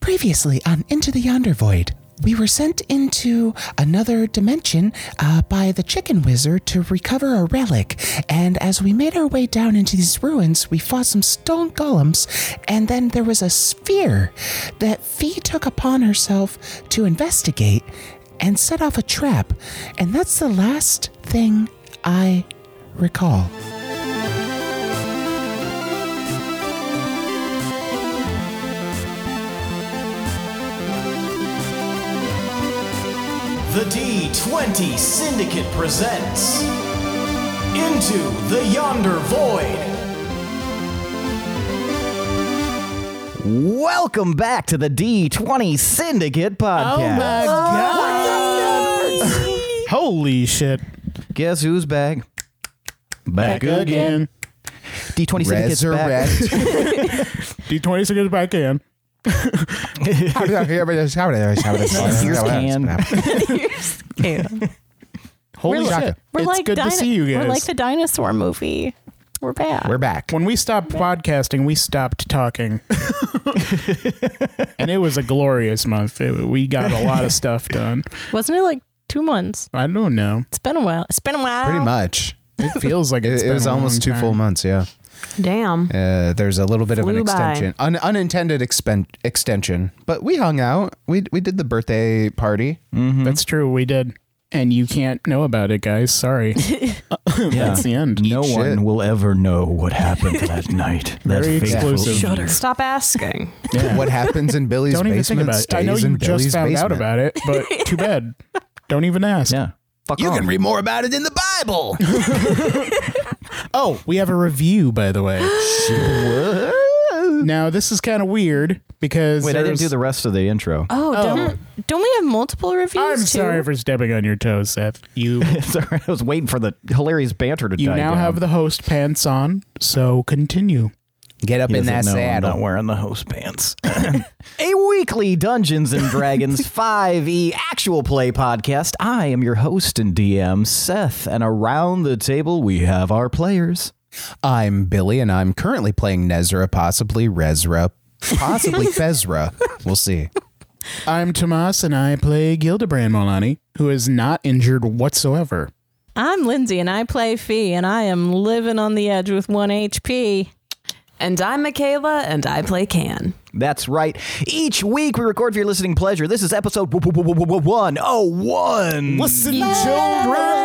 Previously on Into the Yonder Void, we were sent into another dimension uh, by the chicken wizard to recover a relic. And as we made our way down into these ruins, we fought some stone golems, and then there was a sphere that Fee took upon herself to investigate and set off a trap. And that's the last thing I recall. The D20 Syndicate presents Into the Yonder Void. Welcome back to the D20 Syndicate Oh podcast. Holy shit. Guess who's back? Back, again. D20 Syndicate's back. Resurrect. D20 seconds back in. Here's Can. Holy We're- shit. we're it's good dino- to see you guys. We're like the dinosaur movie. We're back. We're back. when we stopped podcasting, we stopped talking. and it was a glorious month. It- we got a lot of stuff done. Wasn't it like two months? I don't know. It's been a while. It's been a while. Pretty much. It feels like it's It, it been was a long almost two time. full months, yeah. Damn. Uh, there's a little bit of an Flew by. extension, an unintended expen- extension. But we hung out. We we did the birthday party. That's true. We did. And you can't know about it, guys. Sorry. That's the end. No Shit. one will ever know what happened that night. That Very fateful exclusive. evening. Stop asking. Yeah. What happens in Billy's Don't even think basement about it. I know stays you in just Billy's found out basement. about it, but too bad. Don't even ask. Yeah. Fuck You off. can read more about it in the Bible. Oh, we have a review, by the way. now this is kind of weird because Wait, I didn't there's- do the rest of the intro. Oh, Don't, don't we have multiple reviews? I'm too? sorry for stepping on your toes, Seth. You Sorry, I was waiting for the hilarious banter to you die now down. have the host pants on, so continue. Get up He in doesn't that know I'm not saddle. wearing the host pants. a weekly Dungeons and Dragons 5e actual play podcast. I am your host and DM, Seth, and around the table we have our players. I'm Billy, and I'm currently playing Nezra, possibly Rezra, possibly Fezra. We'll see. I'm Tomas, and I play Gildebrand Molani, who is not injured whatsoever. I'm Lindsay, and I play Fee, and I am living on the edge with one HP. And I'm Michaela, and I play Can. That's right. Each week we record for your listening pleasure. This is episode 101. Listen, children.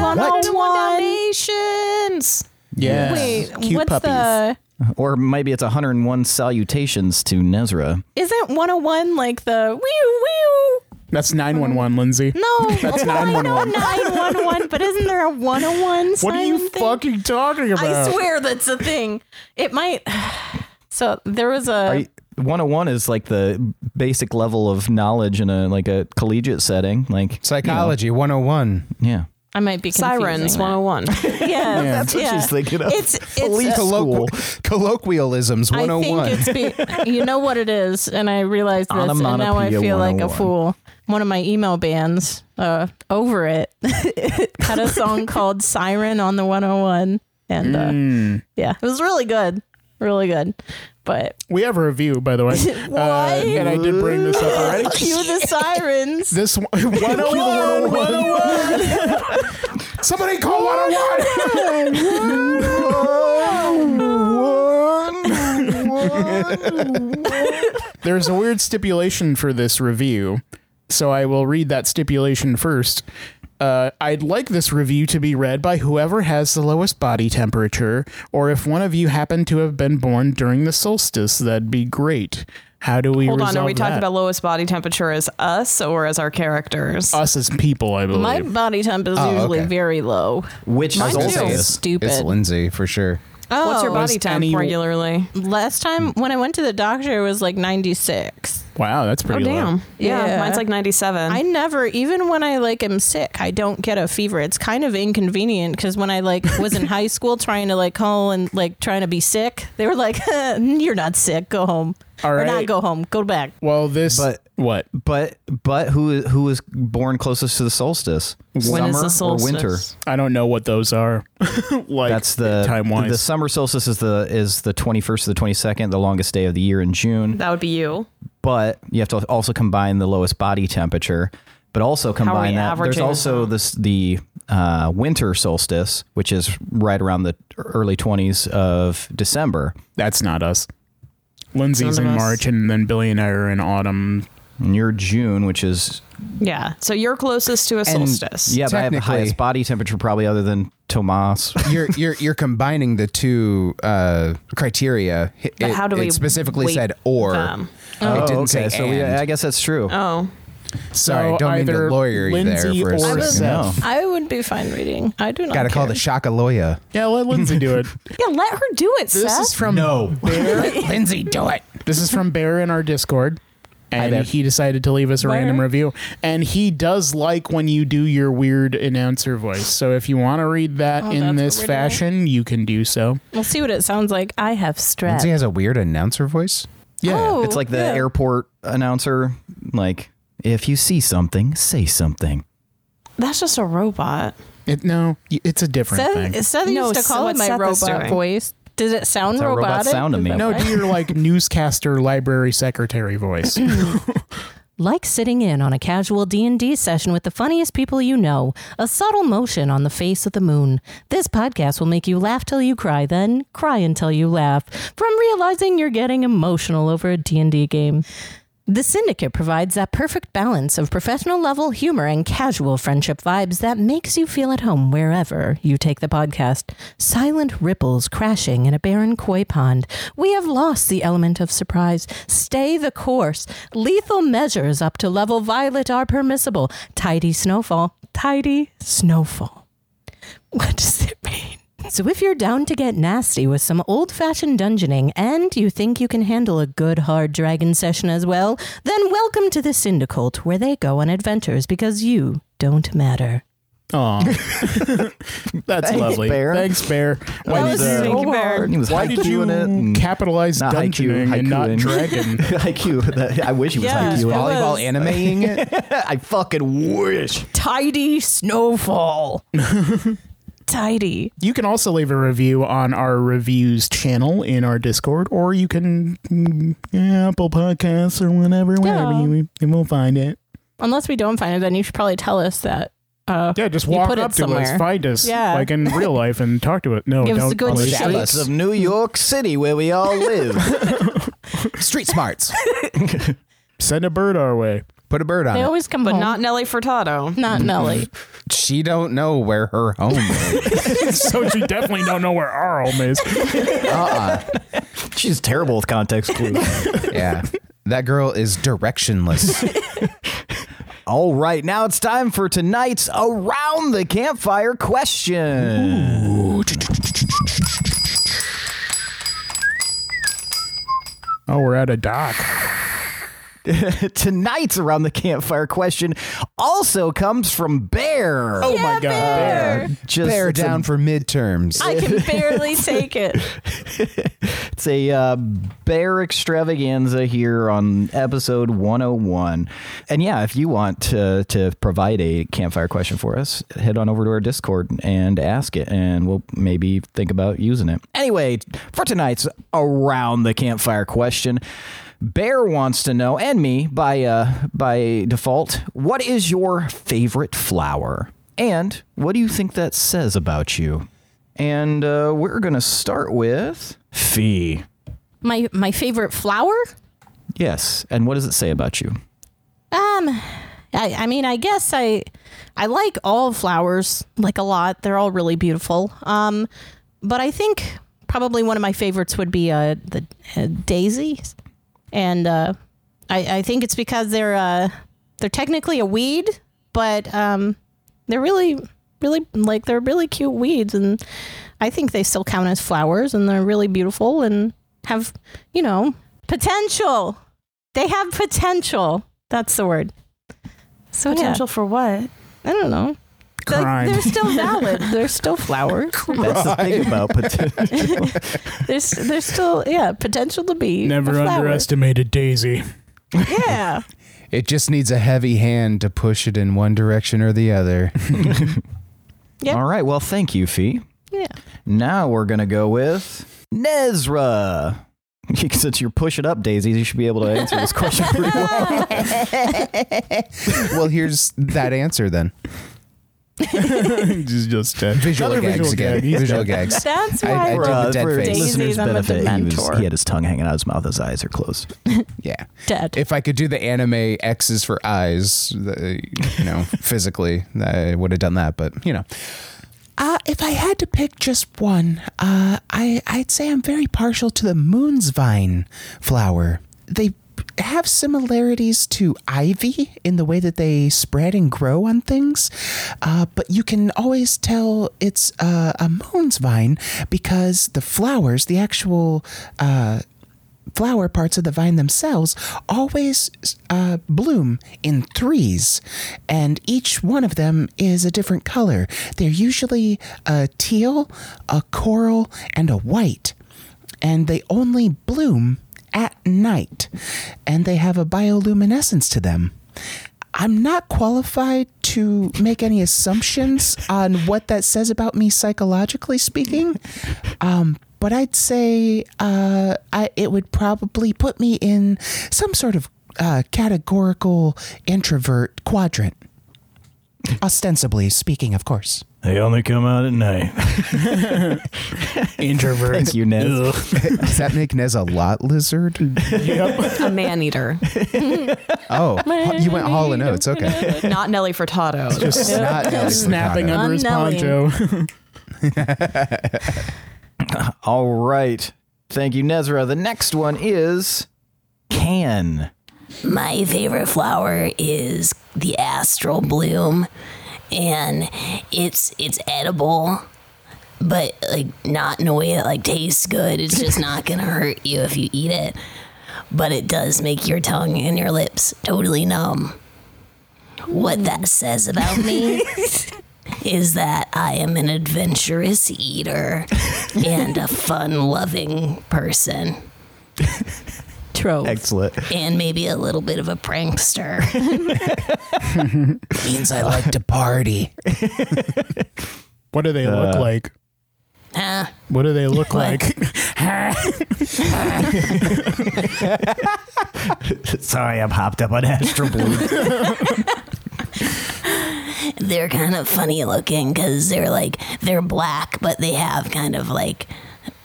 One on one. Nations. Yeah. Wait, Cute what's puppies. the? Or maybe it's 101 salutations to Nezra. Isn't 101 like the wee wee? That's nine one one, Lindsay. No, That's well, I know 911. 911, but isn't there a 101 What are silent you thing? fucking talking about? I swear that's a thing. It might. So there was a. Are you- 101 is like the basic level of knowledge in a like a collegiate setting. Like Psychology 101. Yeah. I might be Sirens 101. confusing that. Yeah, That's what yeah. she's thinking of. It's it's. Police uh, school. Colloqu- colloquialisms I think 101. it's be, you know what it is, and I realized this, and now I Onomatopoeia feel like a 101. fool. One of my email bands, uh, over it, had a song called "Siren" on the 101, and uh, Mm. yeah, it was really good, really good. But We have a review, by the way. Uh, and I did bring this up already. cue the sirens. This one, 101, 101. Somebody call 101. oh There's a weird stipulation for this review, so I will read that stipulation first. Uh, I'd like this review to be read by whoever has the lowest body temperature, or if one of you happened to have been born during the solstice, that'd be great. How do we Hold resolve on, are we talking that? about lowest body temperature as us or as our characters? us as people? I believe. My body temp is usually Oh, okay. very low. Which Mine soul too. is it's, this? stupid. It's Lindsay for sure. Oh, What's your body Was temp any- regularly? last time when I went to the doctor, it was like 96. Wow, that's pretty low. Damn. Oh, Yeah, Yeah. mine's like 97. I never, even when I like am sick, I don't get a fever. It's kind of inconvenient because when I like was in high school trying to like call and like trying to be sick, they were like, "Mm, "You're not sick. Go home. All Or not right. go home. Go back." Well, this But What? But but who who was born closest to the solstice? When is the Summer or winter? solstice? I don't know what those are. like That's the time wise. The summer solstice is the is the twenty first to the twenty second, the longest day of the year in June. That would be you. but you have to also combine the lowest body temperature, but also combine that. There's averaging this also out? this the uh, winter solstice, which is right around the early 20s of December. That's not us. Lindsay's None in of us. March, and then Billy and I are in autumn. And you're June, which is Yeah. So you're closest to a and- solstice. Yeah, but I have the Technically- highest body temperature probably other than Tomas. you're you're you're combining the two uh, criteria. It, But how do it we specifically weight said or? Oh, them? It didn't say Oh, okay, so we, uh, and. I guess that's true. Oh, Sorry, So don't mean to either lawyer you there Lindsay for a or second. Seth. No. I would be fine reading. I do not. Got to call care. the Shakaloya. Yeah, let Lindsay do it. Yeah, let her do it, This Seth. is from no. Lindsay, do it. This is from Bear in our Discord. And Bear. he decided to leave us a random review. And he does like when you do your weird announcer voice. So if you want to read that in that's this what we're doing. fashion, you can do so. we'll see what it sounds like. I have stress. Lindsay has a weird announcer voice. Yeah. Oh, It's like the yeah. airport announcer, like, if you see something, say something. that's just a robot. It, no, y- it's a different Seth, thing. Seth No, used to so call what it my Seth robot is doing. voice. Does it sound That's how robots robotic? sound to Is me. that No, why? do your like newscaster library secretary voice. Like sitting in on a casual D&D session with the funniest people you know, a subtle motion on the face of the moon. This podcast will make you laugh till you cry, then cry until you laugh from realizing you're getting emotional over a D&D game. The Syndicate provides that perfect balance of professional level humor and casual friendship vibes that makes you feel at home wherever you take the podcast. Silent ripples crashing in a barren koi pond. We have lost the element of surprise. Stay the course. Lethal measures up to level violet are permissible. Tidy snowfall. Tidy snowfall. What does it mean? So, if you're down to get nasty with some old fashioned dungeoning and you think you can handle a good hard dragon session as well, then welcome to the Syndicult where they go on adventures because you don't matter. Aw. That's lovely. Bear. Thanks, Bear. Why was, did uh, you, Thank you, Bear. He was why did you haikyuuing it and- capitalize Not haiku, dungeoning and not haikuing. dragon? IQ. that- I wish he was Yeah. IQ. Well, Volleyball was- animating it. I fucking wish. Tidy snowfall. tidy. You can also leave a review on our reviews channel in our Discord, or you can mm, yeah, Apple Podcasts or whatever, wherever Yeah. you, you will find it. Unless we don't find it, then you should probably tell us that. Uh, Yeah, just You walk put it up to us, somewhere. find us, Yeah. like in real life, and talk to it. No, Give us don't. a good please. shake. Dallas. of New York City where we all live. Street smarts. Send a bird our way. Put a bird on they it. always come, But home. not Nelly Furtado. not Nelly. she don't know where her home is. so she definitely don't know where our home is. She's terrible with context clues. yeah. That girl is directionless. all right, now it's time for tonight's Around the Campfire question. Oh, we're at a dock. tonight's Around the Campfire question also comes from Bear. Oh my god. Bear. Uh, Just Bear it's a- down for midterms. I can barely take it. It's a uh, bear extravaganza here on episode 101. And yeah, if you want to, to provide a campfire question for us, head on over to our Discord and ask it, and we'll maybe think about using it. Anyway, for tonight's Around the Campfire question. Bear wants to know, and me by uh, by default, what is your favorite flower, and what do you think that says about you? And uh, we're gonna start with Fee. My my favorite flower? Yes. And what does it say about you? Um I, I mean I guess I I like all flowers like a lot. They're all really beautiful. Um but I think probably one of my favorites would be uh the uh, daisies. And uh I, I think it's because they're uh they're technically a weed, but um they're really really like they're really cute weeds and I think they still count as flowers and they're really beautiful and have, you know, potential. They have potential. That's the word. So yeah. Potential for what? I don't know. Like, Crime. they're still valid. they're still flowers. That's the thing about potential. There's there's still yeah potential to be Never a flower. underestimated Daisy. Yeah, It just needs a heavy hand to push it in one direction or the other. Yep. All right. Well, thank you, Fee. Yeah. Now we're gonna go with Nezra. Since you're pushing up, Daisy, you should be able to answer this question pretty well. well, here's that answer then. just just uh, Visual another gags again. gag. He's Visual dead. gags. That's I- I why. did the dead for face. listeners' Daisy's on the benefit, he, was, Dementor. he had his tongue hanging out his mouth. His eyes are closed. Yeah. Dead. If I could do the anime X's for eyes, uh, you know, physically, I would have done that. But you know, Uh, if I had to pick just one, uh, I, I'd say I'm very partial to the moon's vine flower. They have similarities to ivy in the way that they spread and grow on things, uh, but you can always tell it's uh, a moon's vine because the flowers, the actual uh, flower parts of the vine themselves always uh, bloom in threes, and each one of them is a different color. They're usually a teal, a coral, and a white, and they only bloom at night, and they have a bioluminescence to them. I'm not qualified to make any assumptions on what that says about me psychologically speaking, um, but I'd say uh, I, it would probably put me in some sort of uh, categorical introvert quadrant. Ostensibly speaking, of course. They only come out at night. Introvert. Thank you, Nez. does that make Nez a lot lizard? A man eater, Oh, you went Hall and Oats. Okay, not Nelly Furtado. It's not Nelly Snapping Furtado. under his Unknowing. poncho. All right. Thank you, Nezra. The next one is Can. My favorite flower is the astral bloom, and it's it's edible, but like not in a way that like tastes good. It's just not gonna hurt you if you eat it, but it does make your tongue and your lips totally numb. What that says about me is that I am an adventurous eater and a fun-loving person Trove. Excellent. and maybe a little bit of a prankster. Means I like to party. What do they look like? Huh? What do they look like? What? Sorry, I'm hopped up on Astro Blue. they're kind of funny looking because they're like they're black, but they have kind of like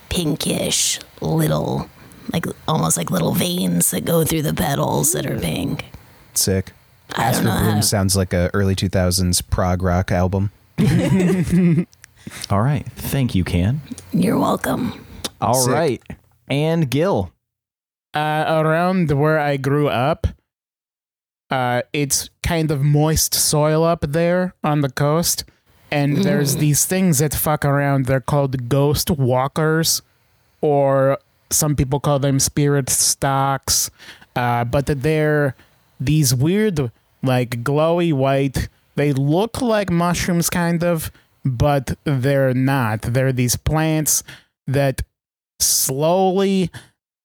pinkish little, like almost like little veins that go through the petals that are pink. Sick. I don't know. Astro Bloom How, sounds like a early 2000s prog rock album. All right. Thank you, Can. you're welcome. All Sick. right, And Gil. uh, around where I grew up, uh, it's kind of moist soil up there on the coast, and there's these things that fuck around. They're called ghost walkers, or some people call them spirit stocks, uh, but that they're these weird, like glowy white. They look like mushrooms, kind of, but they're not. They're these plants that slowly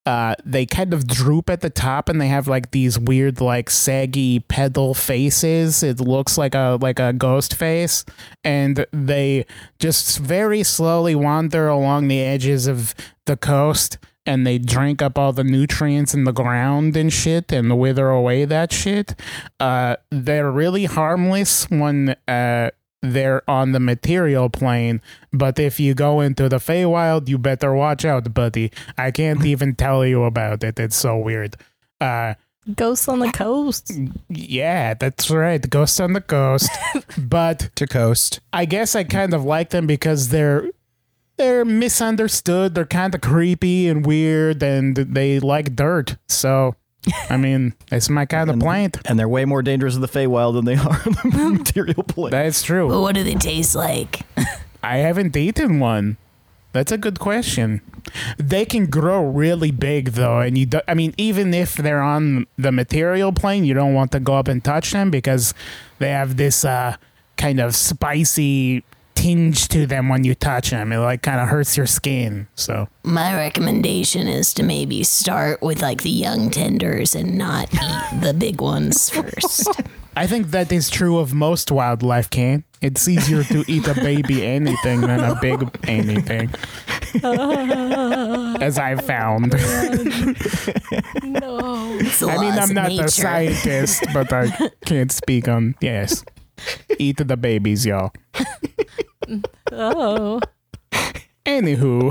uh, they kind of droop at the top and they have like these weird like saggy pedal faces it looks like a like a ghost face and they just very slowly wander along the edges of the coast and they drink up all the nutrients in the ground and shit and wither away that shit uh, they're really harmless when uh, they're on the material plane, but if you go into the Feywild, you better watch out, buddy. I can't even tell you about it. It's so weird. Uh, Ghosts on the coast. yeah, that's right. Ghost on the Coast. but To coast. I guess I kind of like them because they're they're misunderstood. They're kind of creepy and weird, and they like dirt. So, I mean, it's my kind of plant. And they're way more dangerous in the Feywild than they are in the material plane. That's true. But what do they taste like? I haven't eaten one. That's a good question. They can grow really big though, and you. Do, I mean, even if they're on the material plane, you don't want to go up and touch them because they have this uh, kind of spicy tinge to them when you touch them. It like kind of hurts your skin. So My recommendation is to maybe start with like the young tenders and not eat the big ones first. I think that is true of most wildlife, Can It's easier to eat a baby anything than a big anything. As I've found. It's the I mean, laws I'm of not nature. a scientist, but I can't speak on. Yes. Eat the babies, y'all. Oh. Anywho,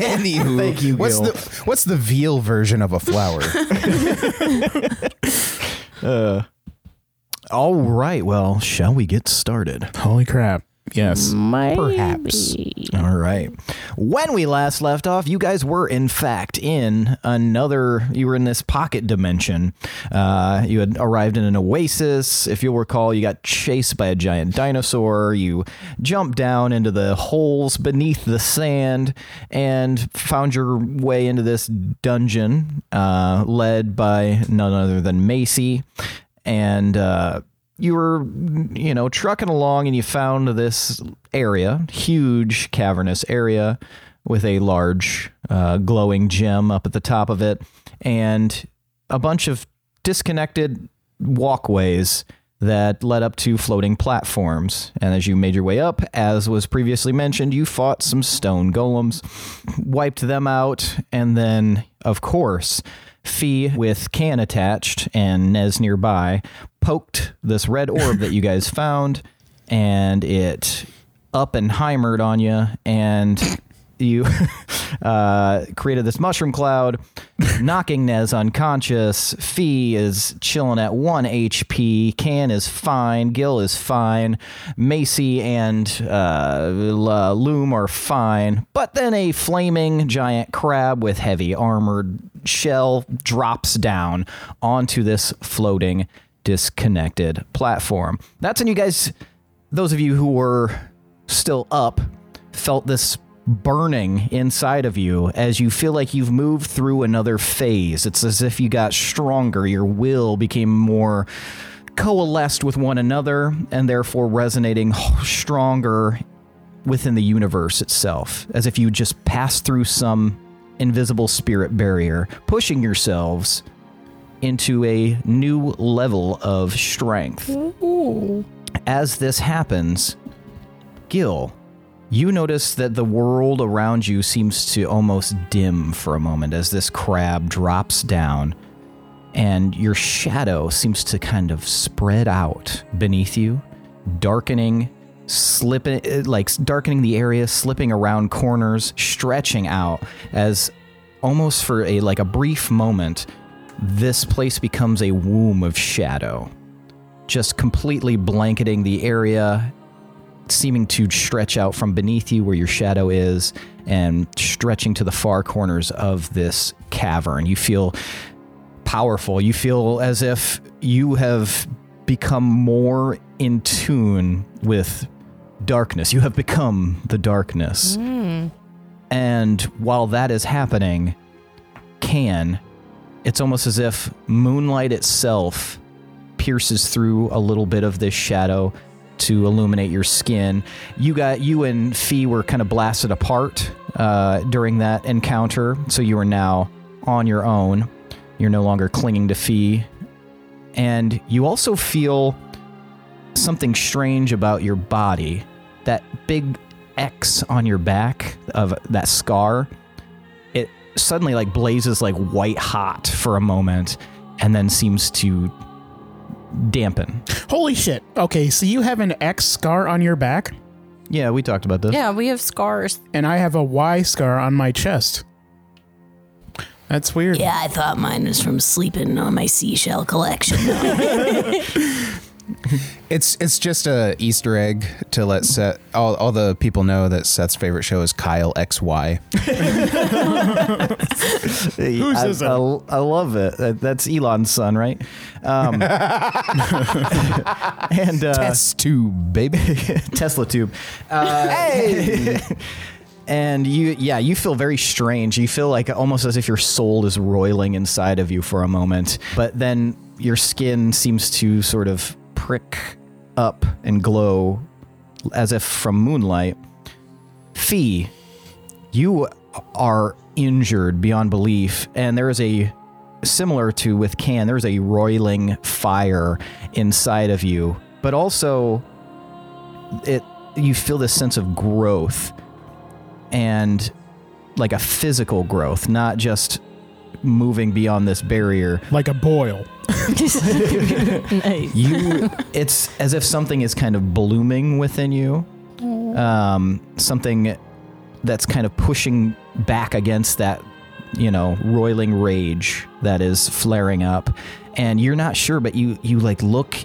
Anywho, Thank you, what's Gil. the what's the veal version of a flower? All right. Well, shall we get started? holy crap. Yes. Perhaps. All right. When we last left off, you guys were in fact in another. You were in this pocket dimension. Uh, you had arrived in an oasis. If you'll recall, you got chased by a giant dinosaur. You jumped down into the holes beneath the sand and found your way into this dungeon, uh, led by none other than Macy, and. Uh, you were you know trucking along and you found this area huge cavernous area with a large uh, glowing gem up at the top of it and a bunch of disconnected walkways that led up to floating platforms and as you made your way up as was previously mentioned you fought some stone golems wiped them out and then of course Fee with can attached and Nez nearby poked this red orb that you guys found and it up and heimered on you and you uh, created this mushroom cloud knocking Nez unconscious Fee is chilling at 1 HP Can is fine Gil is fine Macy and uh, L- Loom are fine but then a flaming giant crab with heavy armored shell drops down onto this floating disconnected platform. That's when you guys, those of you who were still up, felt this burning inside of you as you feel like you've moved through another phase. It's as if you got stronger, your will became more coalesced with one another and therefore resonating stronger within the universe itself, as if you just passed through some invisible spirit barrier, pushing yourselves into a new level of strength. As this happens, Gil, you notice that the world around you seems to almost dim for a moment as this crab drops down, and your shadow seems to kind of spread out beneath you, darkening, slipping, eh, like darkening the area, slipping around corners, stretching out as almost for a like a brief moment this place becomes a womb of shadow, just completely blanketing the area, seeming to stretch out from beneath you where your shadow is and stretching to the far corners of this cavern. You feel powerful. You feel as if you have become more in tune with darkness. You have become the darkness. And while that is happening, can it's almost as if moonlight itself pierces through a little bit of this shadow to illuminate your skin. You got you and Fee were kind of blasted apart uh, during that encounter, so you are now on your own. You're no longer clinging to Fee, and you also feel something strange about your body. That big X on your back of that scar it suddenly like blazes like white hot for a moment and then seems to dampen. Holy shit. Okay, so you have an X scar on your back, Yeah, we talked about this. Yeah, we have scars. and I have a Y scar on my chest. That's weird. Yeah, I thought mine was from sleeping on my seashell collection. It's it's just a Easter egg to let Seth all, all the people know that Seth's favorite show is Kyle X Y. Uh, Who's I, isn't? I, I love it. That- That's Elon's son, right? Um, and uh, That's two baby. Tesla tube. Uh, and you, yeah, you feel very strange. You feel like almost as if your soul is roiling inside of you for a moment, but then your skin seems to sort of prick up and glow as if from moonlight. Fee, you are injured beyond belief, and there is a similar to with Can, there's a roiling fire inside of you, but also it you feel this sense of growth and like a physical growth, not just moving beyond this barrier. Like a boil. Nice. You it's as if something is kind of blooming within you. Um, something that's kind of pushing back against that, you know, roiling rage that is flaring up, and you're not sure, but you you like look,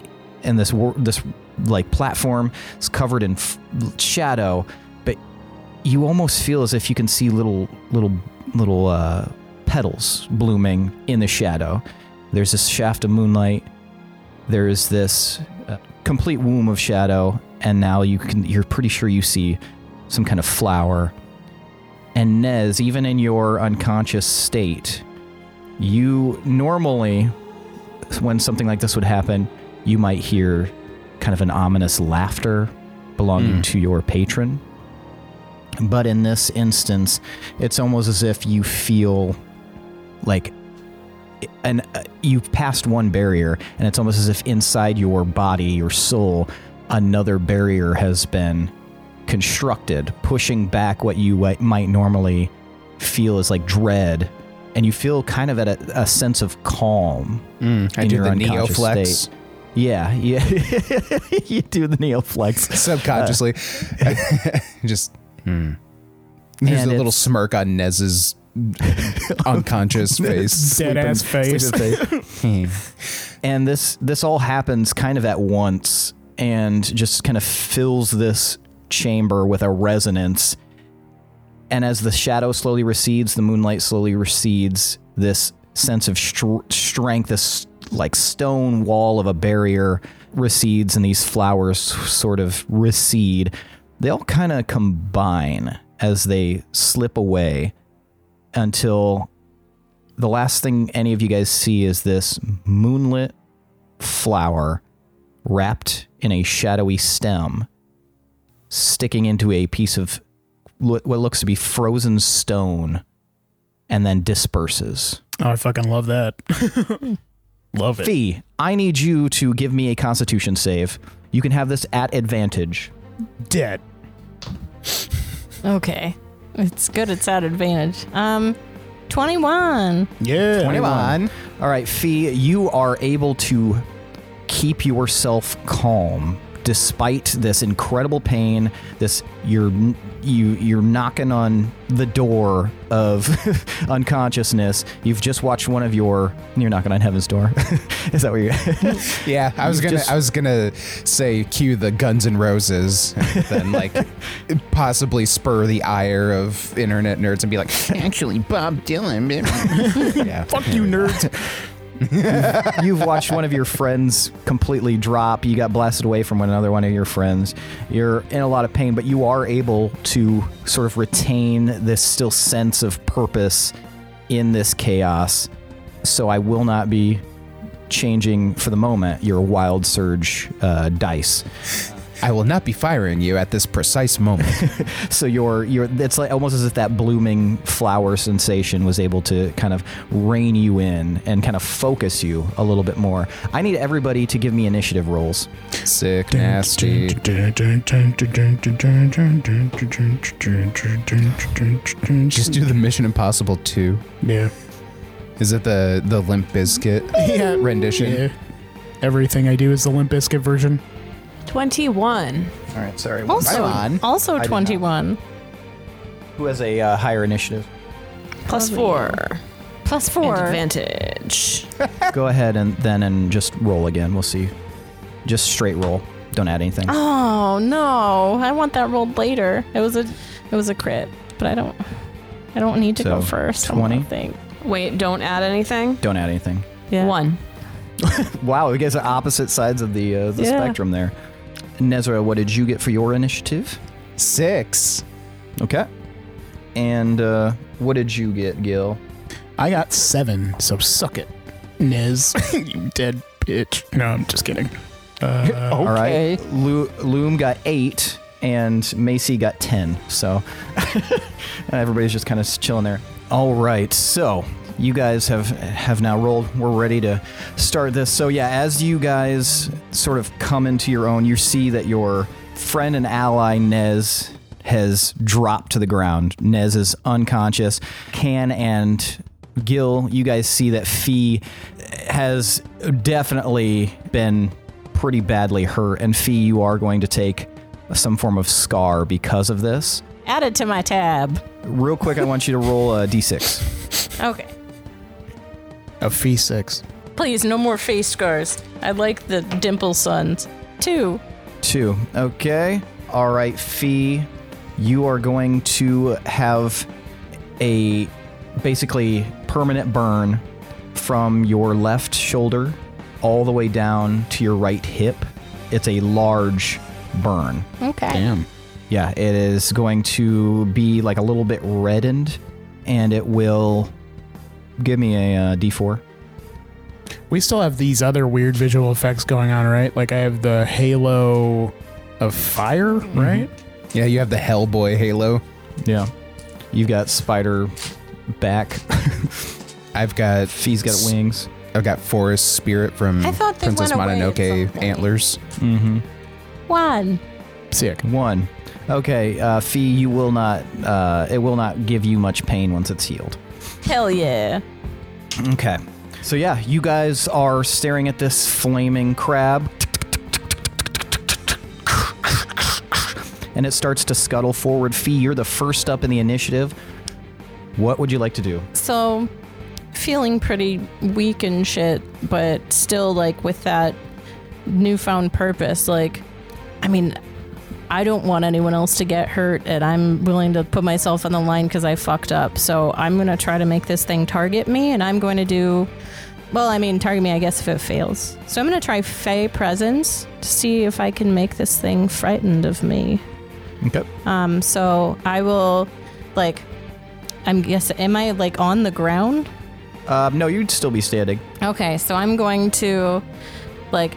and this wor- this like platform is covered in f- shadow, but you almost feel as if you can see little little little uh, petals blooming in the shadow. There's this shaft of moonlight. There is this uh, complete womb of shadow, and now you can you're pretty sure you see some kind of flower. And Nez, even in your unconscious state, you normally, when something like this would happen, you might hear kind of an ominous laughter Mm. belonging to your patron. But in this instance, it's almost as if you feel like and uh, you've passed one barrier and it's almost as if inside your body your soul another barrier has been constructed pushing back what you wi- might normally feel is like dread and you feel kind of at a, a sense of calm Mm, I in do your the unconscious neoflex. state. yeah yeah you do the neoflex subconsciously. uh, Just there's And a little it's- smirk on Nez's unconscious face. Dead ass face. and this this all happens kind of at once and just kind of fills this chamber with a resonance and as the shadow slowly recedes the moonlight slowly recedes this sense of str- strength this like stone wall of a barrier recedes and these flowers sort of recede they all kind of combine as they slip away until the last thing any of you guys see is this moonlit flower wrapped in a shadowy stem sticking into a piece of lo- what looks to be frozen stone and then disperses. Oh, I fucking love that. love it. Fee, I need you to give me a constitution save. You can have this at advantage. Dead. Okay. It's good it's at advantage. Um 21. Yeah. 21. All right, Fee, you are able to keep yourself calm despite this incredible pain. This you're you you're knocking on the door of unconsciousness. You've just watched one of your you're knocking on heaven's door. Is that what you're yeah, I was You gonna just- I was gonna say cue the Guns and Roses, and then like possibly spur the ire of internet nerds and be like, actually Bob Dylan. yeah. Fuck you, nerds. you've watched one of your friends completely drop. You got blasted away from one another one of your friends. You're in a lot of pain, but you are able to sort of retain this still sense of purpose in this chaos. So I will not be changing for the moment your wild surge uh, dice. I will not be firing you at this precise moment. So your your it's like almost as if that blooming flower sensation was able to kind of rein you in and kind of focus you a little bit more. I need everybody to give me initiative rolls. Sick, nasty. Just do the Mission Impossible 2. Yeah. Is it the the Limp Biscuit Yeah. rendition? Yeah. Everything I do is the Limp Bizkit version. 21. All right, sorry. Also on. also I did not. 21. Who has a uh, higher initiative? Plus four. Plus And four. Advantage. Go ahead and then and just roll again. We'll see. Just straight roll. Don't add anything. Oh no. I want that rolled later. It was a it was a crit, but I don't I don't need to go So, first. 20? I think. Wait, don't add anything. Don't add anything. Yeah. One. Wow, you guys are opposite sides of the uh, the Yeah. spectrum there. Nezra, what did you get for your initiative? Six. Okay. And uh, what did you get, Gil? I got seven, so suck it, Niz. you dead bitch. No, I'm just kidding. Oh. All right. Lo- Loom got eight. and Macy got 10. So everybody's just kind of chilling there. All right, so you guys have have now rolled. We're ready to start this. So yeah, as you guys sort of come into your own, you see that your friend and ally Nez has dropped to the ground. Nez is unconscious. Can and Gil, you guys see that Fee has definitely been pretty badly hurt, and Fee, you are going to take some form of scar because of this. Add it to my tab. Real quick, I want you to roll a d6. Okay. A fee six. Please, no more face scars. I like the dimple suns. Two. Two. Okay. All right, Fee. You are going to have a basically permanent burn from your left shoulder all the way down to your right hip. It's a large burn. Okay. Yeah, it is going to be like a little bit reddened, and it will give me a uh, d4. We still have these other weird visual effects going on, right? Like I have the halo of fire, Mm-hmm. right? Yeah, you have the Hellboy halo. Yeah, you've got spider back. I've got Fee's got wings. I've got forest spirit from I thought they Princess went away at some Mononoke point. antlers. One. Sick. Mm-hmm. One. Okay, uh, Fee, you will not. Uh, it will not give you much pain once it's healed. Hell yeah. Okay. So yeah, you guys are staring at this flaming crab. And it starts to scuttle forward. Fee, you're the first up in the initiative. What would you like to do? So, feeling pretty weak and shit, but still, like, with that newfound purpose, like, I mean, I don't want anyone else to get hurt, and I'm willing to put myself on the line because I fucked up. So, I'm going to try to make this thing target me, and I'm going to do. Well, I mean, target me, I guess, if it fails. So, I'm going to try Fey Presence to see if I can make this thing frightened of me. Okay. Um, so I will, like, I'm guess. Am I like on the ground? Uh, no, you'd still be standing. Okay, so I'm going to, like,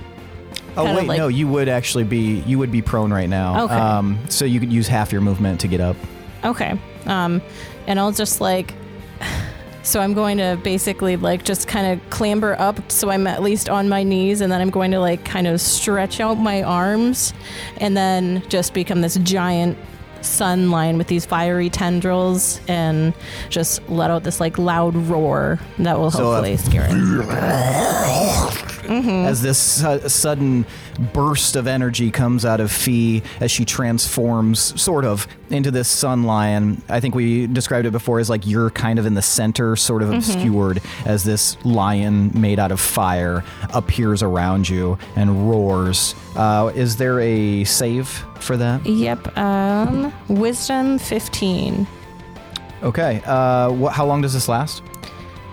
Oh Kinda wait, like- no, you would actually be you would be prone right now. Okay. Um, so you could use half your movement to get up. okay, um, and I'll just like. So I'm going to basically like just kind of clamber up so I'm at least on my knees and then I'm going to like kind of stretch out my arms and then just become this giant sun line with these fiery tendrils and just let out this like loud roar that will So, uh, hopefully scare it. Mm. as this su- sudden burst of energy comes out of Fee as she transforms, sort of, into this sun lion. I think we described it before as like you're kind of in the center, sort of Mm-hmm. obscured, as this lion made out of fire appears around you and roars. Uh, is there a save for that? Yep. Um, wisdom 15. Okay. Uh, wh- how long does this last?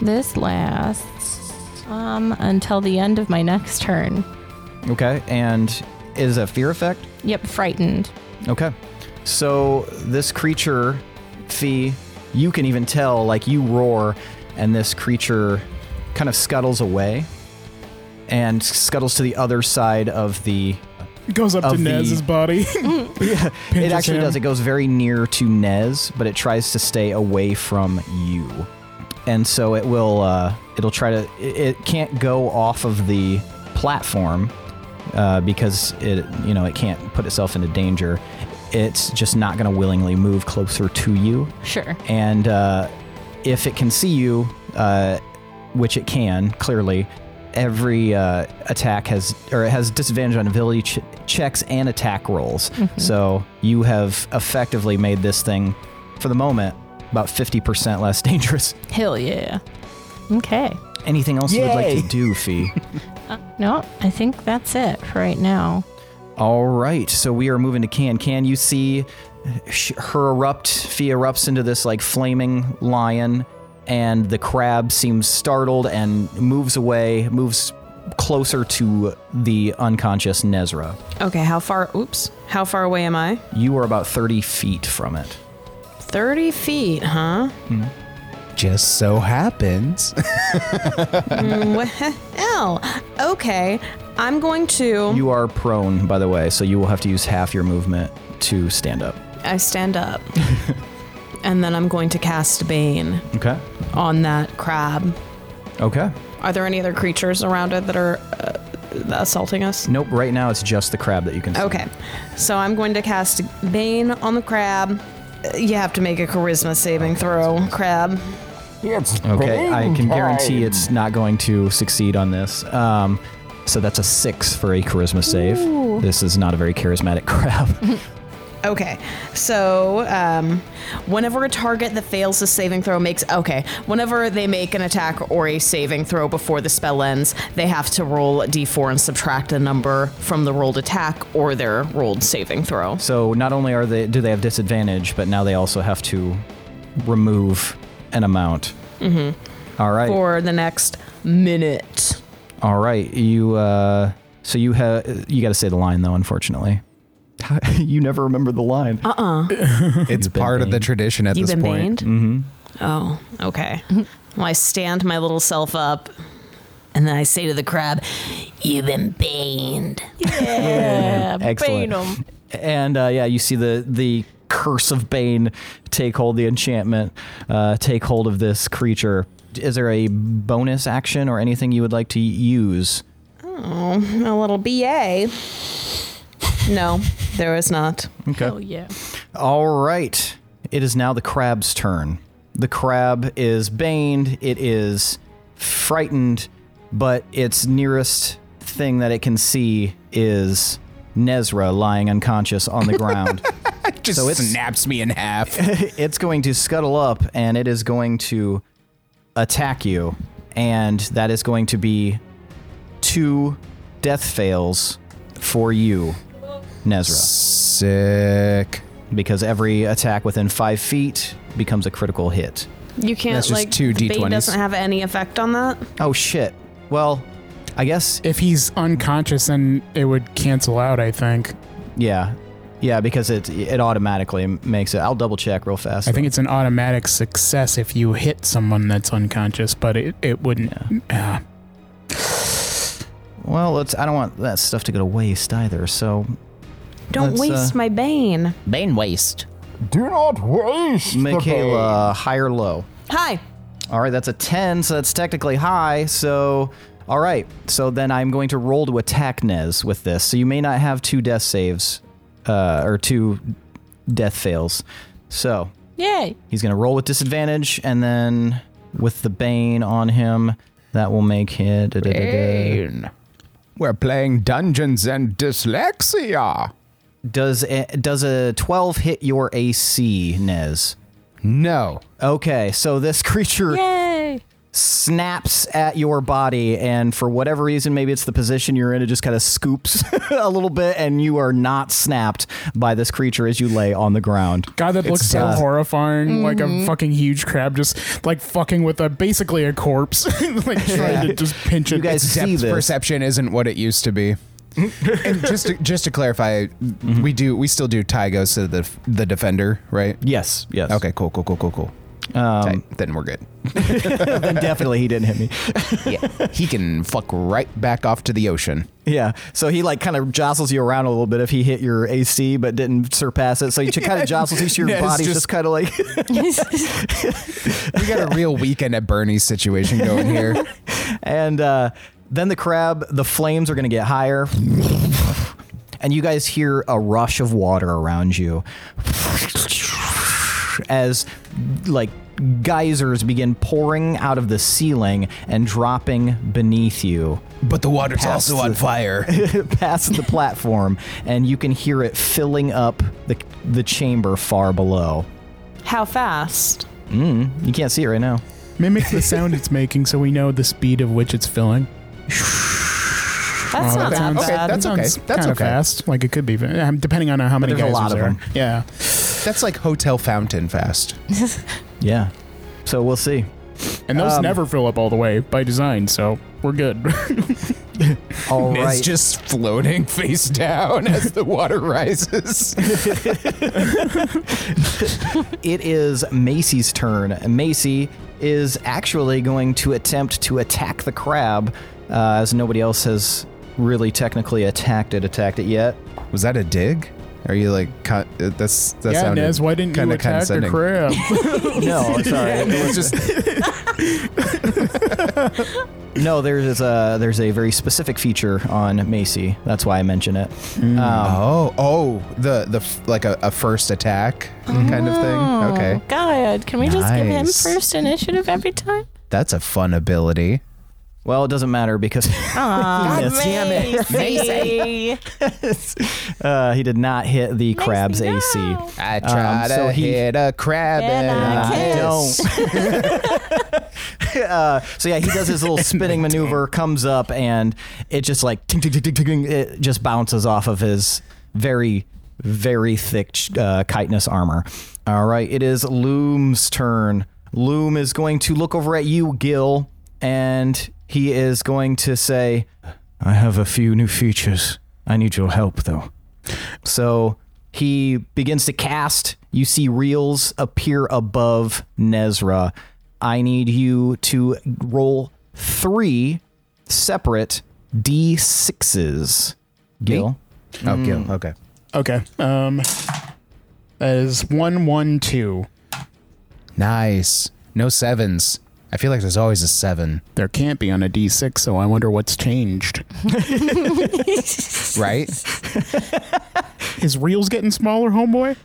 This lasts um, until the end of my next turn. Okay. And is a fear effect? Yep, frightened. Okay. So this creature, Fee, you can even tell, like you roar, and this creature kind of scuttles away and scuttles to the other side of the. Goes up Of to the- Nez's body. it Pinches actually him. does. It goes very near to Nez, but it tries to stay away from you. And so it will, uh, it'll try to, it, it can't go off of the platform uh, because it, you know, it can't put itself into danger. It's just not going to willingly move closer to you. Sure. and uh, if it can see you, uh, which it can clearly, every uh, attack has or it has disadvantage on ability ch- checks and attack rolls. So you have effectively made this thing, for the moment, about fifty percent less dangerous. Hell yeah. Okay. Anything else you would like Yay. to do, Fee? No, I think that's it for right now. All right, so we are moving to Can. Can you see sh- her erupt? Fee erupts into this like flaming lion, and the crab seems startled and moves away, moves closer to the unconscious Nezra. Okay, how far? Oops. How far away am I? You are about 30 feet from it. 30 feet, huh? just so happens. Mm, Well, okay. I'm going to. You are prone, by the way, so you will have to use half your movement to stand up. I stand up. and then I'm going to cast Bane Okay. on that crab. Okay. Are there any other creatures around it that are uh, assaulting us? Nope, right now it's just the crab that you can see. Okay. So I'm going to cast Bane on the crab. Uh, You have to make a charisma saving throw, crab. Okay, I can guarantee it's not going to succeed on this. Um, so that's a six for a charisma save. This is not a very charismatic crab. Okay, so um, whenever a target that fails the saving throw makes okay, whenever they make an attack or a saving throw before the spell ends, they have to roll a d4 and subtract a number from the rolled attack or their rolled saving throw. so not only are they do they have disadvantage, but now they also have to remove an amount. Mm-hmm. right. For the next minute, All right. You uh, so you have you got to say the line though. Unfortunately, you never remember the line. Uh-uh. it's part of the banned. tradition at you've this been point. banned. Mm-hmm. Oh, okay. well, I stand my little self up. And then I say to the crab, You've been baned. Excellent. And uh, yeah, you see the the curse of Bane take hold, the enchantment uh, take hold of this creature. Is there a bonus action or anything you would like to use? A little BA. No, there is not. Oh yeah. All right. It is now the crab's turn. The crab is baned. It is frightened, but its nearest thing that it can see is Nezra lying unconscious on the ground. Just So it's- snaps me in half. it's going to scuttle up and it is going to attack you. And that is going to be two death fails for you, Nezra. Sick. Because every attack within five feet becomes a critical hit. You can't That's just like two the bait D20s. doesn't have any effect on that. Oh shit. Well, I guess If he's unconscious, then it would cancel out, I think. yeah. Yeah, because it it automatically makes it. I'll double check real fast. I think it's an automatic success if you hit someone that's unconscious, but it, it wouldn't. Ah. Well, let's I don't want that stuff to go to waste either. So Don't Let's, waste uh, my bane. Bane waste. Michaela, high or low? Hi. All right, that's a 10, so that's technically high. So, all right. So then I'm going to roll to attack Nez with this. So you may not have two death saves uh, or two death fails. So Yay. he's going to roll with disadvantage and then with the Bane on him, that will make it. da, da, da, da. We're playing Dungeons and Dyslexia. Does, a, does a 12 hit your AC, Nez? No. Okay, so this creature Yay. snaps at your body and for whatever reason maybe it's the position you're in it just kind of scoops a little bit and you are not snapped by this creature as you lay on the ground God, that looks so horrifying. Like Mm-hmm. a fucking huge crab just like fucking with a basically a corpse, like trying to just pinch it. you guys see Depth this perception isn't what it used to be. and just to, just to clarify, Mm-hmm. we do we still do Tygos to the the defender, right? yes yes Okay, cool, cool, cool, cool, cool. Um, Tight. Then we're good. Um, then definitely he didn't hit me Yeah, he can fuck right back off to the ocean. yeah so he like kind of jostles you around a little bit if he hit your ac but didn't surpass it so he kind of jostles you so your Nez body's just- just, kind of like We got a real weekend at Bernie's situation going here. And uh, then the crab, the flames are going to get higher. And you guys hear a rush of water around you as, like, geysers begin pouring out of the ceiling and dropping beneath you But the water's Past also on the- fire. past the platform, and you can hear it filling up the, the chamber far below. How fast? You can't see it right now. Mimic the sound it's making so we know the speed of which it's filling. That's Oh, not that, sounds- okay, bad. that's okay. sounds That's kinda okay. fast. Like it could be, um, depending on how many there's a guys lot was of there. them. Yeah, That's like hotel fountain fast. Yeah. So we'll see. and Um, those never fill up all the way by design, so we're good. All right. It's just floating face down as the water rises. it is Macy's turn. Macy, is actually going to attempt to attack the crab, uh, as nobody else has really technically attacked it, attacked it yet. Was that a dig? Are you like cut? uh, That's that yeah, sounded Nez, why didn't you kinda attack the crab? condescending. No, sorry. It's just No, there's a there's a very specific feature on Macy. That's why I mention it. Um, oh oh the the f- like a, a first attack kind of Oh, thing. Okay, God, can we just give him Nice. first initiative every time? that's a fun ability. well, it doesn't matter because God damn it. uh, he did not hit the crab's AC. I try to hit a crab and I I can't. don't. uh, so yeah, he does his little spinning maneuver, comes up, and it just like ting, ting, ting, ting, ting, ting, it just bounces off of his very, very thick uh, chitinous armor. All right, it is Loom's turn. Loom is going to look over at you, Gil, and he is going to say, "I have a few new features. I need your help, though." So he begins to cast. You see reels appear above Nezra. I need you to roll three separate d6s. Gil. Oh, Gil. Okay. okay. Um, that is one, one, two. Nice. No sevens. I feel like there's always a seven, There can't be on a D6, so I wonder what's changed. right? His reel's getting smaller, homeboy.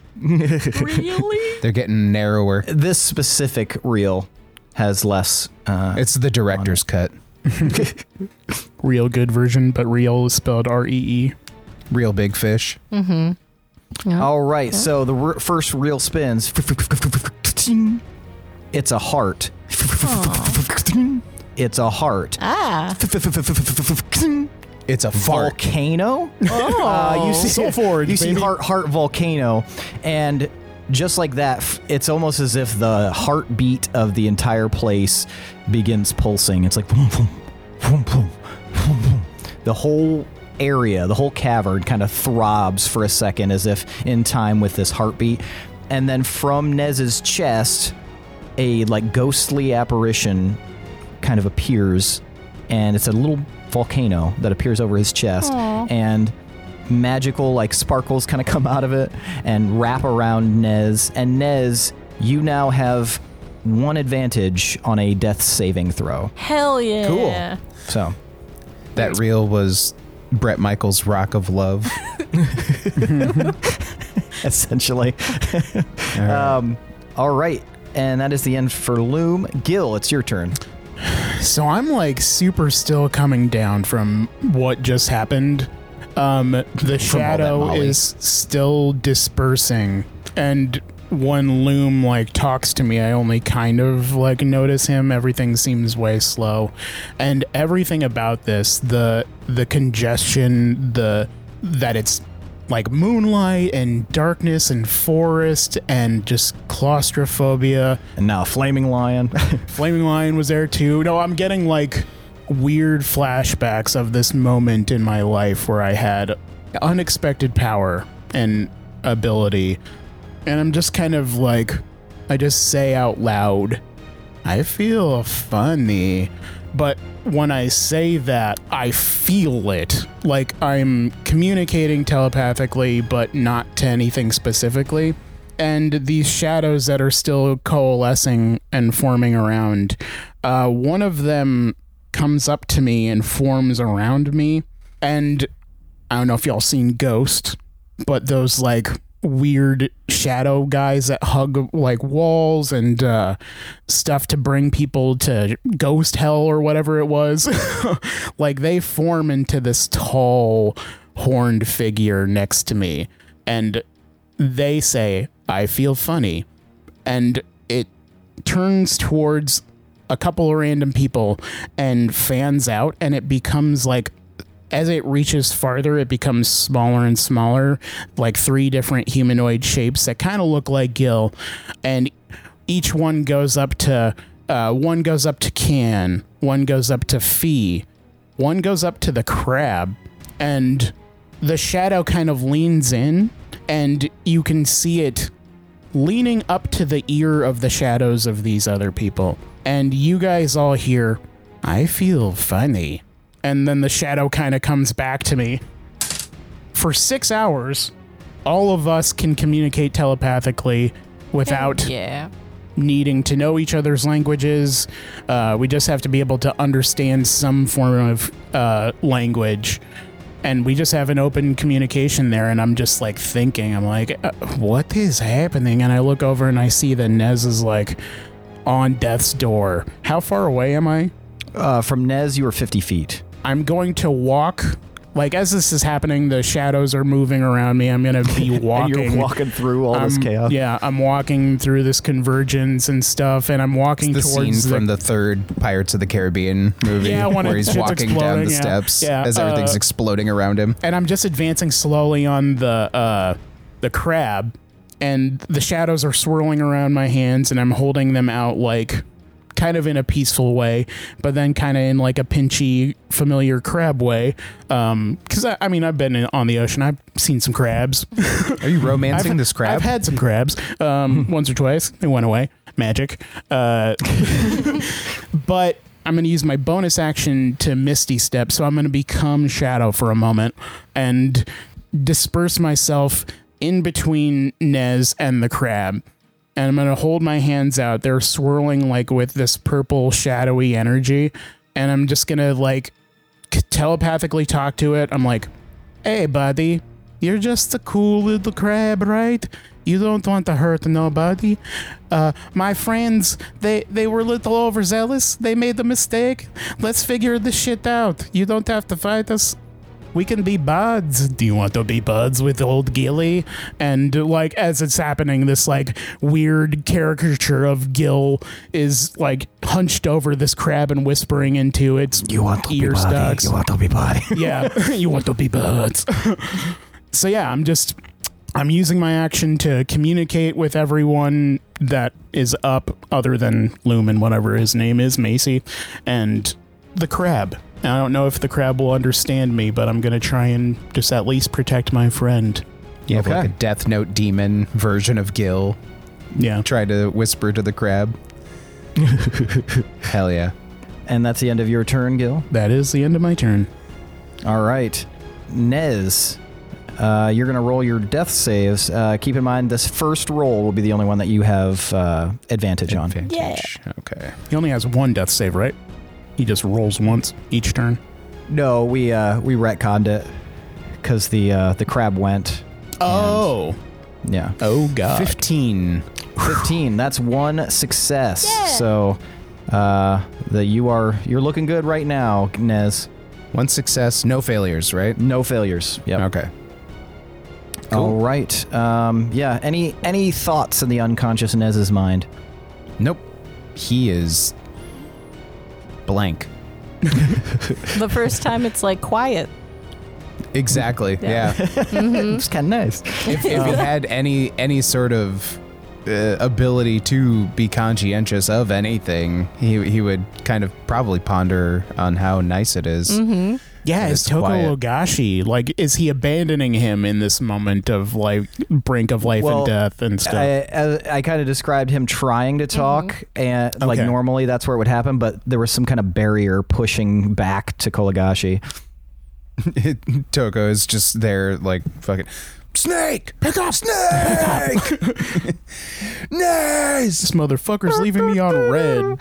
They're getting narrower. This specific reel has less. Uh, It's the director's cut. Real good version, but real is spelled R E E. Real big fish. Mm-hmm. all right. So the r- first reel spins. It's a heart. It's a heart. Ah, It's a fart. volcano. Uh, you see, Sulfur, you see baby. heart, heart volcano, and just like that, f- it's almost as if the heartbeat of the entire place begins pulsing. It's like boom, boom, boom, boom, boom, boom. the whole area, the whole cavern, kind of throbs for a second, as if in time with this heartbeat, and then from Nez's chest, a like ghostly apparition kind of appears and it's a little volcano that appears over his chest and magical like sparkles kind of come out of it and wrap around Nez and Nez you now have one advantage on a death saving throw hell yeah. Cool. so That reel was Brett Michaels' Rock of Love. essentially um all right and that is the end for Loom Gil it's your turn So I'm like super still coming down from what just happened. Um, the shadow Molly. is still dispersing, and one loom like talks to me. I only kind of like notice him. Everything seems way slow, and everything about this the the congestion, the that it's like moonlight and darkness and forest and just claustrophobia. and now Flaming Lion Flaming Lion was there too. No, I'm getting like weird flashbacks of this moment in my life where I had unexpected power and ability. And I'm just kind of like, I just say out loud, I feel funny. But when I say that, I feel it. Like I'm communicating telepathically, but not to anything specifically. And these shadows that are still coalescing and forming around, uh, one of them comes up to me and forms around me. And I don't know if y'all seen Ghost, but those like weird shadow guys that hug like walls and uh, stuff to bring people to ghost hell or whatever it was. like they form into this tall horned figure next to me and they say, I feel funny. And it turns towards a couple of random people and fans out and it becomes like as it reaches farther, it becomes smaller and smaller, like three different humanoid shapes that kind of look like Gil, and each one goes up to uh, one goes up to Can, one goes up to Fee, one goes up to the crab, and the shadow kind of leans in, and you can see it leaning up to the ear of the shadows of these other people. and you guys all hear, I feel funny. And then the shadow kind of comes back to me. For six hours, all of us can communicate telepathically without Yeah. needing to know each other's languages. Uh, we just have to be able to understand some form of uh, language. And we just have an open communication there. And I'm just like thinking, I'm like, uh, what is happening? And I look over and I see that Nez is like on death's door. How far away am I? Uh, from Nez, you were 50 feet. I'm going to walk. Like, as this is happening, the shadows are moving around me. I'm going to be walking. And you're walking Um, through all this I'm- chaos. Yeah, I'm walking through this convergence and stuff, and I'm walking The scene towards the, from the third Pirates of the Caribbean movie Yeah, when where it- he's shit's walking down the exploding, yeah. steps Yeah, as everything's uh, exploding around him. and I'm just advancing slowly on the uh, the crab, and the shadows are swirling around my hands, and I'm holding them out like kind of in a peaceful way, but then kind of in like a pinchy, familiar crab way. Because I, I mean, I've been in, on the ocean, I've seen some crabs. Are you romancing this crab? I've had some crabs, um, once or twice. They went away. Magic. Uh, but I'm going to use my bonus action to Misty Step, so I'm going to become Shadow for a moment and disperse myself in between Nez and the crab. And I'm going to hold my hands out. They're swirling like with this purple shadowy energy. And I'm just going to like telepathically talk to it. I'm like, hey, buddy, you're just a cool little crab, right? You don't want to hurt nobody. Uh, my friends, they, they were a little overzealous. They made a mistake. Let's figure this shit out. You don't have to fight us. We can be buds. Do you want to be buds with old Gilly? And like as it's happening, this like weird caricature of Gil is like hunched over this crab and whispering into its ear studs want to be body. yeah, you want to be birds. so yeah, I'm just I'm using my action to communicate with everyone that is up, other than Lumen, whatever his name is, Macy, and the crab. And I don't know if the crab will understand me, but I'm gonna try and just at least protect my friend. You have like Okay. a Death Note demon version of Gil. Yeah. Try to whisper to the crab. Hell yeah. And that's the end of your turn, Gil. That is the end of my turn. All right. Nez, uh, you're going to roll your death saves. Uh, keep in mind, this first roll will be the only one that you have uh, advantage on. Advantage. Okay. He only has one death save, right? He just rolls once each turn. No, we uh, we retconned it because the uh, the crab went. Oh. Yeah, Oh god. 15. fifteen. That's one success. So, uh, the you are you're looking good right now, Nez. One success, no failures, right? No failures. Yep. Okay. All right. Um, yeah. Any any thoughts in the unconscious Nez's mind? Nope. He is blank. The first time it's like quiet. Exactly. Yeah. It's kind of nice. if, if he had any any sort of uh, ability to be conscientious of anything, he he would kind of probably ponder on how nice it is. Yeah, And is it's Toko quiet. Ogashi like is he abandoning him in this moment of like brink of life Well, and death and stuff? I, I, I kind of described him trying to talk, and like Okay. normally that's where it would happen, but there was some kind of barrier pushing back to Kolagashi. Toko is just there, like fucking snake. Pick up snake. nice. this motherfucker's leaving me on red.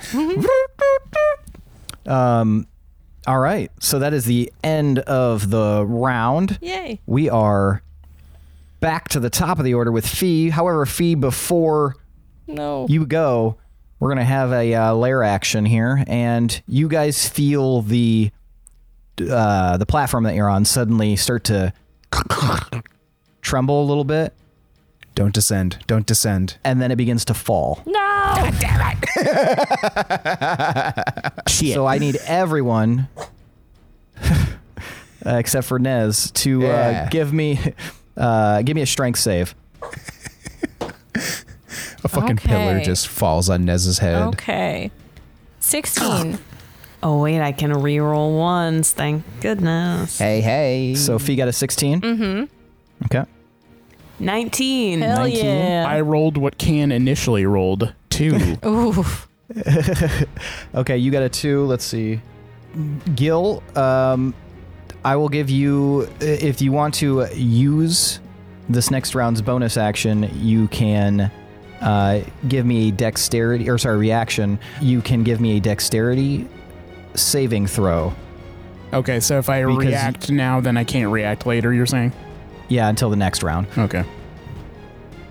Um, all right, so that is the end of the round. Yay. We are back to the top of the order with Fee. However, Fee, before No. you go, we're gonna have a uh, lair action here, and you guys feel the uh, the platform that you're on suddenly start to tremble a little bit, Don't descend. Don't descend. and then it begins to fall. no. Shit. So I need everyone, uh, except for Nez, to Yeah. uh, give me uh, give me a strength save. A fucking pillar Okay. just falls on Nez's head. Okay. 16. Oh wait, I can re-roll once. Thank goodness. Hey hey. So Fee got a 16. Mm-hmm. Okay. Nineteen. Hell yeah. Oh. I rolled what Can initially rolled two. Ooh. Okay, you got a two. Let's see. Gil, um, I will give you, if you want to uh, use this next round's bonus action, you can uh, give me a dexterity, or sorry, reaction. You can give me a dexterity saving throw. Okay, so if I Because- react now, then I can't react later, you're saying? Yeah, until the next round. Okay.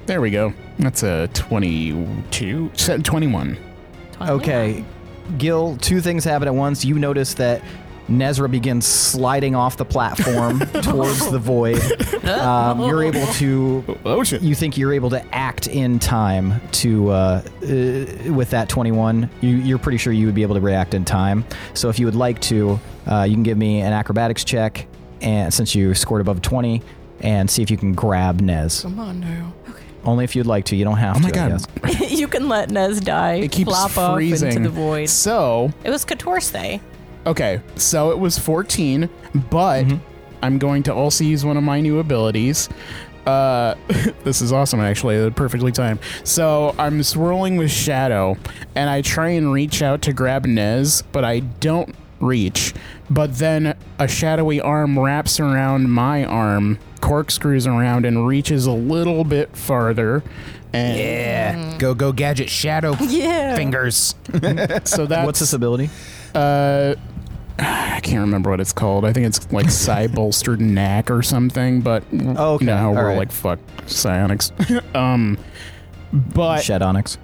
There we go. That's a 22, se- 21. Oh, Okay. Gil, two things happen at once. You notice that Nezra begins sliding off the platform towards the void. Um, you're able to Oh, shit. you think you're able to act in time to uh, uh, with that 21 you, you're pretty sure you would be able to react in time so if you would like to uh, you can give me an acrobatics check and since you scored above 20 and see if you can grab Nez. Come on now. Only if you'd like to. You don't have Oh to. my I god. guess. you can let Nez die. It keeps flop freezing. off into the void. So, It was Couture's Day. okay, so it was 14, but I'm going to also use one of my new abilities. Uh, this is awesome, actually. They're perfectly timed. So I'm swirling with Shadow, and I try and reach out to grab Nez, but I don't reach. But then a shadowy arm wraps around my arm, corkscrews around, and reaches a little bit farther. And Go, go, gadget, shadow Yeah. fingers. so that's What's this ability? uh, I can't remember what it's called. I think it's like Psy Bolstered Knack or something, but Oh, okay. you know how All we're right. like fuck psionics. um, but Shadonics.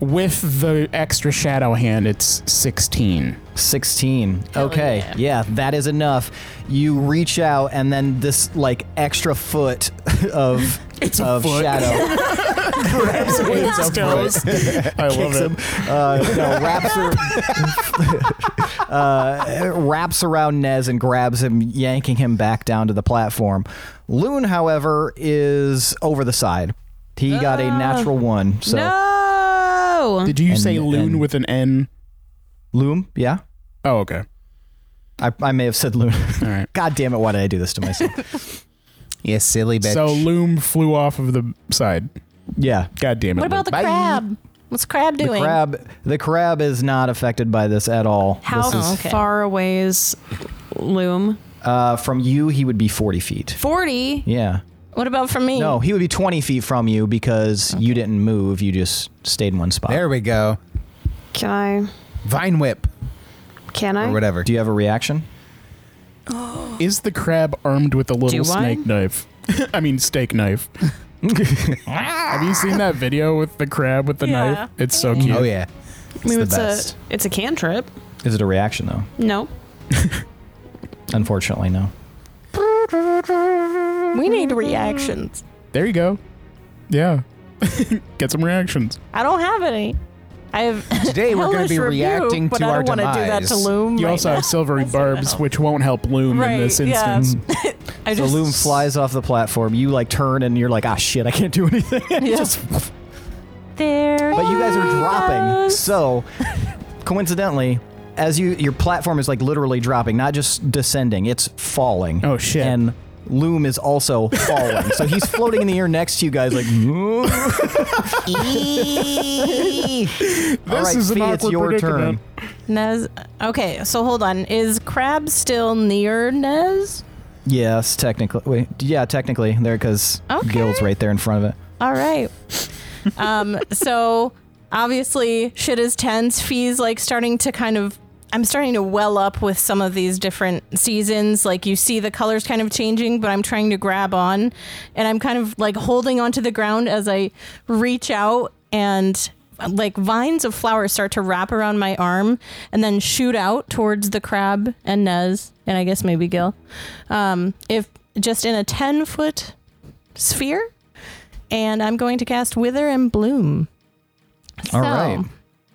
with the extra shadow hand, it's 16. 16. okay. Yeah. that is enough. You reach out and then this like extra foot of of foot. shadow Grabs away his toes. I love kicks it. him, uh, no, wraps her- uh, wraps around Nez and grabs him, yanking him back down to the platform. Loon, however, is over the side. He got a natural one. So No. Did you And- say loon and- with an N? Loom, yeah. Oh, okay. I, I may have said Loon. All right. God damn it! Why did I do this to myself? You silly bitch. So Loom flew off of the side. yeah. God damn it. What about the crab? What's crab The doing? crab, the crab is not affected by this at all. How this is, okay. far away is Loom? uh, from you, he would be forty feet. 40. Yeah. What about for me? No, he would be twenty feet from you because you didn't move. You just stayed in one spot. there we go. Can Vine whip I? Can or I? whatever. Do you have a reaction? Is the crab armed with a little Do I? snake knife? I mean, steak knife. Have you seen that video with the crab with the Yeah. knife? It's so cute. Oh yeah. I mean, the it's best. a it's a cantrip. Is it a reaction though? No. Unfortunately, no. We need reactions. There you go. Yeah. Get some reactions. I don't have any. I have Today we're going to hellish be review, reacting but to I our don't wanna demise. do that to Loom. You right also now. have silvery barbs, which won't help Loom Right, in this yeah. instance. I The just- loom flies off the platform. You like turn and you're like, ah, shit, I can't do anything. Yeah. there. But you guys are dropping. goes. So, coincidentally, as you your platform is like literally dropping, not just descending, it's falling. Oh, shit. And Loom is also falling. so he's floating in the air next to you guys like All right, is an Fee, it's awkward your turn. predicament. Nez. Okay, so hold on. Is Crab still near Nez? Yes, technically. Wait, yeah, technically there because Okay. Gil's right there in front of it. All right. um, so obviously shit is tense. Fee's like starting to kind of I'm starting to well up with some of these different seasons. Like you see the colors kind of changing, but I'm trying to grab on and I'm kind of like holding onto the ground as I reach out and like vines of flowers start to wrap around my arm and then shoot out towards the crab and Nez and I guess maybe Gil. Um, if just in a 10 foot sphere and I'm going to cast Wither and Bloom. All right.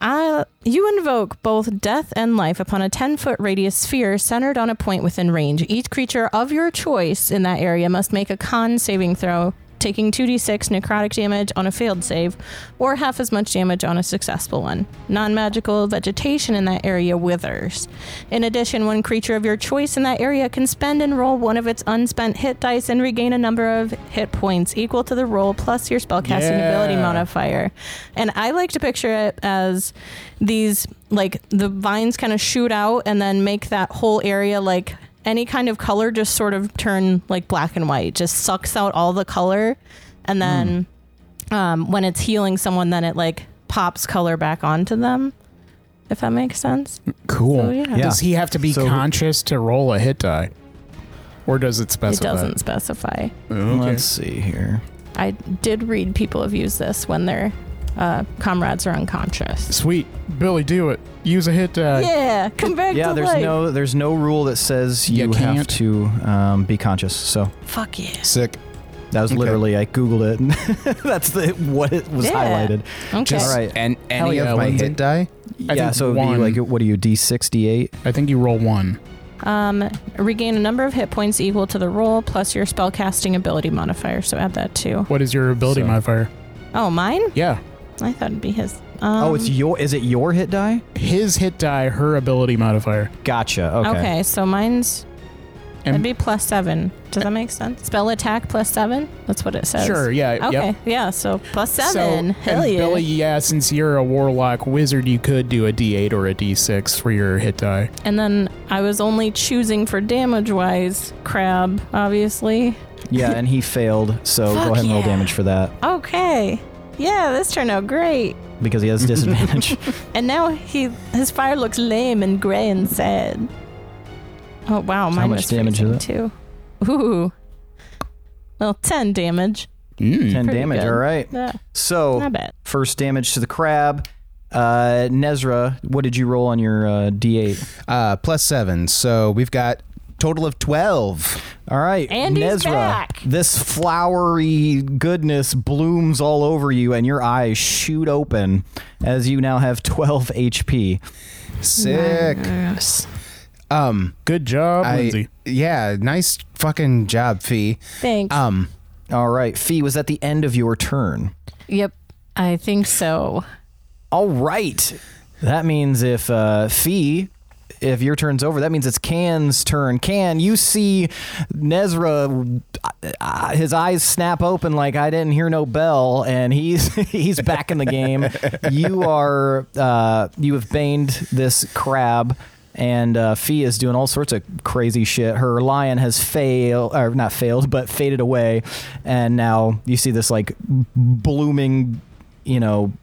I, you invoke both death and life upon a 10 foot radius sphere centered on a point within range. Each creature of your choice in that area must make a con saving throw taking 2d6 necrotic damage on a failed save, or half as much damage on a successful one. Non magical vegetation in that area withers. In addition, one creature of your choice in that area can spend and roll one of its unspent hit dice and regain a number of hit points equal to the roll plus your spellcasting Yeah. ability modifier. And I like to picture it as these, like, the vines kind of shoot out and then make that whole area like any kind of color just sort of turn like black and white just sucks out all the color and then um, when it's healing someone then it like pops color back onto them if that makes sense Cool. So, yeah. Does he have to be So- conscious to roll a hit die? Or does it it specify? Oh, doesn't specify Let's see here. i did read people have used this when their uh, comrades are unconscious Sweet. Billy, do it. Use a hit die. yeah come back Yeah, to there's life. no there's no rule that says You you, have can't. to um, be conscious. So fuck yes Sick. that was Okay. literally I googled it. And that's the what it was Yeah. highlighted. okay Just All right. and any yeah, of my Lindsay. hit die. I yeah, think so it'd one. be like what are you d6 d8? I think you roll one. um, regain a number of hit points equal to the roll plus your spellcasting ability modifier so add that too What is your ability So- modifier? oh mine Yeah. I thought it'd be his. Um, oh, it's your is it your hit die? His hit die, her ability modifier. Gotcha. okay. Okay. so mine's And- that'd be plus seven. Does that make sense? Spell attack plus seven. That's what it says. Sure, yeah. Okay. Yep. Yeah. So plus So- seven. Hell and yeah. Billy, yeah, since you're a warlock wizard, you could do a D8 or a D6 for your hit die. And then I was only choosing for damage wise crab, obviously. Yeah, and he failed. So go ahead and roll damage for that Okay. Yeah, this turned out great. because he has disadvantage. And now he his fire looks lame and gray and sad. Oh wow, mine much was damage freezing, is too. Ooh. Well, ten damage. 10 Pretty damage. good. All right. Yeah. So Not bad. first damage to the crab. Uh, Nezra, what did you roll on your uh, D8? Uh, plus seven. So we've got total of twelve. All right, And he's Nezra, back. this flowery goodness blooms all over you, and your eyes shoot open as you now have 12 HP. Sick. Um, Good job, I, Lindsay. yeah, nice fucking job, Fee. Thanks. Ah. Um, All right, Fee was at the end of your turn. Yep, I think so. All right, that means if uh, Fee. If your turn's over, that means it's Can's turn. Can you see Nezra? uh, Uh, his eyes snap open like I didn't hear no bell, and he's he's back in the game. You are uh, you have baned this crab, and uh, Fee is doing all sorts of crazy shit. Her lion has failed, or not failed, but faded away, and now you see this like blooming, you know,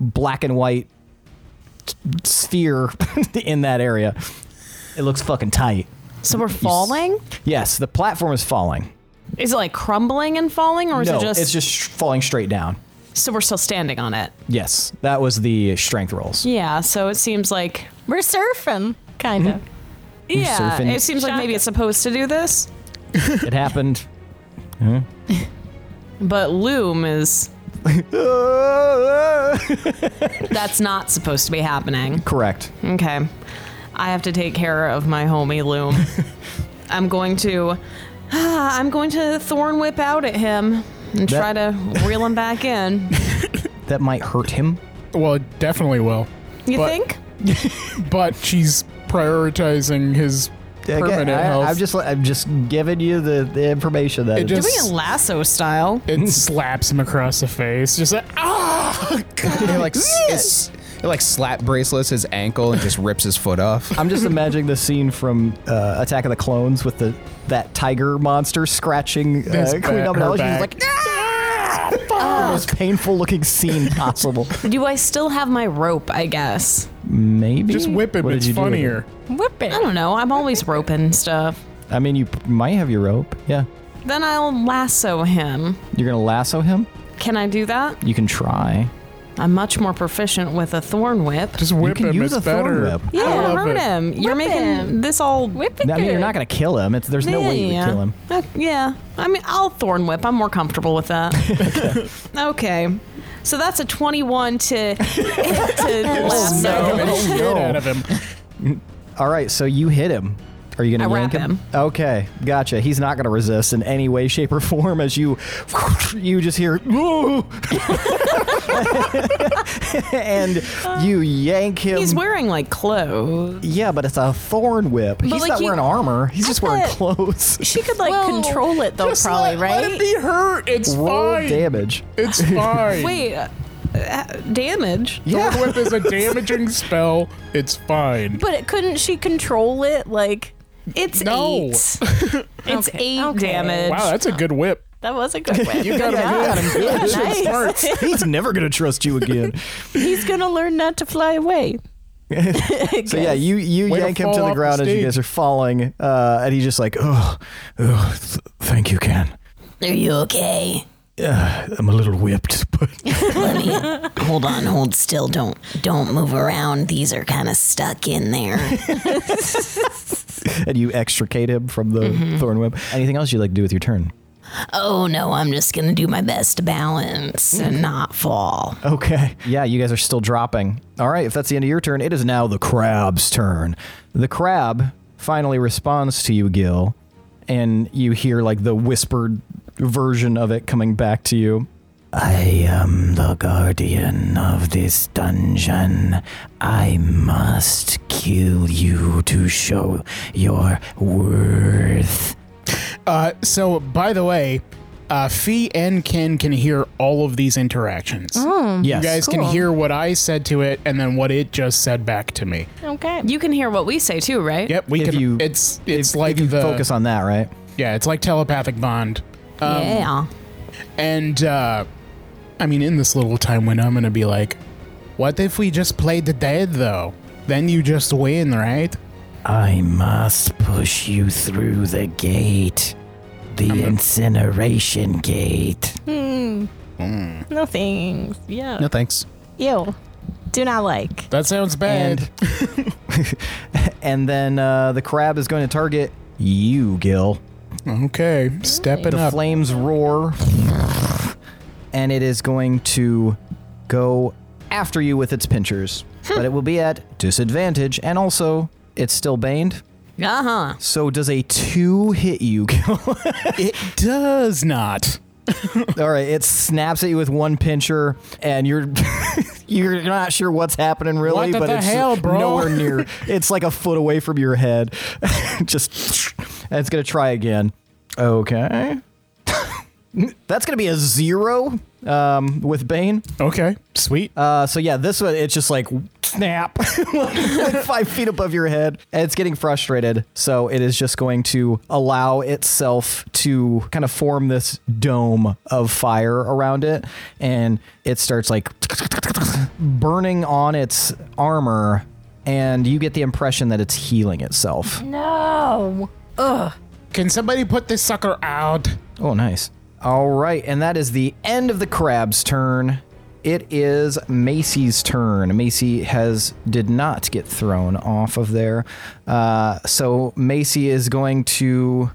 black and white t- sphere in that area. It looks fucking tight. So we're falling? Yes, the platform is falling. Is it like crumbling and falling, or is no, it just, it's just sh- falling straight down. so we're still standing on it? Yes, that was the strength rolls. Yeah. So it seems like We're surfing, kind Mm-hmm. of. yeah, surfing. it seems like maybe it's supposed to do this, It happened. but loom is Correct. that's not supposed to be happening. Okay. I have to take care of my homie Loom. I'm going to ah, I'm going to thorn whip out at him That- and try to reel him back in. That might hurt him. well, it definitely will. You But- think? But she's prioritizing his permanent health. I, am just I'm just giving you the, the information that It it's- Doing just it lasso style. it slaps him across the face. Just like, ah! it like s- it's- it like slap bracelets his ankle and just rips his foot off. I'm just imagining the scene from uh, Attack of the Clones with the that tiger monster scratching uh, His Queen back- her Amidala. She's back. like, "Ah, fuck!" The most painful looking scene possible. Do I still have my rope, I guess? Maybe Just whip him. What did it's you do with it? funnier. Whip I it. don't know. I'm always roping stuff. I mean, you p- might have your rope. Yeah, Then I'll lasso him. you're gonna lasso him. Can I do that? You can try. I'm much more proficient with a thorn whip. Just whip can him. use It's a thorn better. whip. Yeah, I love hurt it. him. You're Whip making him. this all Whip it. I mean, you're not good. gonna kill him. It's, there's no way you would kill him. Uh, yeah. I mean, I'll thorn whip. I'm more comfortable with that. okay. So that's a 21 to. to Smack the shit out of him. All right, so you hit him, Are you going I to wrap yank him? him. Okay, gotcha. He's not going to resist in any way, shape, or form. As you, you just hear, "Ooh!" and you yank him. He's wearing like clothes. yeah, but it's a thorn whip. He's like, not you- wearing armor. He's I just wearing thought- clothes. She could like control it though, probably, let, Let right? it be hurt. It's Roll fine. damage. It's fine. Wait, uh, uh, damage. Thorn Whip is a damaging spell. It's fine. but it, couldn't she control it? Like It's No. eight. it's Okay, eight okay. damage. Wow, that's a good whip. that was a good way. You got him good. I'm good. That shit Nice. smarts. He's never going to trust you again. He's gonna learn not to fly away. So yeah, you you Way to yank him fall to off the the ground as you stage. guys are falling, uh, and he's just like, oh, oh th- thank you, Ken. Are you okay? I'm a little whipped, but Let me hold on, hold still. Don't don't move around. These are kind of stuck in there. and you extricate him from the thorn whip. Anything else you'd like to do with your turn? Oh no, I'm just gonna do my best to balance and not fall. Okay. Yeah, you guys are still dropping. All right, if that's the end of your turn, it is now the crab's turn. The crab finally responds to you, Gil, and you hear like the whispered version of it coming back to you. I am the guardian of this dungeon. I must kill you to show your worth. Uh, so, by the way, uh, Fee and Ken can hear all of these interactions. yes. You guys can hear what I said to it and then what it just said back to me. Okay. You can hear what we say too, right? Yep, we If can. you- it's If- it's like if you the focus on that, right? yeah, it's like telepathic bond. yeah. And uh, I mean, in this little time window, I'm gonna be like, what if we just played the dead though? Then you just win, right? I must push you through the gate. The incineration gate. No thanks. Yeah. No thanks. Ew. Do not like. That sounds bad. And and then uh, the crab is going to target you, Gil. okay, stepping The up. flames roar. And it is going to go after you with its pinchers. Hmm. but it will be at disadvantage. And also, it's still baned. Uh huh. So does a two hit you, Gil? it does not. All right, it snaps at you with one pincher, and you're you're not sure what's happening really, What the but it's hell, bro? nowhere near. it's like a foot away from your head. Just and it's gonna try again. Okay, that's gonna be a zero um, with Bane. Okay, sweet. Uh, so yeah, this one it's just like snap, like five feet above your head, and it's getting frustrated. So it is just going to allow itself to kind of form this dome of fire around it, and it starts like burning on its armor, and you get the impression that it's healing itself. No. Can somebody put this sucker out? Oh, nice. All right, and that is the end of the crab's turn. It is Macy's turn. Macy has did not get thrown off of there, uh, so Macy is going to.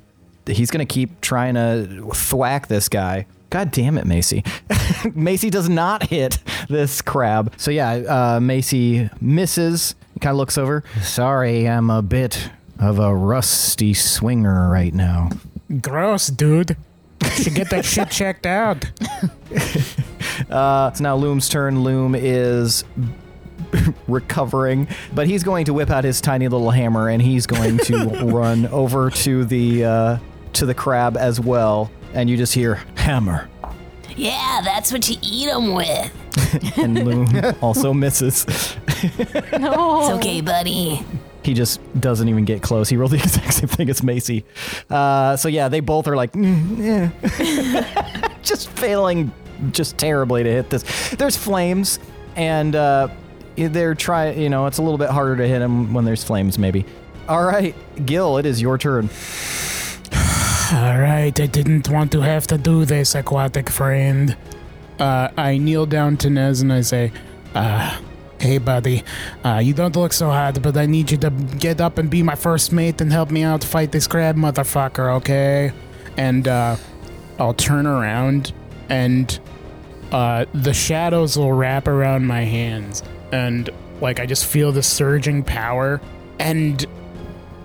He's going to keep trying to thwack this guy. God damn it, Macy! Macy does not hit this crab. So yeah, uh, Macy misses. Kind of looks over. Sorry, I'm a bit of a rusty swinger right now. Gross, dude. Should get that shit checked out. It's now Loom's turn. Loom is recovering, but he's going to whip out his tiny little hammer and he's going to run over to the uh, to the crab as well. And you just hear hammer, Yeah, that's what you eat them with. and Loom also misses. It's Oh. okay, buddy. He just doesn't even get close. He rolled the exact same thing as Macy. Uh, so yeah, they both are like, "Mm, yeah." just failing, just terribly to hit this. There's flames, and uh, they're trying. You know, it's a little bit harder to hit them when there's flames, maybe. All right, Gil, it is your turn. All right, I didn't want to have to do this, aquatic friend. Uh, I kneel down to Nez and I say, uh, "Hey, buddy, uh, you don't look so hot, but I need you to get up and be my first mate and help me out fight this crab motherfucker, okay?" And uh, I'll turn around, and uh, the shadows will wrap around my hands, and like I just feel the surging power, and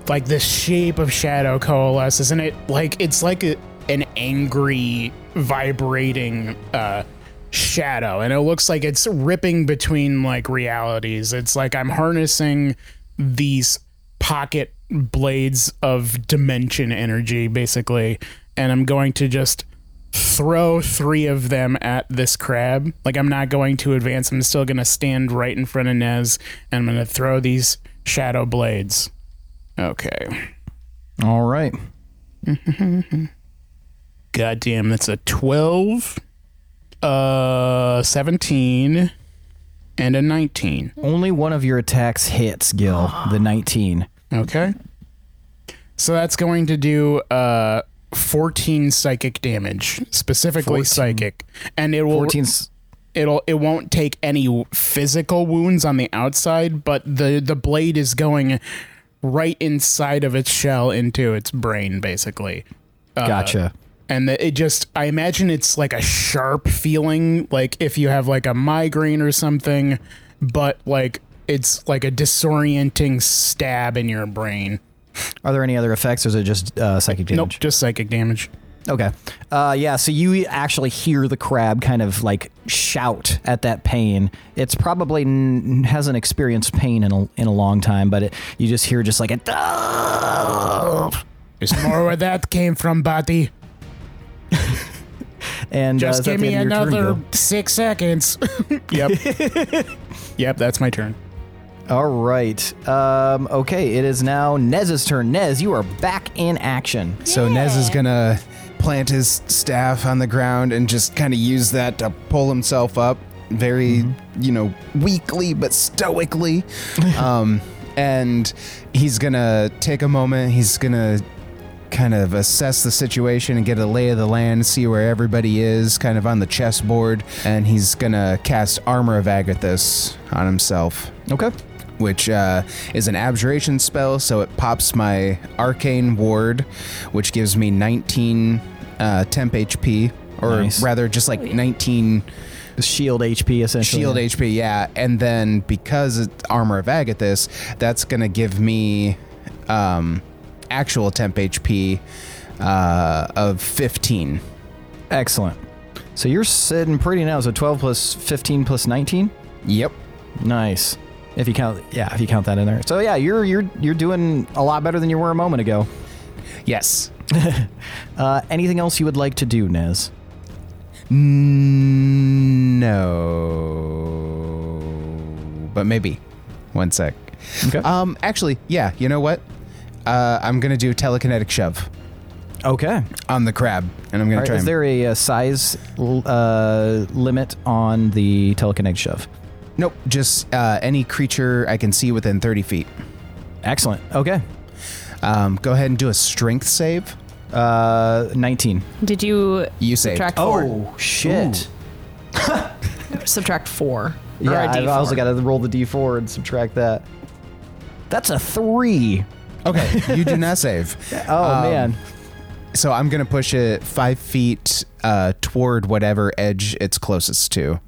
like the shape of shadow coalesces and it like it's like a, an angry vibrating uh shadow and it looks like it's ripping between like realities it's like i'm harnessing these pocket blades of dimension energy basically and i'm going to just throw three of them at this crab like i'm not going to advance i'm still going to stand right in front of nez and i'm going to throw these shadow blades okay All right. goddamn that's a 12 uh 17 and a 19 Only one of your attacks hits, Gil. The 19. Okay. So that's going to do uh 14 psychic damage, specifically psychic. And it will 14. 's- it'll it won't take any physical wounds on the outside, but the the blade is going right inside of its shell into its brain basically. Gotcha. And the, it just I imagine it's like a sharp feeling like if you have like a migraine or something, but like it's like a disorienting stab in your brain. Are there any other effects, or is it just uh, psychic damage? Nope, just psychic damage. Okay. Uh, yeah, so you actually hear the crab kind of like shout at that pain. It's probably n- hasn't experienced pain in a, in a long time, but it, you just hear just like a. There's more where that came from, buddy. And uh, Just is that give the me end of your turn, another Gil? six seconds. yep. yep, that's my turn. All right. Um, okay, it is now Nez's turn. Nez, you are back in action. So Nez is gonna plant his staff on the ground and just kind of use that to pull himself up, very you know weakly but stoically. um, and he's gonna take a moment. He's gonna kind of assess the situation and get a lay of the land, see where everybody is, kind of on the chessboard. And he's gonna cast Armor of Agathis on himself Okay. which uh, is an abjuration spell, so it pops my arcane ward, which gives me 19 uh, temp HP, or Nice. rather just like 19 The shield HP essentially. shield HP, yeah. And then because it's Armor of Agathis, that's going to give me um, actual temp HP uh, of 15. Excellent. So you're sitting pretty now. So 12 plus 15 plus 19. Yep. Nice. If you count, yeah, if you count that in there. So yeah, you're you're you're doing a lot better than you were a moment ago. Yes. Uh, anything else you would like to do, Nez? No. But maybe. One sec. Okay. Um, actually, yeah, you know what? Uh, I'm gonna do telekinetic shove okay. on the crab, and I'm gonna All right, try. is and- there a, uh size l- uh, limit on the telekinetic shove? Nope, just uh, any creature I can see within 30 feet. Excellent. Okay. Um, go ahead and do a strength save. Uh, 19. Did you You saved. subtract four? shit. Subtract four. Yeah, Or a I've D4. also got to roll the d4 and subtract that. That's a three. Okay, you do not save. Oh man. So I'm gonna push it five feet uh, toward whatever edge it's closest to.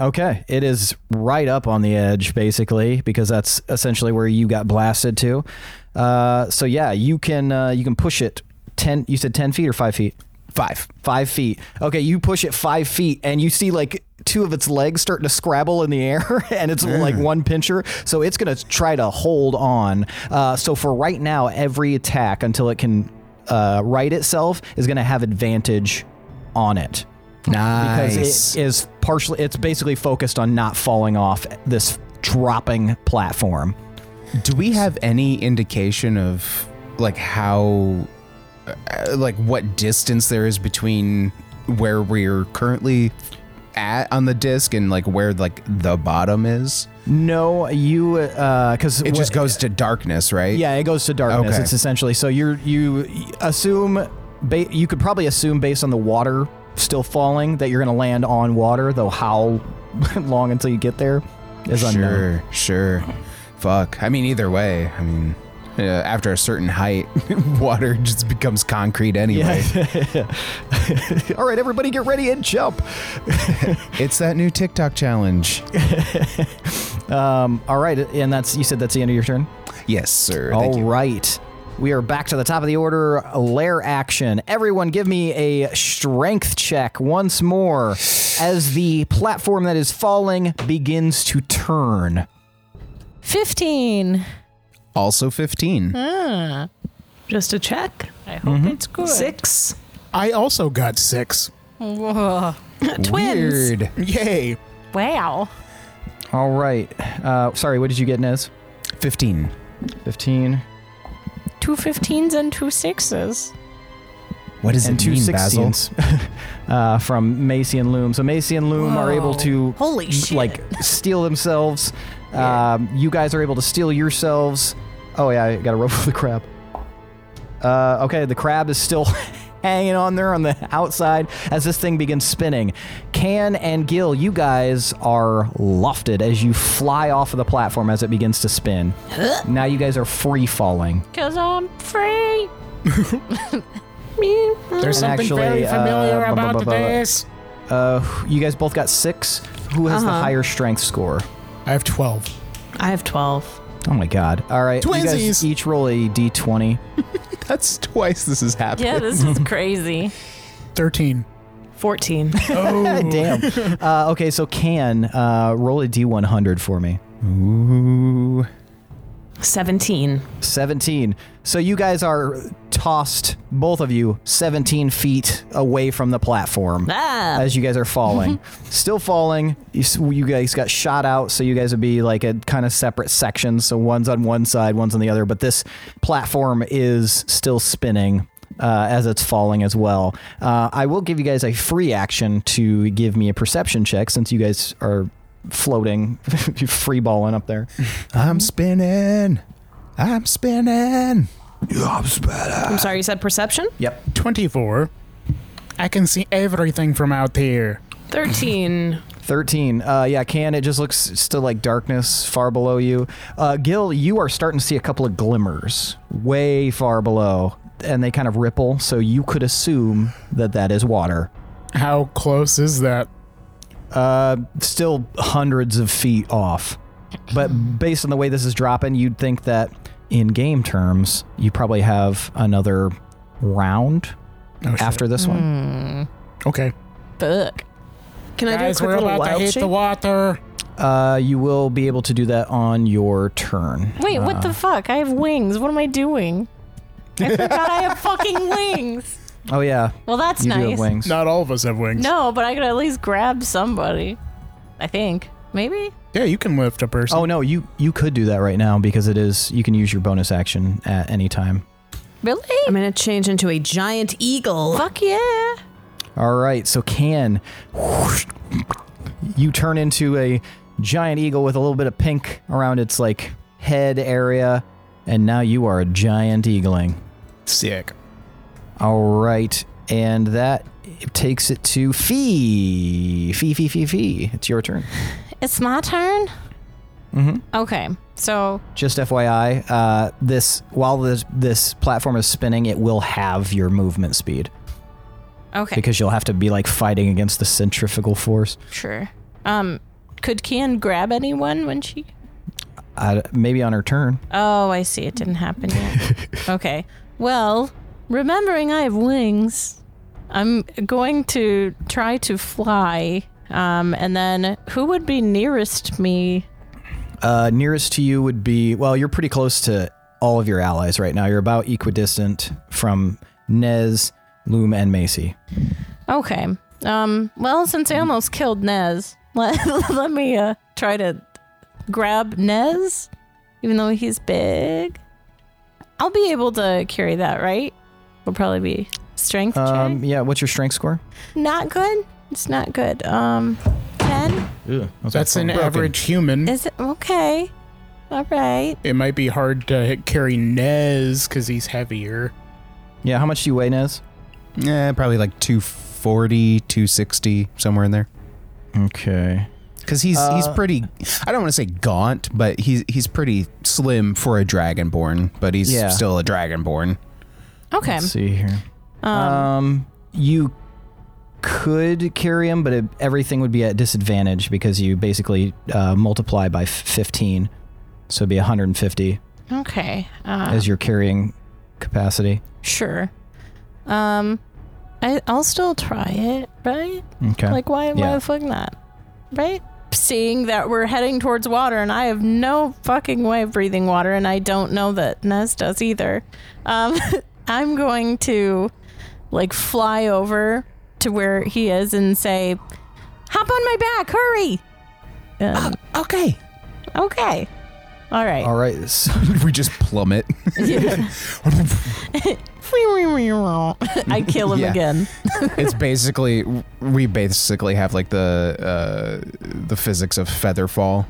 Okay, it is right up on the edge, basically, because that's essentially where you got blasted to. Uh, so yeah, you can uh, you can push it ten. You said ten feet or five feet? Five. Five feet. Okay, you push it five feet, and you see like two of its legs starting to scrabble in the air, and it's like one pincher. So it's gonna try to hold on. Uh, so for right now, every attack until it can uh, right itself is gonna have advantage on it because Nice. it is partially it's basically focused on not falling off this dropping platform Do we have any indication of like how, uh, like what distance there is between where we're currently at on the disc and like where like the bottom is? no you uh because It just goes to darkness, right? yeah it goes to darkness Okay. it's essentially so you're you assume ba- you could probably assume based on the water still falling that you're gonna land on water though how long until you get there is unknown Sure, sure. Fuck. I mean, either way. I mean, uh, after a certain height, water just becomes concrete anyway. all right everybody get ready and jump It's that new TikTok challenge. Um, all right and that's you said that's the end of your turn Yes, sir. Thank All you. right. We are back to the top of the order. Lair action. Everyone, give me a strength check once more as the platform that is falling begins to turn. 15. Also 15. Just a check. I hope it's good. Six. I also got six. Whoa. Twins. Weird. Yay. Wow. All right. Uh, sorry, what did you get, Nez? 15. 15 Two 15s and two sixes. What does and it two mean, Basil? 16s uh, from Macy and Loom. So Macy and Loom are able to Holy shit. like steal themselves. Um, you guys are able to steal yourselves. Oh yeah, I got to roll for the crab. Uh, okay, the crab is still hanging on there on the outside as this thing begins spinning. Can and Gil, you guys are lofted as you fly off of the platform as it begins to spin. now you guys are free falling. Cause I'm free. There's And something actually, very familiar uh, bu- bu- about bu- bu- this. Uh, you guys both got six. Who has Uh-huh. the higher strength score? I have 12. I have 12. Oh my god! All right, you guys Twinsies. each roll a d20. That's twice this has happened. Yeah, this is crazy. 13. 14. Damn. Uh, okay, so can uh, roll a d100 for me. 17. 17. So you guys are tossed, both of you, 17 feet away from the platform Ah. as you guys are falling. Still falling. You, s- you guys got shot out, so you guys would be like a kind of separate sections. So one's on one side, one's on the other. But this platform is still spinning. Uh, as it's falling as well, uh, I will give you guys a free action to give me a perception check since you guys are floating, free balling up there. I'm spinning. I'm spinning. I'm spinning. I'm sorry, you said perception? Yep. 24. I can see everything from out here. 13. 13 uh yeah can it just looks still like darkness far below you uh gil you are starting to see a couple of glimmers way far below and they kind of ripple so you could assume that that is water How close is that? uh still hundreds of feet off but based on the way this is dropping you'd think that in game terms you probably have another round Oh, shit. after this one Okay. Fuck. Can I Guys, do a we're quick little about to wild hit shape? the water. Hmm. uh you will be able to do that on your turn Wait, what the fuck? I have wings. What am I doing? I forgot I have fucking wings. oh yeah Well, that's you nice. do have wings Not all of us have wings. No, but I could at least grab somebody. I think. Maybe? Yeah, you can lift a person. Oh no, you you could do that right now because it is you can use your bonus action at any time. Really? I'm going to change into a giant eagle. Fuck yeah. All right, so can you turn into a giant eagle with a little bit of pink around its like head area and now you are a giant eagling. Sick. All right. And that takes it to Fee. Fee Fee Fee Fee. It's your turn. It's my turn? Mm-hmm. Okay. So, Just FYI, uh, this while this this platform is spinning, it will have your movement speed. okay. because you'll have to be like fighting against the centrifugal force. sure. Um, could Kian grab anyone when she I, Uh, maybe on her turn. Oh, I see. It didn't happen yet. okay. Well, remembering I have wings, I'm going to try to fly. Um, and then who would be nearest me? Uh, nearest to you would be well, you're pretty close to all of your allies right now. You're about equidistant from Nez, Loom, and Macy. Okay. Um, well, since I almost killed Nez, let, let me uh, try to grab Nez, even though he's big. I'll be able to carry that, right? Will probably be strength check. Um, yeah, what's your strength score? not good. It's not good. Um, ten. That's an average human. Is it okay? All right. it might be hard to hit- carry Nez because he's heavier. Yeah, how much do you weigh, Nez? Eh, probably like 240, 260, somewhere in there. Okay. Because he's he's Uh, pretty. I don't want to say gaunt, but he's he's pretty slim for a dragonborn. But he's Yeah. still a dragonborn. Okay. Let's see here. Um, Um, you could carry him, but it, everything would be at disadvantage because you basically uh, multiply by f- 15. So it'd be 150. Okay. Uh, as your carrying capacity. sure. Um, I I'll still try it, right? Okay. Like why why Yeah. the fuck not? Right? Seeing that we're heading towards water and I have no fucking way of breathing water and I don't know that Nez does either. Um I'm going to like fly over to where he is and say, Hop on my back, hurry. Um, Okay. okay. All right. All right. So, we just plummet. I kill him Yeah. again. it's basically we basically have like the uh, the physics of feather fall.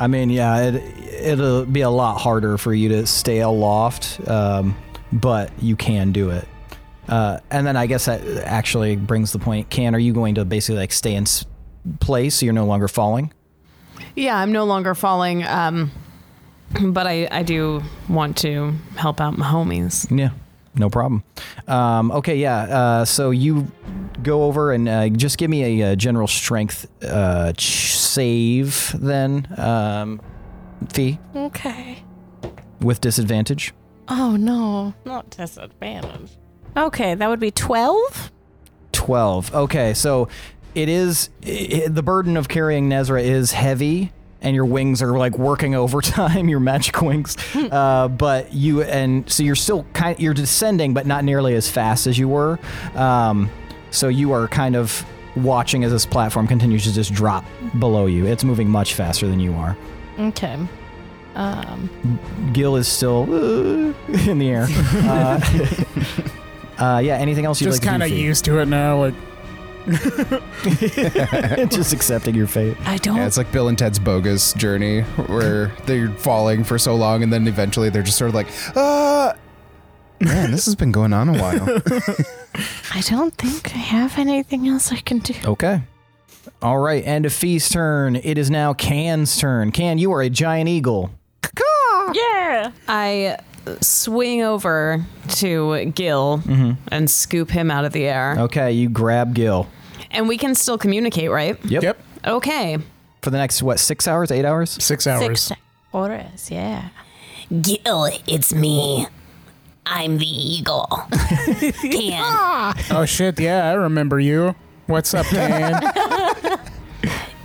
I mean, yeah, it it'll be a lot harder for you to stay aloft, um, but you can do it. Uh, and then I guess that actually brings the point. Can are you going to basically like stay in s- place so you're no longer falling? Yeah, I'm no longer falling. Um, but I, I do want to help out my homies. Yeah, no problem. Um, okay, yeah. Uh, so you go over and uh, just give me a, uh general strength uh, ch- save then, um, Fee, Okay. with disadvantage. Oh no, not disadvantage. Okay, that would be 12? 12. Okay, so it is i i the burden of carrying Nezra is heavy and your wings are like working overtime, your magic wings. uh, but you and so you're still kind you're descending but not nearly as fast as you were. Um, so you are kind of watching as this platform continues to just drop below you. It's moving much faster than you are. Okay. Um, Gil is still uh, in the air. Uh, uh, yeah, anything else you'd Just like kind to of do? Fee? used to it now. Like, just accepting your fate. I Oh. don't Yeah, it's like Bill and Ted's bogus journey where they're falling for so long and then eventually they're just sort of like, ah. Man, this has been going on a while. I don't think I have anything else I can do. Okay. All right, end of Fee's turn. It is now Can's turn. Can, you are a giant eagle. Yeah. I swing over to Gil and scoop him out of the air. Okay, you grab Gil. And we can still communicate, right? Yep. yep, Okay. For the next, what, six hours, eight hours? six hours. Six orders, yeah. Gil, it's me. I'm the eagle. Can Oh shit! Yeah, I remember you. What's up, Dan?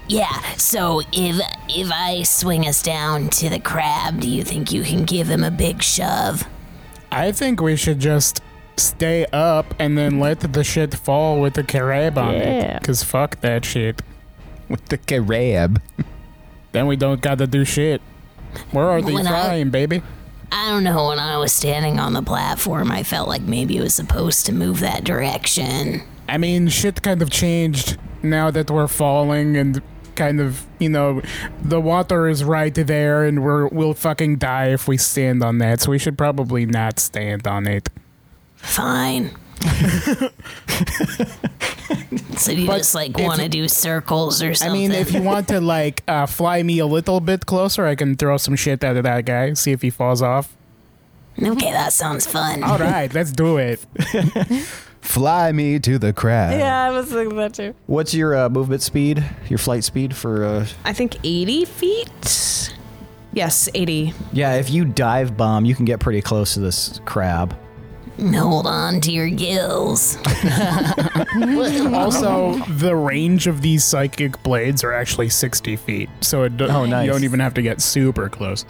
yeah. So if if I swing us down to the crab, do you think you can give him a big shove? I think we should just stay up and then let the shit fall with the carab on Yeah. it. Cause fuck that shit. With the Carib. Then we don't gotta do shit. Where are the When I- time, baby? I don't know. When I was standing on the platform, I felt like maybe it was supposed to move that direction. I mean, shit kind of changed now that we're falling and kind of, you know, the water is right there and we're, we'll fucking die if we stand on that. So we should probably not stand on it. Fine. so you But just like if want to you- do circles or I something? mean, if you want to, like, uh, fly me a little bit closer, I can throw some shit out of that guy, see if he falls off. okay, that sounds fun. All right, let's do it. Fly me to the crab. Yeah, I was thinking that too. What's your uh, movement speed, your flight speed for. Uh... I think 80 feet? Yes, 80. Yeah, if you dive bomb, you can get pretty close to this crab. Hold on to your gills. also, the range of these psychic blades are actually 60 feet. So it do- Oh, nice. you don't even have to get super close.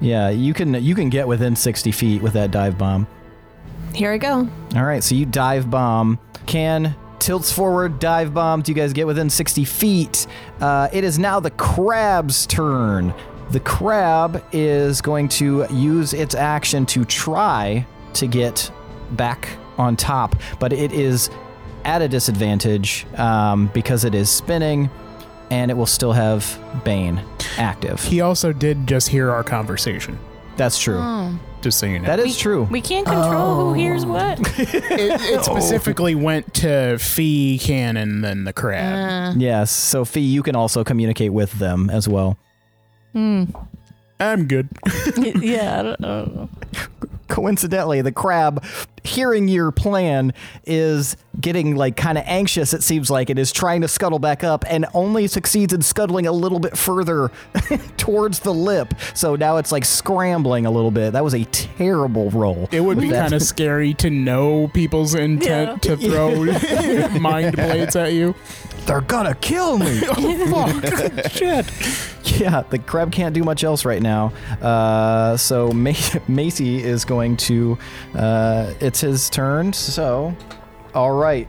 Yeah, you can you can get within 60 feet with that dive bomb. Here I go. All right, so you dive bomb. Can tilts forward, dive bombs. You guys get within 60 feet. Uh, it is now the crab's turn. The crab is going to use its action to try to get back on top, but it is at a disadvantage um, because it is spinning and it will still have Bane active. He also did just hear our conversation. That's true. Just so you know. That is true. Hmm. We can't control who hears what. it, Oh. it specifically went to Fee Cannon than the crab. Yes. So, Fee, you can also communicate with them as well. I'm good. yeah, I don't, I don't know. coincidentally, the crab, hearing your plan, is getting like kind of anxious. It seems like it is trying to scuttle back up, and only succeeds in scuttling a little bit further towards the lip. So now it's like scrambling a little bit. That was a terrible roll. It would be That- kind of scary to know people's intent to throw mind blades at you. They're gonna kill me. Oh, fuck. Shit. Yeah, the crab can't do much else right now. Uh, so Ma- Macy is going to. Uh, it's his turn. So, all right.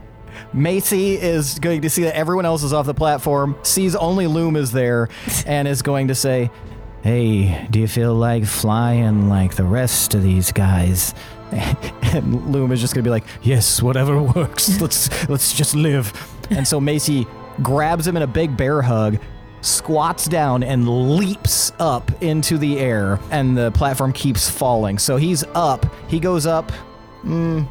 Macy is going to see that everyone else is off the platform, sees only Loom is there, and is going to say, Hey, do you feel like flying like the rest of these guys? and Loom is just gonna be like, "Yes, whatever works. Let's let's just live." And so Macy grabs him in a big bear hug, squats down, and leaps up into the air, and the platform keeps falling. So he's up. He goes up. Mm,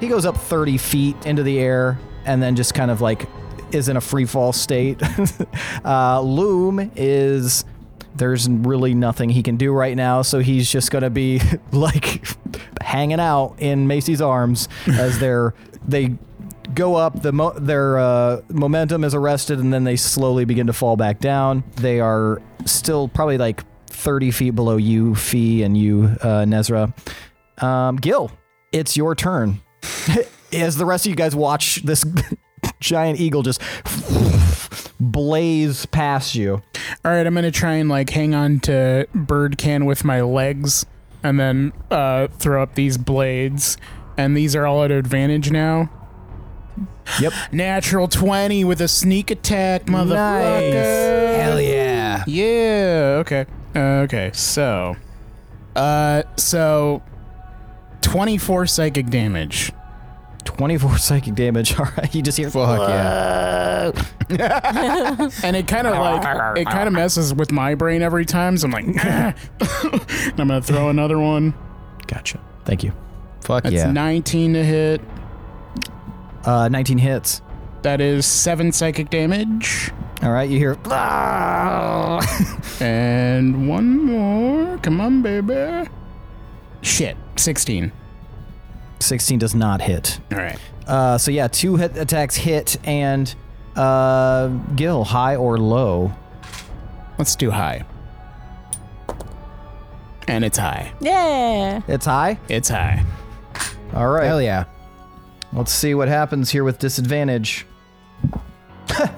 he goes up 30 feet into the air, and then just kind of like is in a free fall state. uh, Loom is there's really nothing he can do right now, so he's just gonna be like hanging out in Macy's arms as they're they go up. The mo- their uh, momentum is arrested, and then they slowly begin to fall back down. They are still probably like 30 feet below you, Fee, and you, uh, Nezra. Um, Gil, it's your turn. as the rest of you guys watch this giant eagle just blaze past you. All right, I'm gonna try and like hang on to bird can with my legs, and then uh, throw up these blades. And these are all at advantage now. Yep. Natural twenty with a sneak attack, motherfucker. Hell yeah. Yeah. Okay. Okay. So, uh, so twenty-four psychic damage. 24 psychic damage. All right, you just hear Fuck yeah. and it kind of like it kind of messes with my brain every time. So I'm like, and I'm gonna throw another one. Gotcha. Thank you. Fuck That's yeah. 19 to hit. Uh, 19 hits. That is seven psychic damage. All right, you hear. And one more. Come on, baby. Shit, 16. 16 does not hit. All right. Uh, so yeah, two hit attacks hit and uh, Gil high or low. Let's do high. And it's high. Yeah. It's high. It's high. All right. Hell yeah. Let's see what happens here with disadvantage.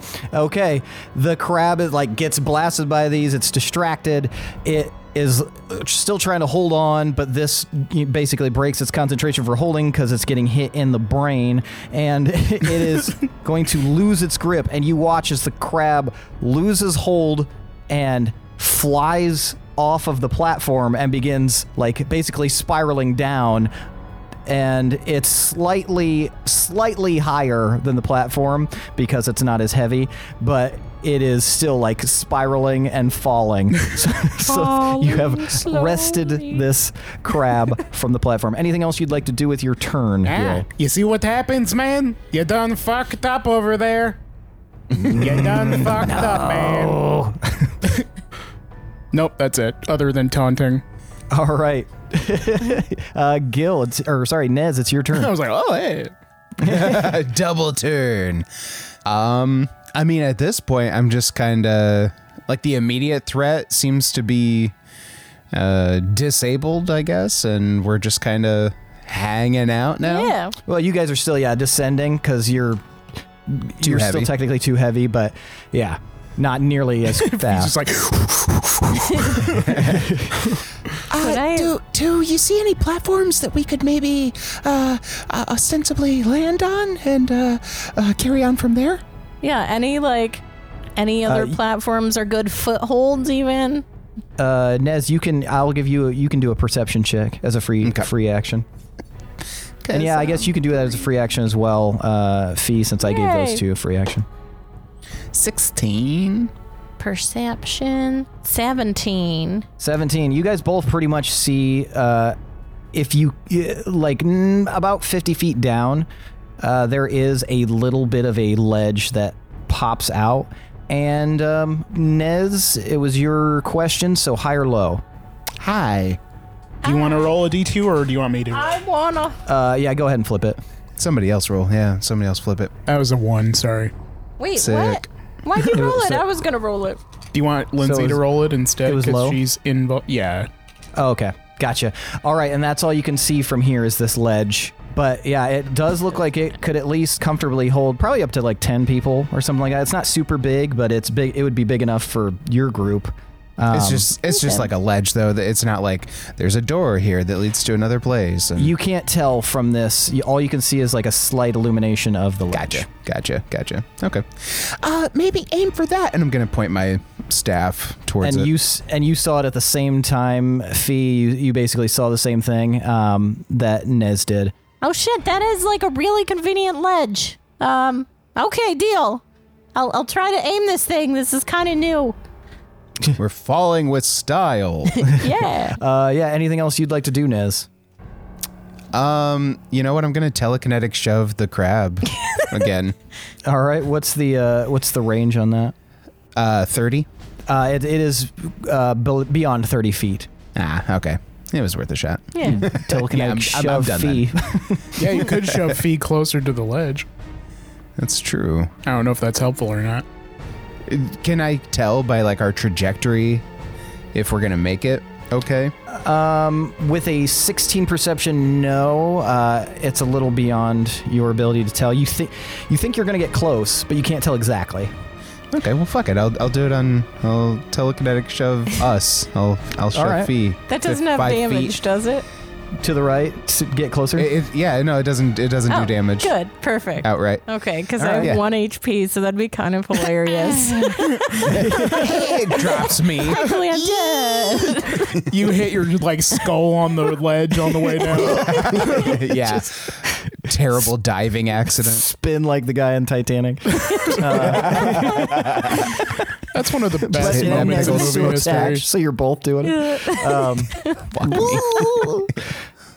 okay, the crab is like gets blasted by these. It's distracted. It is uh, still trying to hold on, but this basically breaks its concentration for holding because it's getting hit in the brain, and it is going to lose its grip. And you watch as the crab loses hold and flies off of the platform and begins like basically spiraling down and it's slightly slightly higher than the platform because it's not as heavy but it is still like spiraling and falling so, so you have wrested this crab from the platform anything else you'd like to do with your turn Ah, Gil? you see what happens, man? You done fucked up over there. you done fucked up, man. nope, that's it. Other than taunting. all right uh gil it's, or sorry nez it's your I turn was like, oh, hey. double turn. Um, I mean, at this point, I'm just kind of like the immediate threat seems to be uh, disabled, I guess, and we're just kind of hanging out now. Yeah. well you guys are still yeah descending because you're you're still heavy. technically too heavy but yeah not nearly as Just fast like, Could Uh, I- do, do you see any platforms that we could maybe uh, uh, ostensibly land on and uh, uh, carry on from there? Yeah. Any like any other y- platforms are good footholds even. Uh, Nez, you can. I'll give you. You can do a perception check as a free free action. And yeah, uh, I guess you can do that as a free action as well, uh, Fee, since I gave Yay. those two a free action. 16. Perception seventeen. 17. You guys both pretty much see uh, if you, eh, like, mm, about 50 feet down, uh, there is a little bit of a ledge that pops out. And um, Nez, it was your question, so high or low? Hi. Do you want to roll a d2 or do you want me to? I wanna. Uh, yeah, go ahead and flip it. Somebody else roll. Yeah, somebody else flip it. That was a one. Sorry. Wait, Sick. what? Why'd you roll it? I was gonna roll it. Do you want it Lindsay was- to roll it instead? it was 'Cause low? She's involved. Yeah. Oh, okay, gotcha. All right, and that's all you can see from here is this ledge. But yeah, it does look like it could at least comfortably hold probably up to like ten people or something like that. It's not super big, but it's big. It would be big enough for your group. Um, It's just it's just like a ledge though. That it's not like there's a door here that leads to another place. And you can't tell from this. You- All you can see is like a slight illumination of the ledge. gotcha, gotcha, gotcha. Okay. Uh, maybe aim for that. And I'm gonna point my staff towards and it. you s- and you saw it at the same time. Fee, you, you basically saw the same thing um, that Nez did. Oh shit, that is like a really convenient ledge. Um, okay, deal. I'll, I'll try to aim this thing. This is kind of new. We're falling with style. Yeah. Uh, yeah. Anything else you'd like to do, Nez? um, you know what? I'm gonna telekinetic shove the crab again. All right. What's the uh, what's the range on that? Uh, thirty. Uh, it, it is uh, bel- beyond thirty feet. Ah, okay. It was worth a shot. yeah. Telekinetic Yeah, I'm- I'm- I'm shove done fee. Yeah, you could shove Fee closer to the ledge. That's true. I don't know if that's helpful or not. Can I tell by like our trajectory if we're gonna make it? Okay. Um, With a sixteen perception, no, uh, it's a little beyond your ability to tell. You think you think you're gonna get close, but you can't tell exactly. Okay. Well, fuck it. I'll, I'll do it on. I'll telekinetic shove us. I'll I'll shove right. fee. That to doesn't have five damage, feet. does it? To the right, to get closer. It, it- yeah. No, it doesn't. It doesn't do damage Oh, Good. Oh, Perfect. outright. Okay, because Uh, All I right. have Yeah. one HP, so that'd be kind of hilarious. it drops me. Luckily, I'm dead. You hit your like skull on the ledge on the way down. yeah. Terrible diving accident. Spin like the guy in Titanic. That's one of the best hit moments in Nez movie history. so you're both doing it. Um,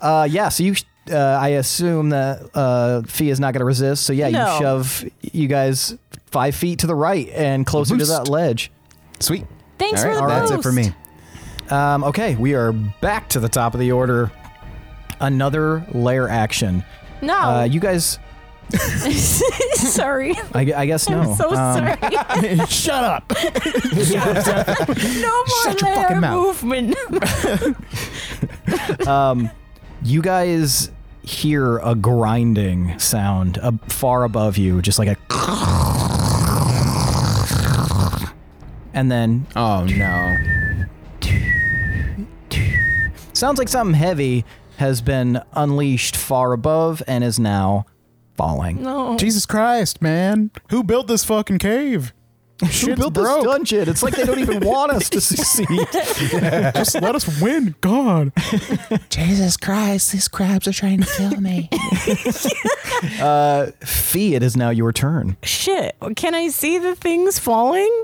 uh, yeah, so you. Uh, I assume that uh, Fee is not going to resist. So yeah, No. you shove you guys five feet to the right and closer to that ledge. Sweet. Thanks All for right. the that's it boost. for me. Um, okay, we are back to the top of the order. Another layer action. No. Oh. Uh, you guys, sorry. I, gu- I guess no. Um, I'm so Um, sorry. Shut up. No more your layer fucking mouth. movement. you guys hear a grinding sound uh, far above you, just like a. And then Oh no. sounds like something heavy has been unleashed far above and is now falling. Jesus Christ, man. Who built this fucking cave? Who built broke. this dungeon? It's like they don't even want us to succeed. Just let us win. God. Jesus Christ, these crabs are trying to kill me. Fee, it is now your turn. Shit. Can I see the things falling?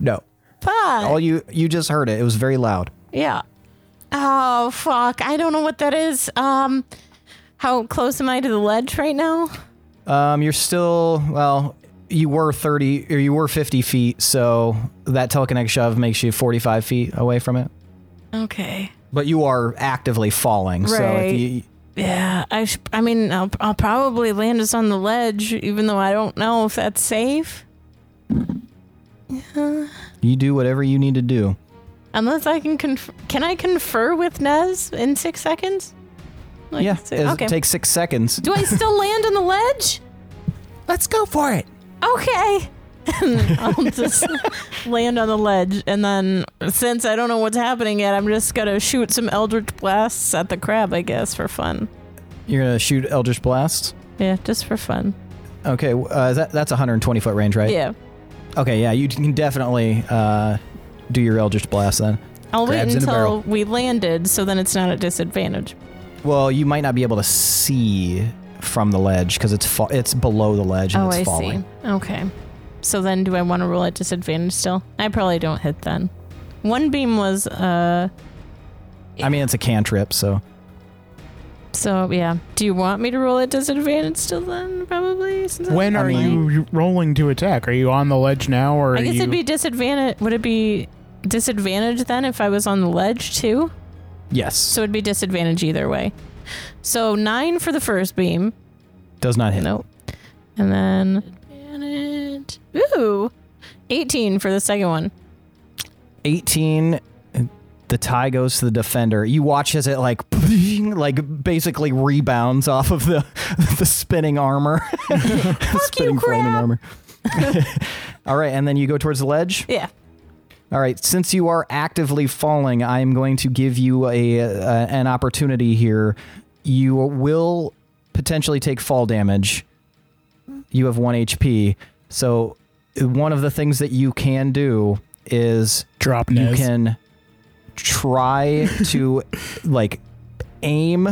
No, Fuck. all you you just heard it. It was very loud. Yeah. Oh fuck. I don't know what that is. Um how close am I to the ledge right now? Um, you're still well. You were thirty, or you were fifty feet. So that telekinetic shove makes you forty-five feet away from it. Okay. But you are actively falling. So Right. if you, Yeah, I sh- I mean I'll, I'll probably land us on the ledge even though I don't know if that's safe you do whatever you need to do. unless I can conf- can I confer with Nez in 6 seconds? Like, Yeah, si- it okay. takes six seconds. Do I still land on the ledge? Let's go for it. okay. And I'll just land on the ledge, and then since I don't know what's happening yet, I'm just gonna shoot some eldritch blasts at the crab, I guess, for fun. You're gonna shoot Eldritch Blast. Yeah, just for fun. Okay, uh, that, that's 120 foot range, right? Yeah, Okay, yeah, you can definitely uh, do your Eldritch Blast then. I'll Crabs wait in a until barrel. we landed, so then it's not a disadvantage. Well, you might not be able to see from the ledge because it's fa- it's below the ledge and it's falling. Oh, see. Okay, so then do I want to roll at disadvantage still? I probably don't hit then. One beam was uh, I mean, it's a cantrip, so so yeah. Do you want me to roll at disadvantage still then? Probably. Since I'm When are you rolling to attack? Are you on the ledge now or I are guess you it'd be disadvantage. Would it be disadvantage then if I was on the ledge too? Yes. So it'd be disadvantage either way. So nine for the first beam. Does not hit. Nope. And then advantage. Ooh. 18 for the second one. 18 the tie goes to the defender you watch as it like like basically rebounds off of the the spinning armor spinning flaming crab. armor all right and then you go towards the ledge Yeah. all right since you are actively falling i am going to give you a, uh an opportunity here you will potentially take fall damage you have 1 hp so one of the things that you can do is Drop you Nez. can try to like aim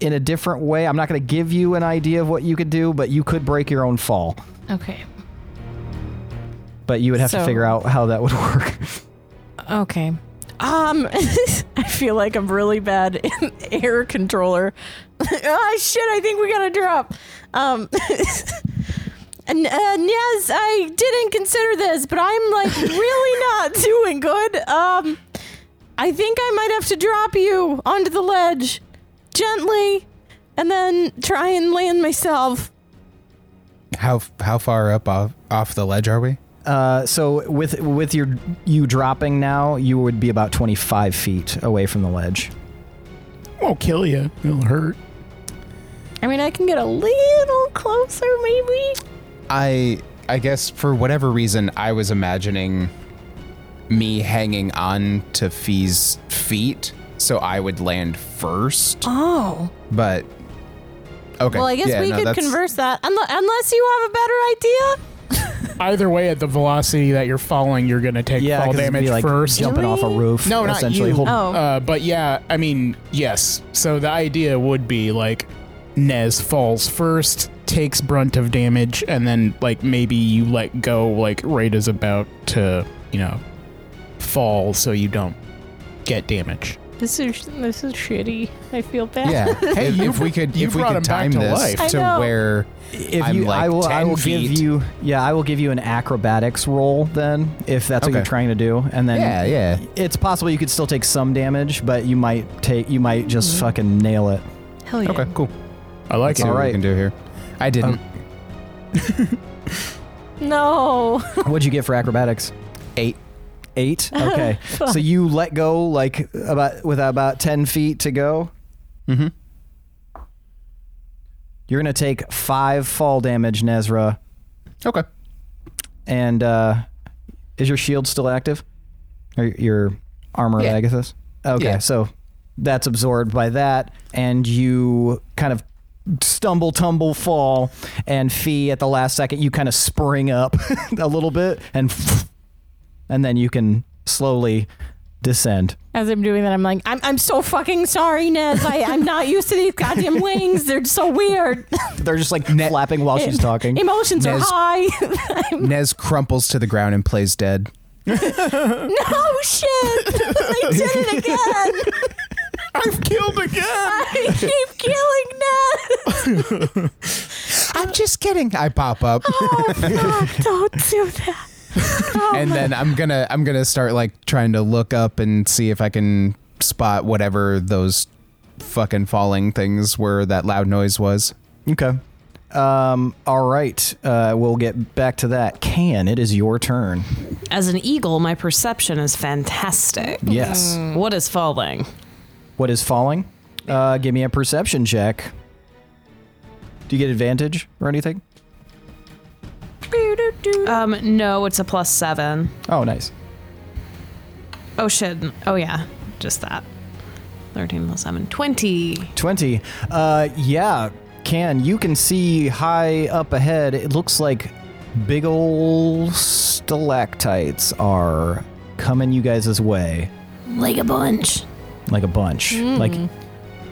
in a different way. I'm not going to give you an idea of what you could do, but you could break your own fall. Okay. But you would have to So- figure out how that would work. Okay. Um, I feel like I'm really bad in air controller. oh shit! I think we gotta drop. Um, and uh, yes, I didn't consider this, but I'm like really not doing good. Um, I think I might have to drop you onto the ledge gently, and then try and land myself. How how far up off, off the ledge are we? Uh, so with with your you dropping now, you would be about 25 feet away from the ledge. Won't kill you. It'll hurt. I mean, I can get a little closer, maybe. I I guess for whatever reason I was imagining me hanging on to Fee's feet so I would land first. Oh. But okay. Well, I guess Yeah, we no, could that's- converse that unle- unless you have a better idea. Either way, at the velocity that you're falling, you're gonna take Yeah, fall 'cause it'd be damage like first. jumping off a roof. No, not essentially. you. Hold- Oh. Uh, but yeah, I mean, yes. So the idea would be like Nez falls first, takes brunt of damage, and then like maybe you let go like right is about to, you know, fall so you don't get damage. This is this is shitty. I feel bad. Yeah. hey, if, you if we could you if we brought could him back time to this life. I to know. where If I'm you, like I will, I 10 will feet. give you, yeah, I will give you an acrobatics roll then, if that's what you're Okay. trying to do, and then Yeah, yeah. it's possible you could still take some damage, but you might take you might just fucking nail it. Hell yeah. Okay, cool. I like Let's see it. what Alright. we can do here. I didn't. Um, No. What'd you get for acrobatics? Eight. Eight. Okay. so you let go like about with about ten feet to go. Mm-hmm. Mhm. You're gonna take five fall damage, Nezra, okay. and uh, is your shield still active? Or your armor, Yeah. Agathis? Okay, Yeah. so that's absorbed by that, and you kind of stumble, tumble, fall, and Fee at the last second, you kind of spring up a little bit, and and then you can slowly descend. As I'm doing that, I'm like, I'm, I'm so fucking sorry, Nez. I, I'm not used to these goddamn wings. They're so weird. They're just like flapping while she's talking. Emotions are Nez- high. Nez crumples to the ground and plays dead. no shit. they did it again. I've killed again. I keep killing Nez. I'm just kidding. I pop up Oh fuck! Don't do that. Oh, and my- then I'm going to I'm going to start like trying to look up and see if I can spot whatever those fucking falling things were that loud noise was. Okay. Um, all right. Uh, we'll get back to that. Can, it is your turn. As an eagle, my perception is fantastic. Yes. Mm. What is falling? What is falling? Uh, give me a perception check. Do you get advantage or anything? Um, no, it's a plus seven. Oh, nice. Oh shit. Oh yeah, just that. 13 plus 7. 20. 20. Uh, yeah, can. You can see high up ahead. It looks like big ol' stalactites are coming you guys' way. like a bunch. Like a bunch. Like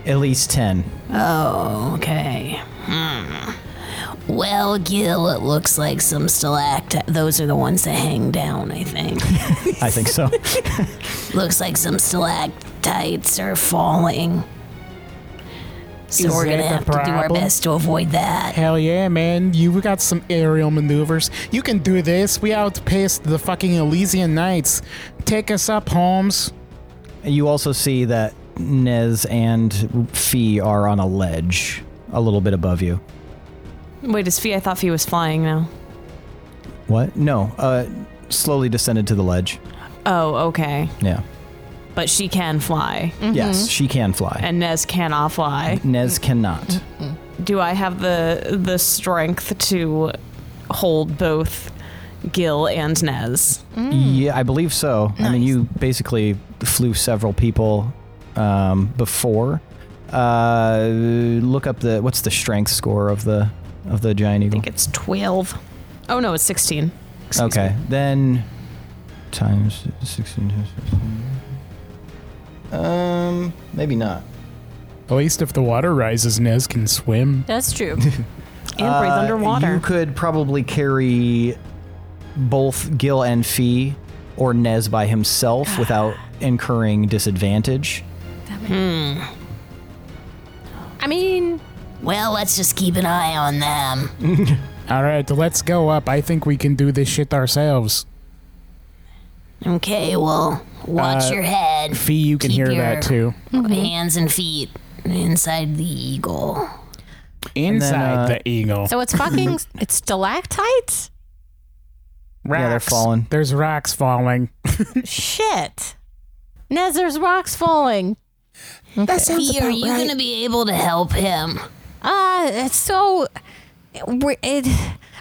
at least 10. Oh, okay. Hmm. Well, Gil, it looks like some stalactites. Those are the ones that hang down, I think. I think so. looks like some stalactites are falling. So Is we're gonna that the have to do our problem? best to avoid that. Hell yeah, man. You got some aerial maneuvers. You can do this. We outpaced the fucking Elysian Knights. Take us up, Holmes. You also see that Nez and Fee are on a ledge a little bit above you. Wait, is Fee? I thought Fee was flying now. What? No. Uh, slowly descended to the ledge. Oh, okay. Yeah. But she can fly, Yes, she can fly. and Nez cannot fly. Nez cannot. Do I have the the strength to hold both Gil and Nez? Yeah, I believe so. I mean, you basically flew several people um, before. Uh, look up the what's the strength score of the of the giant I eagle? think it's 12. Oh, no, it's 16. Excuse Okay, me. then times sixteen. times 16. Um, maybe not. At least if the water rises, Nez can swim. That's true. And breathe Uh, underwater. You could probably carry both Gil and Fee or Nez by himself without incurring disadvantage. I mean, Well, let's just keep an eye on them. All right, let's go up. I think we can do this shit ourselves. Okay, well, watch Uh, your head. Fee, you can Keep hear your that too. Hands and feet inside the eagle. Inside uh, the eagle. so it's fucking it's stalactites. rocks. they're falling. There's rocks falling. Shit. Nez, there's rocks falling. That sounds Fee, about are you right. gonna be able to help him? Uh, it's so we're- it,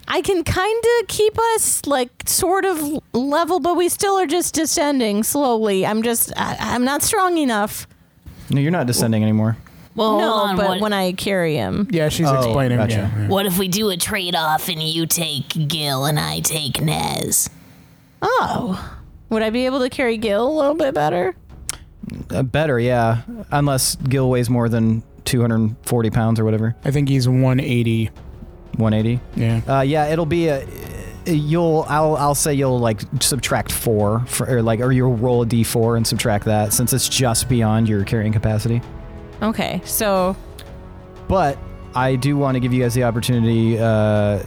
I can kind of keep us like sort of level, but we still are just descending slowly. I'm just I, I'm not strong enough. No, you're not descending anymore. Well, no, hold on. but what, when I carry him, Yeah, she's explaining. Oh, gotcha. Yeah. what if we do a trade off and you take Gil and I take Nez? oh, would I be able to carry Gil a little bit better? Uh, better, yeah. Unless Gil weighs more than 240 pounds or whatever, I think he's 180. 180. Yeah. Uh, yeah, it'll be a. uh, You'll, I'll, I'll say you'll like subtract four, for, or like, or you'll roll a d4 and subtract that since it's just beyond your carrying capacity. Okay, so But I do want to give you guys the opportunity uh,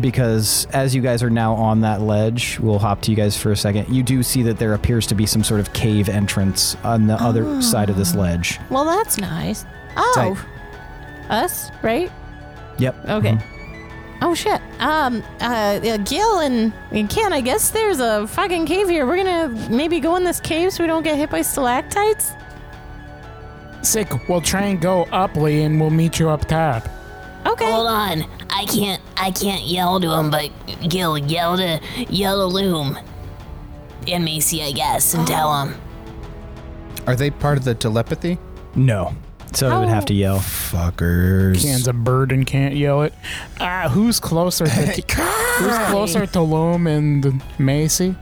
because as you guys are now on that ledge, we'll hop to you guys for a second. You do see that there appears to be some sort of cave entrance on the other side of this ledge. well that's nice. Oh, us right? Yep. Okay. Mm-hmm. Oh shit. Um. Uh. yeah, Gil and, and Ken. I guess there's a fucking cave here. We're gonna maybe go in this cave so we don't get hit by stalactites. Sick. We'll try and go up, Lee, and we'll meet you up top. Okay. Hold on. I can't I can't yell to him, but Gil, yell to yell to Loom. And Macy, I guess, and tell him. Are they part of the telepathy? Mm-hmm. No. So I would have to yell. Fuckers. Can's a bird and can't yell it. Ah, who's closer to Who's closer to Loom and Macy?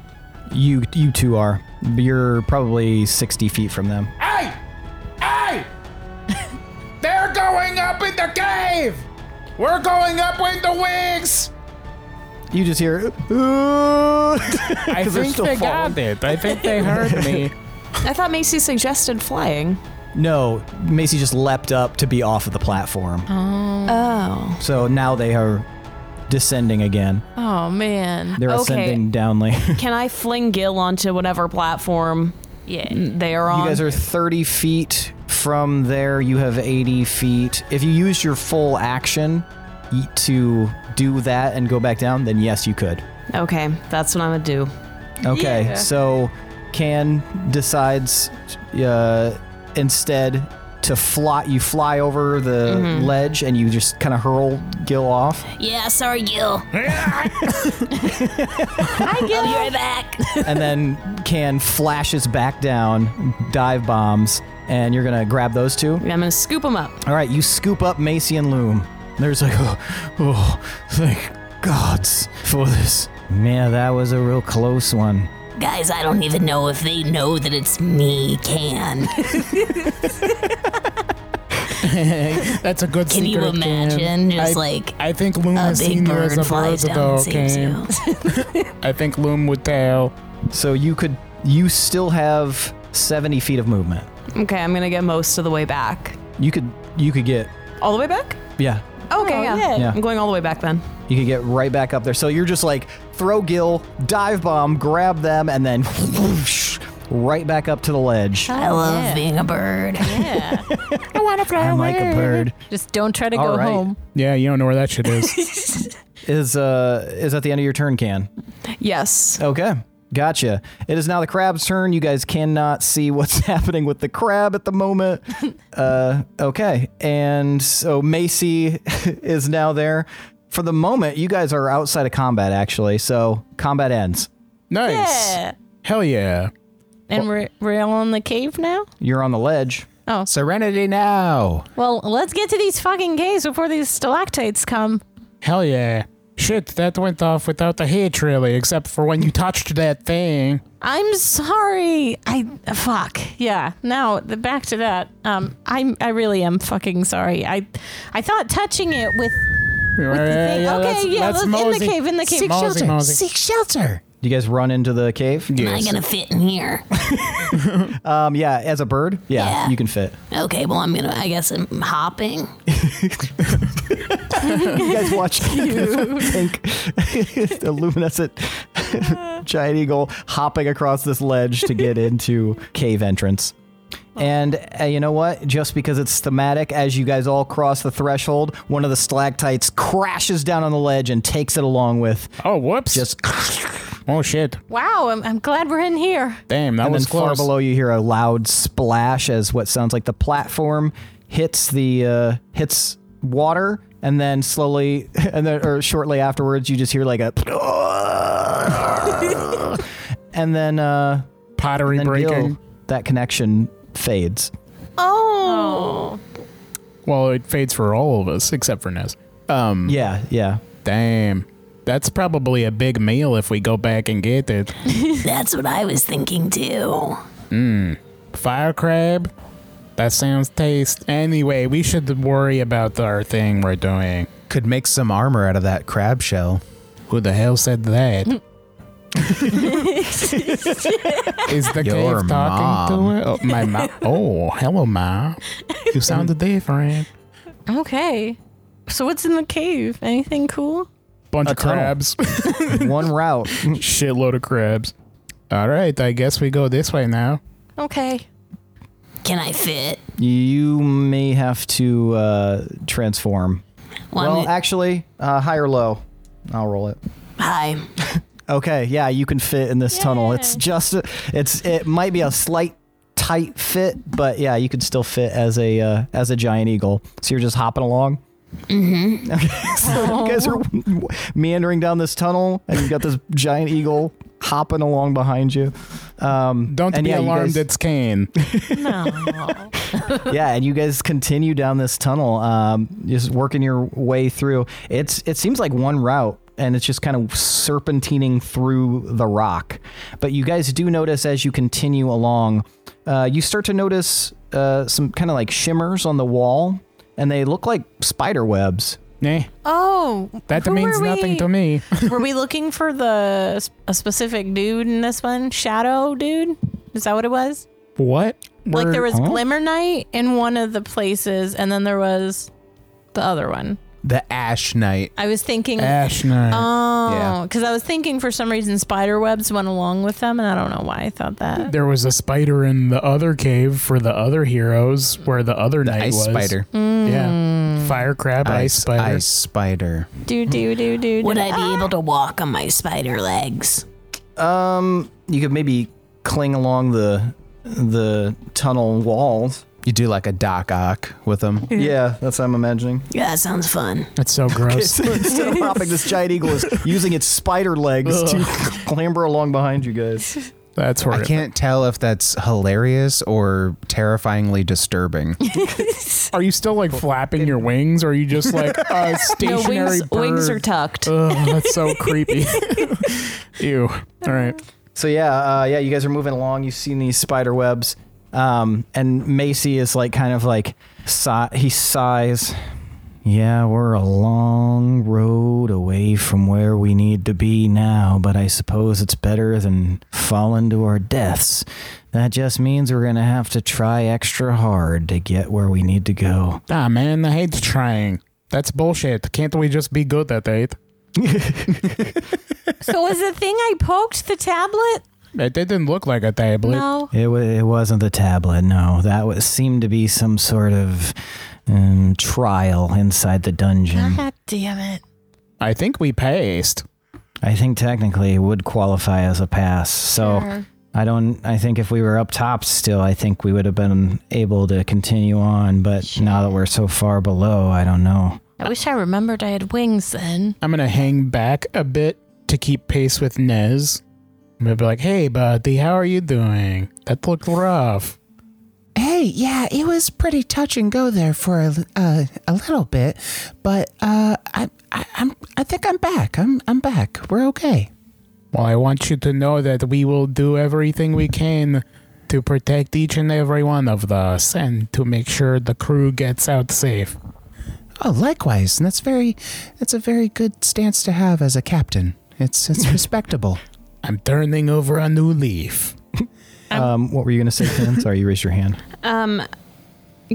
You you two are. You're probably 60 feet from them. Hey! Hey! They're going up in the cave! We're going up in the wings! You just hear. "Ooh." I think still they falling. got it. I think they heard me. I thought Macy suggested flying. no, Macy just leapt up to be off of the platform. Oh. So now they are descending again. Oh man. They're Okay. ascending downly. Can I fling Gil onto whatever platform Yeah. they are on? You guys are 30 feet from there. You have 80 feet. If you use your full action y- to do that and go back down, then yes, you could. okay, that's what I'm going to do. Okay, Yeah. so Can decides uh, instead to fly. You fly over the ledge and you just kind of hurl Gil off. Yeah, sorry, Gil. Hi I'll be Gil. right back. and then Can flashes back down, dive bombs, and you're going to grab those two. I'm going to scoop them up. All right, you scoop up Macy and Loom. There's like, oh, oh, thank gods for this. Man, that was a real close one. Guys, I don't even know if they know that it's me, Can. That's a good Can you secret, imagine? Just I- like I think Loom a has big seen you as bird a bird, flies down though, and saves Can. you. I think Loom would tell. So you could, you still have 70 feet of movement. Okay, I'm going to get most of the way back. You could, you could get, All the way back? yeah, Okay, Oh, yeah. yay. Yeah. I'm going all the way back then. you could get right back up there. So you're just like, throw Gil, dive bomb, grab them, and then whoosh, right back up to the ledge. I love yeah. being a bird. Yeah. I want to fly I'm like a bird. Just don't try to All go right. home. Yeah, you don't know where that shit is. Is uh is at the end of your turn, can. Yes. Okay. Gotcha. It is now the crab's turn. You guys cannot see what's happening with the crab at the moment. uh, okay. And so Macy is now there. For the moment, you guys are outside of combat, actually. So combat ends. nice. Yeah. Hell yeah. And we're, we're all in the cave now? You're on the ledge. Serenity now. Well, let's get to these fucking caves before these stalactites come. Hell yeah. Shit, that went off without the hitch, really, except for when you touched that thing. I'm sorry. I fuck. Yeah. Now the, back to that. Um, I'm I really am fucking sorry. I I thought touching it with Yeah, thing- okay, that's- yeah, that's let's- in the mosey. cave, in the cave. Seek Mosey, shelter. mosey. Seek shelter. You guys run into the cave. Am I gonna fit in here? Um, yeah, as a bird. Yeah, Yeah. you can fit. Okay, well I'm gonna. I guess I'm hopping. You guys watch pink, the luminescent giant eagle hopping across this ledge to get into cave entrance. And uh, you know what? Just because it's thematic, as you guys all cross the threshold, one of the stalactites crashes down on the ledge and takes it along with. Oh, whoops. Just oh, shit. wow. I'm, I'm glad we're in here. Damn, that and then was far close. below you hear a loud splash as what sounds like the platform hits the uh, hits water and then slowly and then or shortly afterwards you just hear like a and then uh Pottery then breaking. Gil, that connection fades Well, it fades for all of us, except for Ness. Um, yeah yeah Damn. That's probably a big meal if we go back and get it. That's what I was thinking too. Fire crab? That sounds taste. Anyway, we should worry about our thing we're doing. Could make some armor out of that crab shell. Who the hell said that? Is the Your cave talking mom. to it? Oh, my mom. Oh, hello, ma. You Mm. sounded different. Okay. So what's in the cave? Anything cool? Bunch A of tunnel. crabs. one route Shitload of crabs. All right, I guess we go this way now. Okay. Can I fit? you may have to uh transform Well, well I'm- actually uh high or low i'll roll it hi. Okay, yeah, you can fit in this tunnel. It's just it's it might be a slight tight fit, but yeah, you could still fit as a uh, as a giant eagle. So you're just hopping along. Mm-hmm. Okay, so you guys are meandering down this tunnel, and you've got this giant eagle hopping along behind you. Um, Don't and be yeah, you alarmed, guys- it's Kane. yeah, and you guys continue down this tunnel, um, just working your way through. It's it seems like one route, and it's just kind of serpentining through the rock. But you guys do notice as you continue along, uh, you start to notice uh, some kind of like shimmers on the wall, and they look like spider webs. Nah, Oh, Eh, that who means were nothing we- to me. were we looking for the a specific dude in this one? Shadow dude? Is that what it was? what? like We're- there was huh? Glimmer Night in one of the places, and then there was the other one. The Ash Knight. I was thinking, Ash Knight. oh, Yeah. because I was thinking for some reason spider webs went along with them, and I don't know why I thought that. there was a spider in the other cave for the other heroes where the other The knight ice was. spider. Hmm. Yeah. Mm. Fire crab, ice, Ice spider. Ice spider. Do do do do. Ah, Would do. I be able to walk on my spider legs? Um, you could maybe cling along the the tunnel walls. You do like a Doc Ock with them. Yeah, that's what I'm imagining. Yeah, that sounds fun. That's so gross. Instead of hopping, this giant eagle is using its spider legs to clamber along behind you guys. That's where I can't tell if that's hilarious or terrifyingly disturbing. Are you still like flapping your wings or are you just like a No, stationary wings, bird? wings are tucked. Ugh, that's so creepy. Ew. All right. So yeah, uh, yeah, you guys are moving along. You've seen these spider webs, um, and Macy is like kind of like sigh. He sighs. Yeah, we're a long road away from where we need to be now, but I suppose it's better than falling to our deaths. That just means we're gonna have to try extra hard to get where we need to go. Ah, man, I hate trying. That's bullshit. Can't we just be good at it? so was the thing I poked the tablet? It didn't look like a tablet. No. It, wa it wasn't the tablet, no. That was, seemed to be some sort of um, trial inside the dungeon. God damn it. I think we passed. I think technically it would qualify as a pass. So I don't, I think if we were up top still, I think we would have been able to continue on. But now that we're so far below, I don't know. I wish I remembered I had wings then. I'm gonna hang back a bit to keep pace with Nez. I'm gonna be like, "Hey, buddy, how are you doing? That looked rough." Hey, yeah, it was pretty touch and go there for a, uh, a little bit, but uh, I, I, I'm I think I'm back. I'm I'm back. We're okay. Well, I want you to know that we will do everything we can to protect each and every one of us and to make sure the crew gets out safe. Oh, likewise, and that's very that's a very good stance to have as a captain. It's it's respectable. I'm turning over a new leaf. Um, what were you going to say, Finn? Sorry, you raised your hand. Um,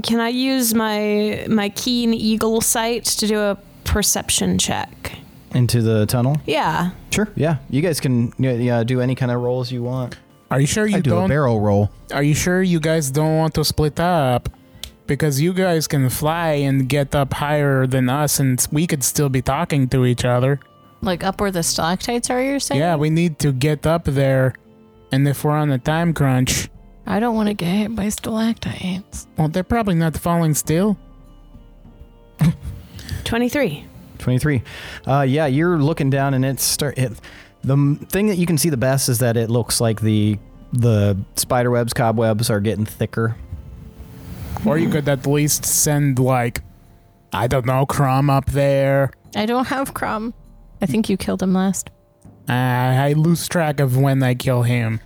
Can I use my my keen eagle sight to do a perception check? Into the tunnel? Yeah. Sure. Yeah. You guys can yeah, yeah, do any kind of rolls you want. Are you sure you I do a not barrel roll. Are you sure you guys don't want to split up? Because you guys can fly and get up higher than us, and we could still be talking to each other. Like up where the stalactites are, you're saying? Yeah, we need to get up there. And if we're on a time crunch, I don't want to get hit by stalactites. well, they're probably not falling still. 23. 23 uh, yeah you're looking down and it's start it, the m- thing that you can see the best is that it looks like the the spider webs cobwebs are getting thicker Or you could at least send, like, I don't know, Crom up there. I don't have Crumb. I think you killed him last. Uh, I lose track of when I kill him.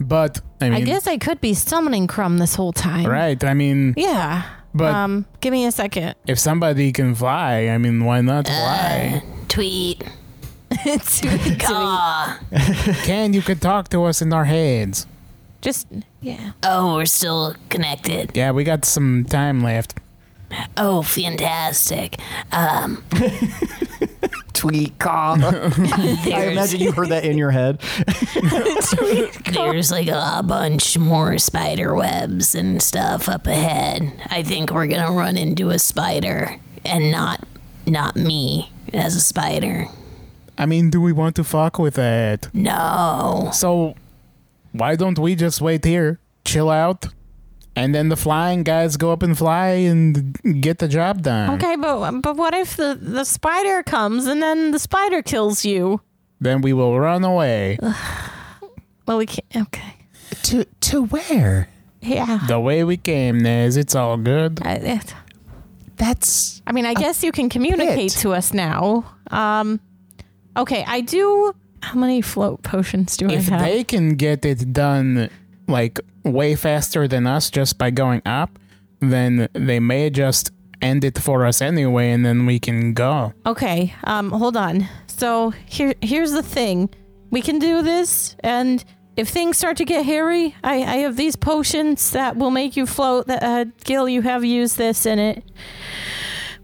But, I mean, I guess I could be summoning Crumb this whole time. right, I mean, Yeah. but um, give me a second. if somebody can fly, I mean, why not fly? Tweet. It's really good. Ken, you could talk to us in our heads. Just yeah. Oh, we're still connected. Yeah, we got some time left. Oh, fantastic. Um, tweet cob i imagine you heard that in your head there's like a bunch more spider webs and stuff up ahead. I think we're gonna run into a spider and not not me as a spider. I mean, do we want to fuck with it? No. So, why don't we just wait here, chill out, and then the flying guys go up and fly and get the job done? Okay, but but what if the the spider comes and then the spider kills you? Then we will run away Well, we can't. Okay. To to where? Yeah. the way we came, Nez. It's all good. I, it- That's I mean, I guess you can communicate pit. to us now. Um, okay, I do. How many float potions do If I have? they can get it done like way faster than us just by going up, then they may just end it for us anyway, and then we can go. Okay, um, hold on. So here, here's the thing: we can do this, and if things start to get hairy, I, I have these potions that will make you float. That uh, Gil, you have used this, and it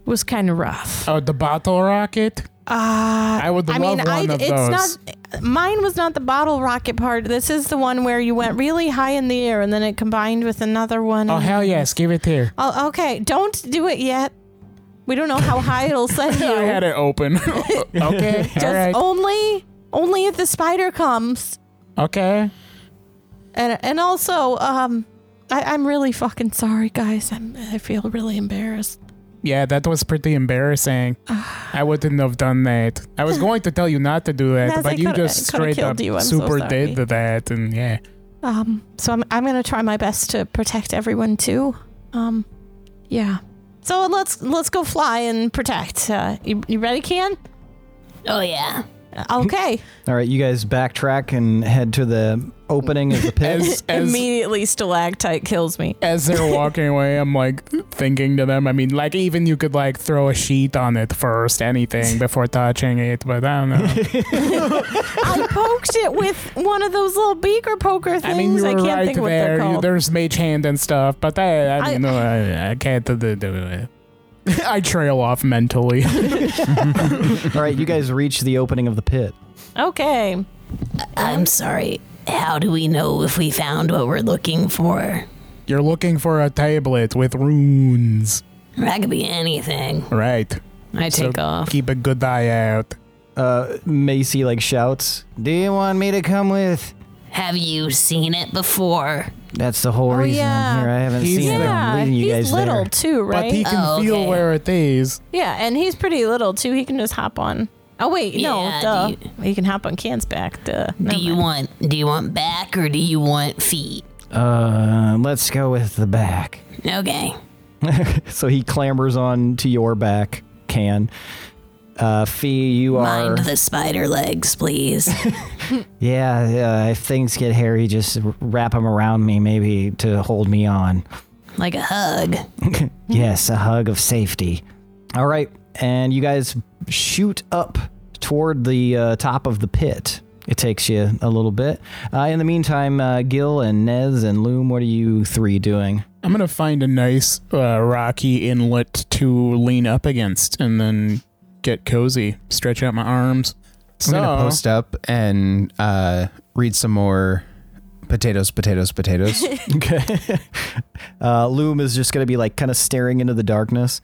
was kind of rough. Uh, Oh, the bottle rocket. Ah, I would I love mean, one I of it's those. not. Mine was not the bottle rocket part. This is the one where you went really high in the air, and then it combined with another one. oh and- hell yes, give it here. Oh, okay, don't do it yet. We don't know how high it'll send you. I had it open. okay, all Just right, only, only if the spider comes. okay. And and also, um, I, I'm really fucking sorry, guys. I'm I feel really embarrassed. Yeah, that was pretty embarrassing. I wouldn't have done that. I was going to tell you not to do that, Yes, I but you coulda- just I coulda straight up killed you, I'm so super sorry. did that, and yeah. Um, so I'm I'm gonna try my best to protect everyone too. Um, yeah. So let's let's go fly and protect. Uh, you, you ready, Can? Oh yeah. Okay. all right you guys backtrack and head to the opening of the pit As, as Immediately, stalactite kills me. as they're walking away, I'm like thinking to them. I mean, like even you could like throw a sheet on it first, anything before touching it. But I don't know. I poked it with one of those little beaker poker things. I mean, you were can't right think of what there. they're You- called. There's mage hand and stuff, but I, I, I- don't know. I, I can't do do- do it. I trail off mentally. all right you guys reach the opening of the pit okay. I'm sorry. how do we know if we found what we're looking for? You're looking for a tablet with runes. That could be anything. Right. I take off. Keep a good eye out. Uh, Macy like shouts, "Do you want me to come with?" Have you seen it before? That's the whole reason Oh, yeah. I'm here. I haven't He's seen it. I'm Yeah, leaving you he's guys little there. too, right? But he can Oh, feel okay. where it is. yeah, and he's pretty little too. He can just hop on. Oh wait, Yeah, no, duh. do he can hop on Can's back. Duh. Do Never you mind. want do you want back or do you want feet? Uh, let's go with the back. Okay. So he clambers on to your back, can. Uh, Fee, you are. Mind the spider legs, please. yeah, yeah, uh, if things get hairy, just wrap them around me, maybe to hold me on. like a hug. Yes, a hug of safety. All right, and you guys shoot up toward the uh, top of the pit. It takes you a little bit. Uh, in the meantime, uh, Gil and Nez and Loom, what are you three doing? I'm gonna find a nice uh, rocky inlet to lean up against, and then get cozy, stretch out my arms. I'm So gonna post up and uh, read some more potatoes, potatoes, potatoes. Okay. uh, Loom is just going to be like kind of staring into the darkness.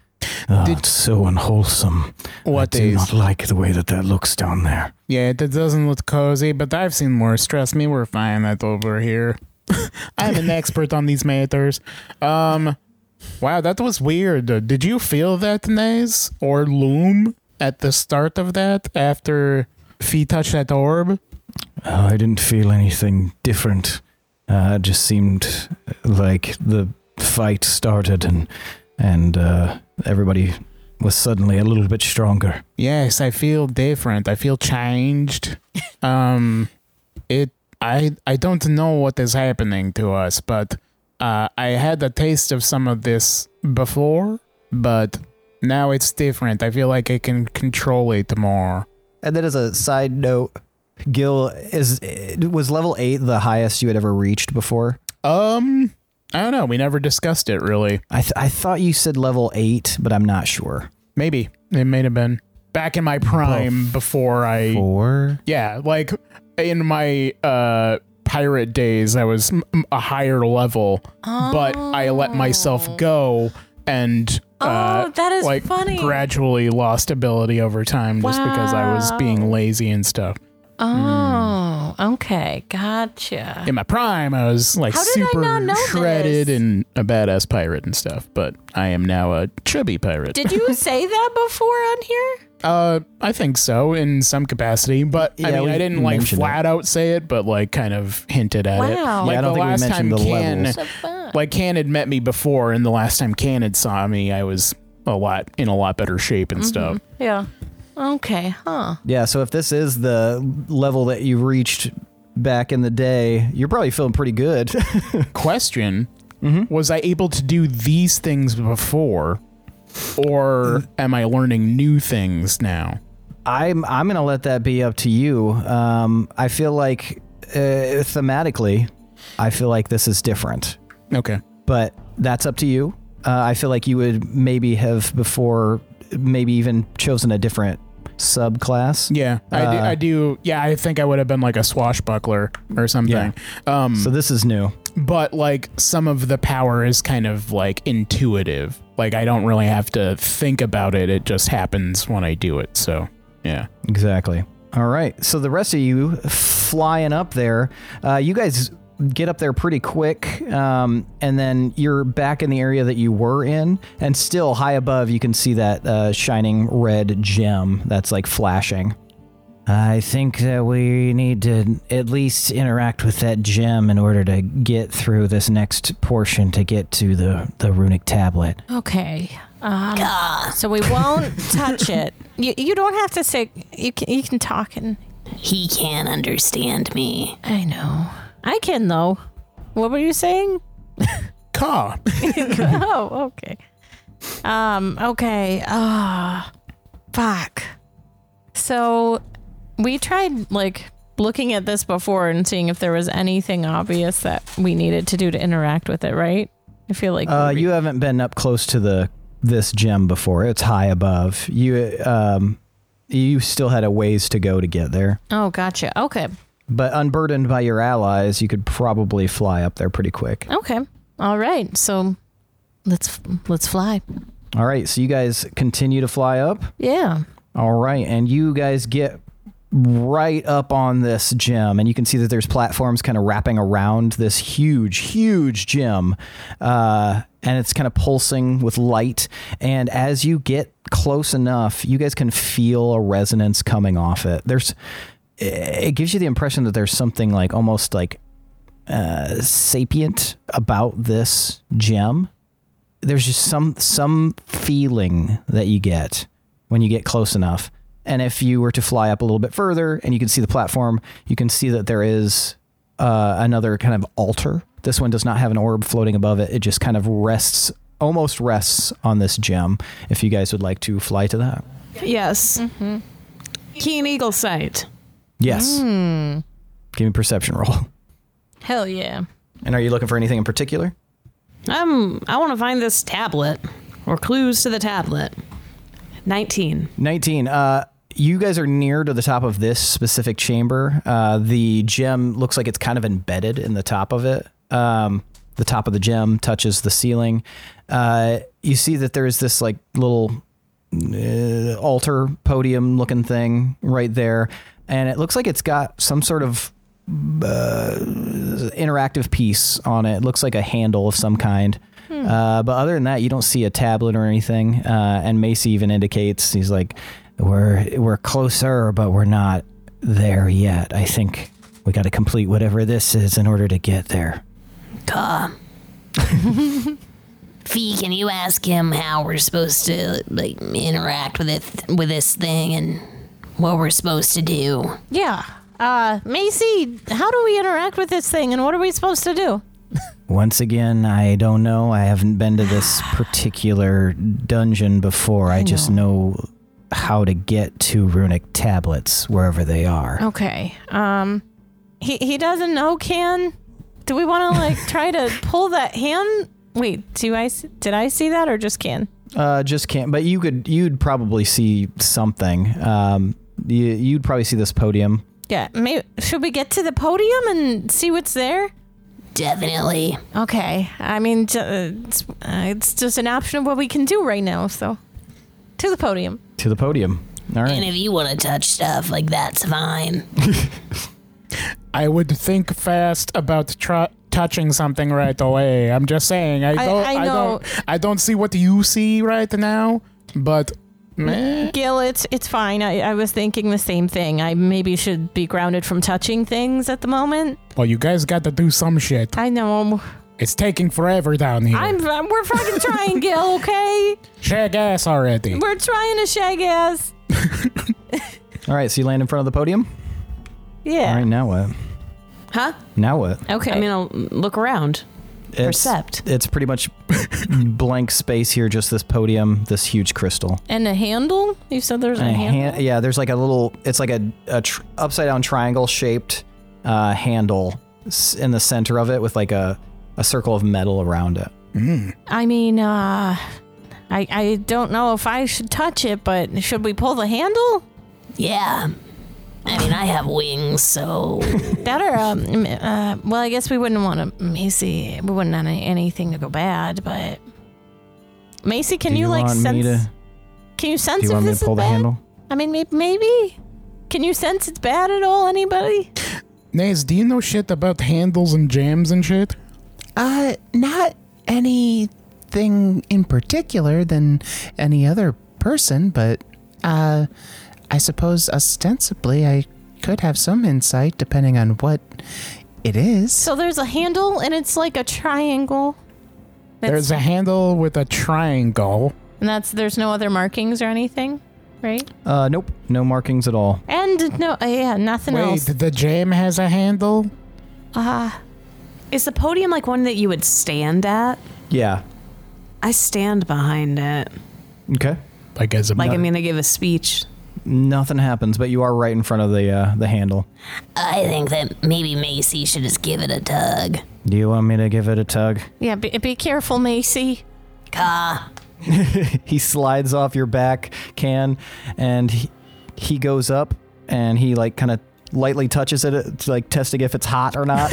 Ah, it's so unwholesome. what I do is? not like the way that that looks down there. Yeah, that doesn't look cozy, but I've seen worse. Trust me, we're fine at over here. I'm an expert on these matters. Um, wow, that was weird. Uh, Did you feel that, Naze or Loom, at the start of that after Fee touched that orb? Oh, I didn't feel anything different. Uh, it just seemed uh, like the fight started and and uh, everybody was suddenly a little bit stronger. Yes, I feel different. I feel changed. um, it. I. I don't know what is happening to us, but uh, I had a taste of some of this before, but now it's different. I feel like I can control it more. And then, as a side note, Gil is was level eight the highest you had ever reached before. Um, I don't know. We never discussed it really. I th- I thought you said level eight, but I'm not sure. Maybe it may have been back in my prime before I Four. Yeah, like in my uh pirate days, I was m- m- a higher level, but I let myself go and uh, Oh, that is like funny. gradually lost ability over time just because I was being lazy and stuff. Oh, okay, gotcha. In my prime, I was like How did I not super know shredded this? and a badass pirate and stuff, but I am now a chubby pirate. Did you say that before on here? Uh, I think so in some capacity, but I Yeah, mean, we I didn't like mentioned flat out say it, but like kind of hinted at it. Wow. Like Yeah, I don't the think we last mentioned time the Can, levels. like Can had met me before, and the last time Can had saw me, I was a lot in a lot better shape and stuff. Yeah. Okay, huh? Yeah, so if this is the level that you reached back in the day, you're probably feeling pretty good. Question: Was I able to do these things before, or am I learning new things now? I'm I'm gonna let that be up to you. Um, I feel like uh, thematically, I feel like this is different, Okay. but that's up to you. Uh, I feel like you would maybe have before, maybe even chosen a different subclass. Yeah, I, do, I do. Yeah, I think I would have been like a swashbuckler or something. Um, So this is new. but like some of the power is kind of like intuitive. Like I don't really have to think about it. It just happens when I do it. So, yeah. Exactly. All right. So the rest of you flying up there, uh, you guys get up there pretty quick, um, and then you're back in the area that you were in, and still high above, you can see that uh, shining red gem that's like flashing. I think that we need to at least interact with that gem in order to get through this next portion to get to the, the runic tablet. Okay. Oh. Um, so we won't touch it. You, you don't have to say you can you can talk and He can't understand me. I know. I can though. What were you saying? Ka. oh, okay. Um, okay. Ah, fuck. So we tried like looking at this before and seeing if there was anything obvious that we needed to do to interact with it, right? I feel like Uh, we- you haven't been up close to the this gem before. It's high above. You um, you still had a ways to go to get there. Oh, gotcha. Okay. But unburdened by your allies, you could probably fly up there pretty quick. Okay. All right. So let's let's fly. All right, so you guys continue to fly up. Yeah. All right, and you guys get right up on this gym, and you can see that there's platforms kind of wrapping around this huge, huge gym, uh, and it's kind of pulsing with light. And as you get close enough, you guys can feel a resonance coming off it. There's, it gives you the impression that there's something like almost like uh, sapient about this gem. There's just some some feeling that you get when you get close enough. And if you were to fly up a little bit further and you can see the platform, you can see that there is uh, another kind of altar. This one does not have an orb floating above it. It just kind of rests, almost rests on this gem. If you guys would like to fly to that, Yes. Keen Eagle Sight. yes. Give me a perception roll. Hell yeah. And are you looking for anything in particular? Um, I want to find this tablet or clues to the tablet. 19. 19 uh you guys are near to the top of this specific chamber uh the gem looks like it's kind of embedded in the top of it um the top of the gem touches the ceiling uh you see that there's this like little uh, altar podium looking thing right there and it looks like it's got some sort of uh, interactive piece on it. It looks like a handle of some kind. Uh, but other than that, you don't see a tablet or anything. Uh, and Macy even indicates he's like, "We're we're closer, but we're not there yet. I think we got to complete whatever this is in order to get there." Caw. Fee, can you ask him how we're supposed to like interact with it with this thing and what we're supposed to do? Yeah. Uh, Macy, how do we interact with this thing and what are we supposed to do? Once again, I don't know. I haven't been to this particular dungeon before. I just know how to get to runic tablets wherever they are. Okay. Um he he doesn't know can. Do we want to like try to pull that hand? Wait, do I s- did I see that or just can? Uh, just can't. But you could. You'd probably see something. Um, you, you'd probably see this podium. Yeah, maybe should we get to the podium and see what's there? Definitely. Okay. I mean, ju- uh, it's, uh, it's just an option of what we can do right now, so to the podium. To the podium. All And right. if you want to touch stuff, like that's fine. I would think fast about tr- touching something right away. I'm just saying. I don't. I I, know. don't. I don't see what you see right now. But meh. Gil, it's it's fine. I, I was thinking the same thing. I maybe should be grounded from touching things at the moment. well, you guys got to do some shit. I know. It's taking forever down here. I'm, I'm we're fucking trying, Gil, okay? Shag ass already. We're trying to shag ass. All right. So you land in front of the podium. All Yeah. right. Now what? Huh? Now what? Okay. I mean, I'll look around. It's, Percept. It's pretty much blank space here. Just this podium. This huge crystal. and a handle? You said there's a, And a handle. hand- yeah. There's like a little. It's like a, a tr- upside down triangle shaped uh, handle s- in the center of it with like a a circle of metal around it. I mean, uh I I don't know if I should touch it, but should we pull the handle? Yeah. I mean, I have wings, so That or um, mm, uh, well, I guess we wouldn't want to Macy. We wouldn't want anything to go bad, but Macy, can Do you, like want me sense? to? Can you Do sense you if want me this to pull is the bad? handle? I mean, maybe, maybe. Can you sense it's bad at all? Anybody? Nays, do you know shit about handles and jams and shit? Uh, not anything in particular than any other person, but uh, I suppose ostensibly I could have some insight depending on what it is. So there's a handle, and it's like a triangle. That's, There's a handle with a triangle. and that's there's no other markings or anything, right? Uh, nope. No markings at all. And no, uh, yeah, nothing Wait, else. the jam has a handle? Ah, Is the podium like one that you would stand at? Yeah. I stand behind it. Okay. Like as a Like nut. I'm going to give a speech. Nothing happens, but you are right in front of the uh, the handle. I think that maybe Macy should just give it a tug. Do you want me to give it a tug? yeah. Be, be careful, Macy. Caw. He slides off your back can, and he, he goes up and he like kind of lightly touches it uh, to like testing if it's hot or not.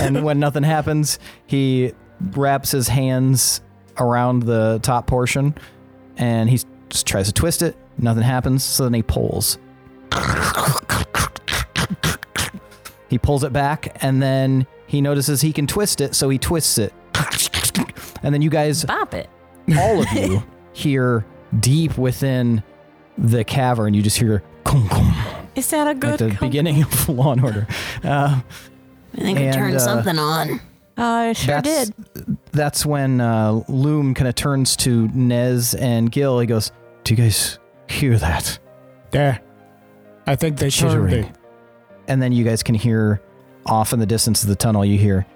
and when nothing happens, he wraps his hands around the top portion and he s- tries to twist it. Nothing happens. So then he pulls. He pulls it back and then he notices he can twist it. So he twists it. And then you guys Bop it. all of you hear deep within the cavern. You just hear "Kung, kung," Is that a at good? the com- beginning of Law and Order. Uh, I think I And, turned uh, something on. uh, I sure that's did. that's when uh, Loom kind of turns to Nez and Gil. He goes, "Do you guys hear that?" There. I think they turned Chittering. it. And then you guys can hear off in the distance of the tunnel. You hear.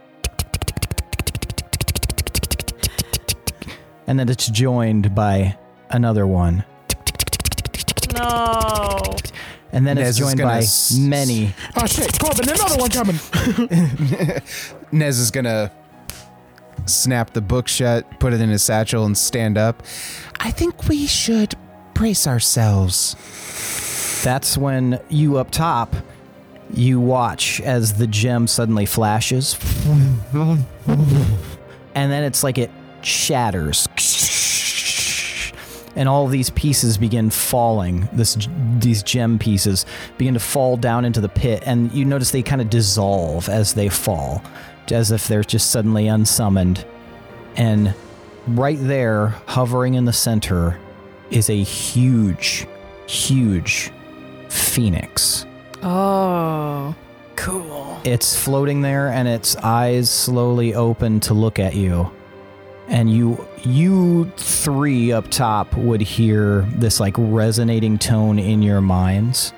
And then it's joined by another one. No. And then Nez it's is joined gonna by s- many. Oh shit, Corbin, another one coming. Nez is gonna snap the book shut, put it in his satchel, and stand up. I think we should brace ourselves. That's when you up top, you watch as the gem suddenly flashes. And then it's like it shatters. And all these pieces begin falling. This these gem pieces begin to fall down into the pit and you notice they kind of dissolve as they fall, as if they're just suddenly unsummoned. And right there, hovering in the center, is a huge, huge phoenix. Oh, cool. It's floating there and its eyes slowly open to look at you. And you you three up top would hear this like resonating tone in your minds.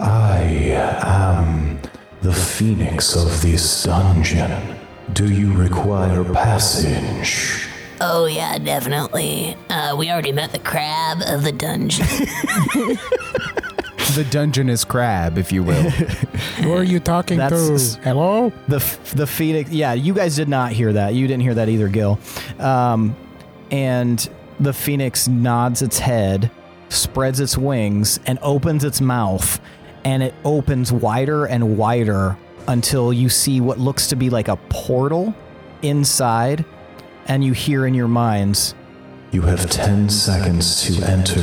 I am the phoenix of this dungeon. Do you require passage? Oh yeah, definitely. Uh, we already met the crab of the dungeon. The dungeon is crab, if you will. Who are you talking That's- to? Hello? The f- the phoenix yeah, you guys did not hear that. You didn't hear that either, Gil. Um, and the phoenix nods its head, spreads its wings, and opens its mouth. And it opens wider and wider until you see what looks to be like a portal inside. And you hear in your minds, You have 10 seconds to enter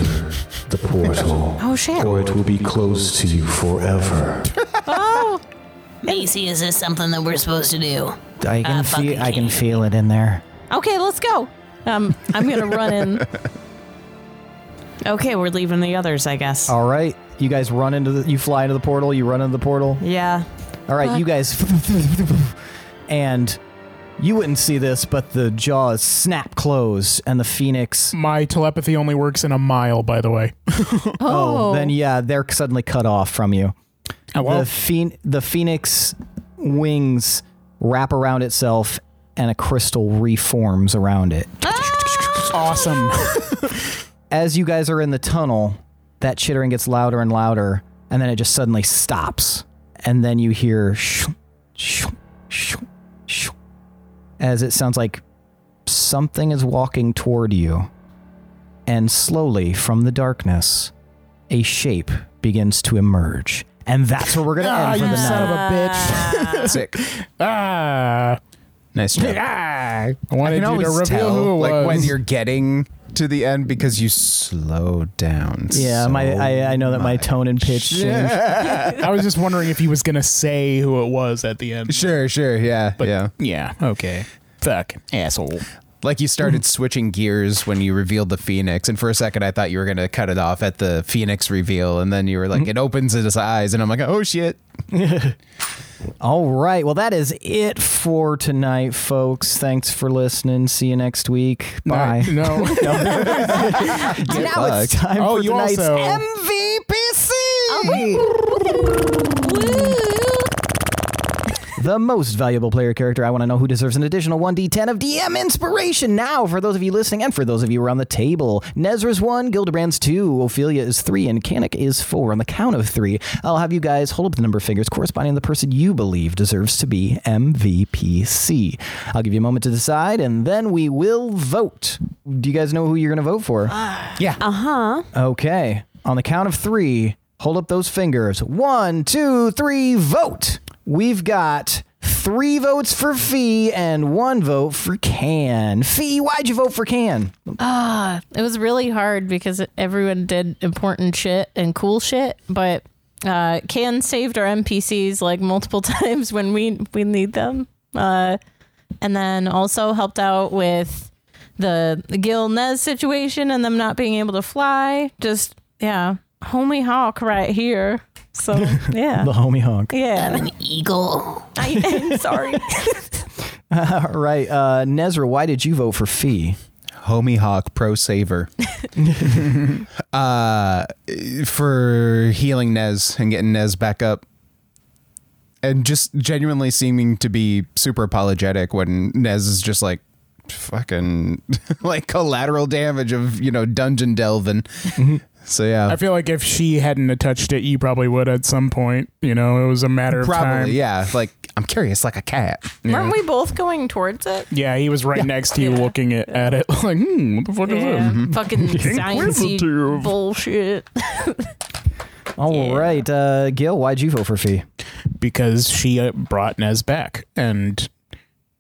the portal. Oh shit. Or it will be closed to you forever. Oh. Macy, is this something that we're supposed to do? I can Ah, fucking feel I can kidding. feel it in there. Okay, let's go. Um, I'm gonna run in. Okay, we're leaving the others, I guess. Oh. All right. You guys run into the you fly into the portal, you run into the portal. Yeah. All right, you guys. and you wouldn't see this, but the jaws snap closed, and the phoenix. My telepathy only works in a mile, by the way. Oh, then yeah, they're suddenly cut off from you. Hello? The phoen- the phoenix wings wrap around itself, and a crystal reforms around it. awesome. As you guys are in the tunnel, that chittering gets louder and louder, and then it just suddenly stops, and then you hear shoo, shoo, shoo, shoo, as it sounds like something is walking toward you, and slowly from the darkness, a shape begins to emerge, and that's where we're gonna Oh, ah, end for you the son night. of a bitch. Sick. ah. Nice job. Ah. I I wanted can you always to reveal tell, who it like was. when you're getting to the end because you slow down. yeah, so my I, I know that my much. tone and pitch changed. I was just wondering if he was going to say who it was at the end. Sure, sure, yeah, But yeah. yeah. okay. Fuck. Asshole. Like you started switching gears when you revealed the phoenix, and for a second I thought you were gonna cut it off at the phoenix reveal, and then you were like, it opens its eyes, and I'm like, oh shit. All right. Well, that is it for tonight, folks. Thanks for listening. See you next week. Bye. No. now it's time Oh, for you tonight's also- MVPC. The most valuable player character. I want to know who deserves an additional 1d10 of DM inspiration now for those of you listening and for those of you around the table. Nezra's 1, Gildebrand's 2, Ophelia is 3, and Canic is 4. On the count of 3, I'll have you guys hold up the number of fingers corresponding to the person you believe deserves to be MVPC. I'll give you a moment to decide, and then we will vote. Do you guys know who you're going to vote for? Yeah. Okay. On the count of three, Hold up those fingers. One, two, three, vote. We've got three votes for Fee and one vote for Can. Fee, why'd you vote for Can? Ah, it was really hard because everyone did important shit and cool shit, but uh, Can saved our NPCs like multiple times when we we need them, uh, and then also helped out with the, the Gil Nez situation and them not being able to fly. Just yeah, homie hawk right here. So yeah, The homie honk. yeah. I'm an eagle. I, I'm sorry. All right, uh, Nezra, why did you vote for Fee? Homie Hawk Pro Saver. uh, for healing Nez and getting Nez back up. And just genuinely seeming to be super apologetic when Nez is just like fucking like collateral damage of, you know, dungeon delving. Mm-hmm. so yeah. I feel like if she hadn't touched it, you probably would at some point. You know, it was a matter of time. Probably, yeah. Like I'm curious like a cat. Weren't we both going towards it? Yeah, he was right next to you, looking at, at it like, hmm, what the fuck is this? Fucking sciencey Inquisitive. bullshit. All right, uh, Gil, why'd you vote for Fee? because she uh, brought Nez back, and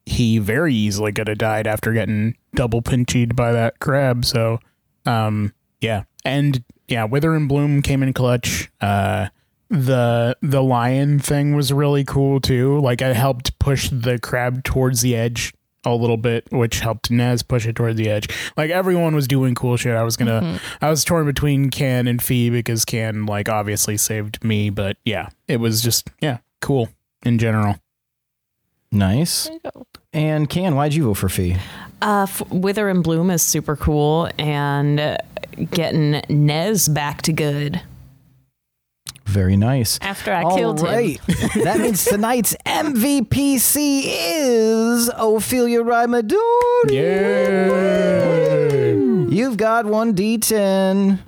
he very easily could have died after getting double pinchied by that crab. So, um, yeah, and yeah, Wither and Bloom came in clutch. Uh, the the lion thing was really cool too. Like I helped push the crab towards the edge a little bit, which helped Nez push it towards the edge. Like everyone was doing cool shit. I was gonna, I was torn between Can and Fee because Can like obviously saved me, but yeah, it was just yeah, cool in general. Nice. And Can, why'd you vote for Fee? Uh, F- Wither and Bloom is super cool, and uh, getting Nez back to good. Very nice. After I killed him. him. that means tonight's MVPC is Ophelia Raimadori. You've got one D10,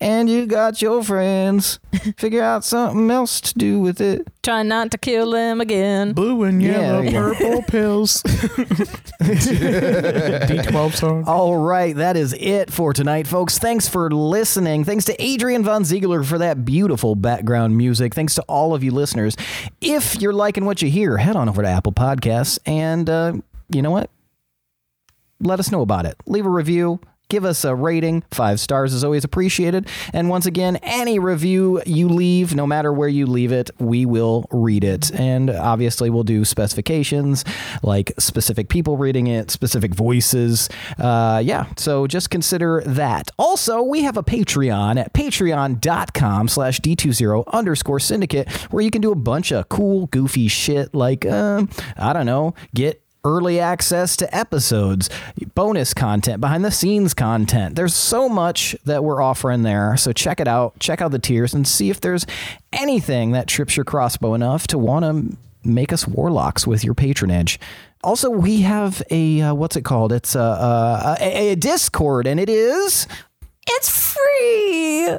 and you got your friends. Figure out something else to do with it. Try not to kill him again. Blue and Yeah, yellow, there you go. purple pills. D12 song. All right, that is it for tonight, folks. Thanks for listening. Thanks to Adrian Von Ziegler for that beautiful background music. Thanks to all of you listeners. If you're liking what you hear, head on over to Apple Podcasts and uh, you know what? Let us know about it. Leave a review. Give us a rating. Five stars is always appreciated. And once again, any review you leave, no matter where you leave it, we will read it. And obviously, we'll do specifications like specific people reading it, specific voices. Uh, yeah, so just consider that. Also, we have a Patreon at patreon.com slash D20 underscore syndicate where you can do a bunch of cool, goofy shit like, um, I don't know, get early access to episodes, bonus content, behind the scenes content. There's so much that we're offering there. So check it out. Check out the tiers and see if there's anything that trips your crossbow enough to want to make us warlocks with your patronage. Also, we have a uh, what's it called? It's a, a, a, a Discord, and it is It's free.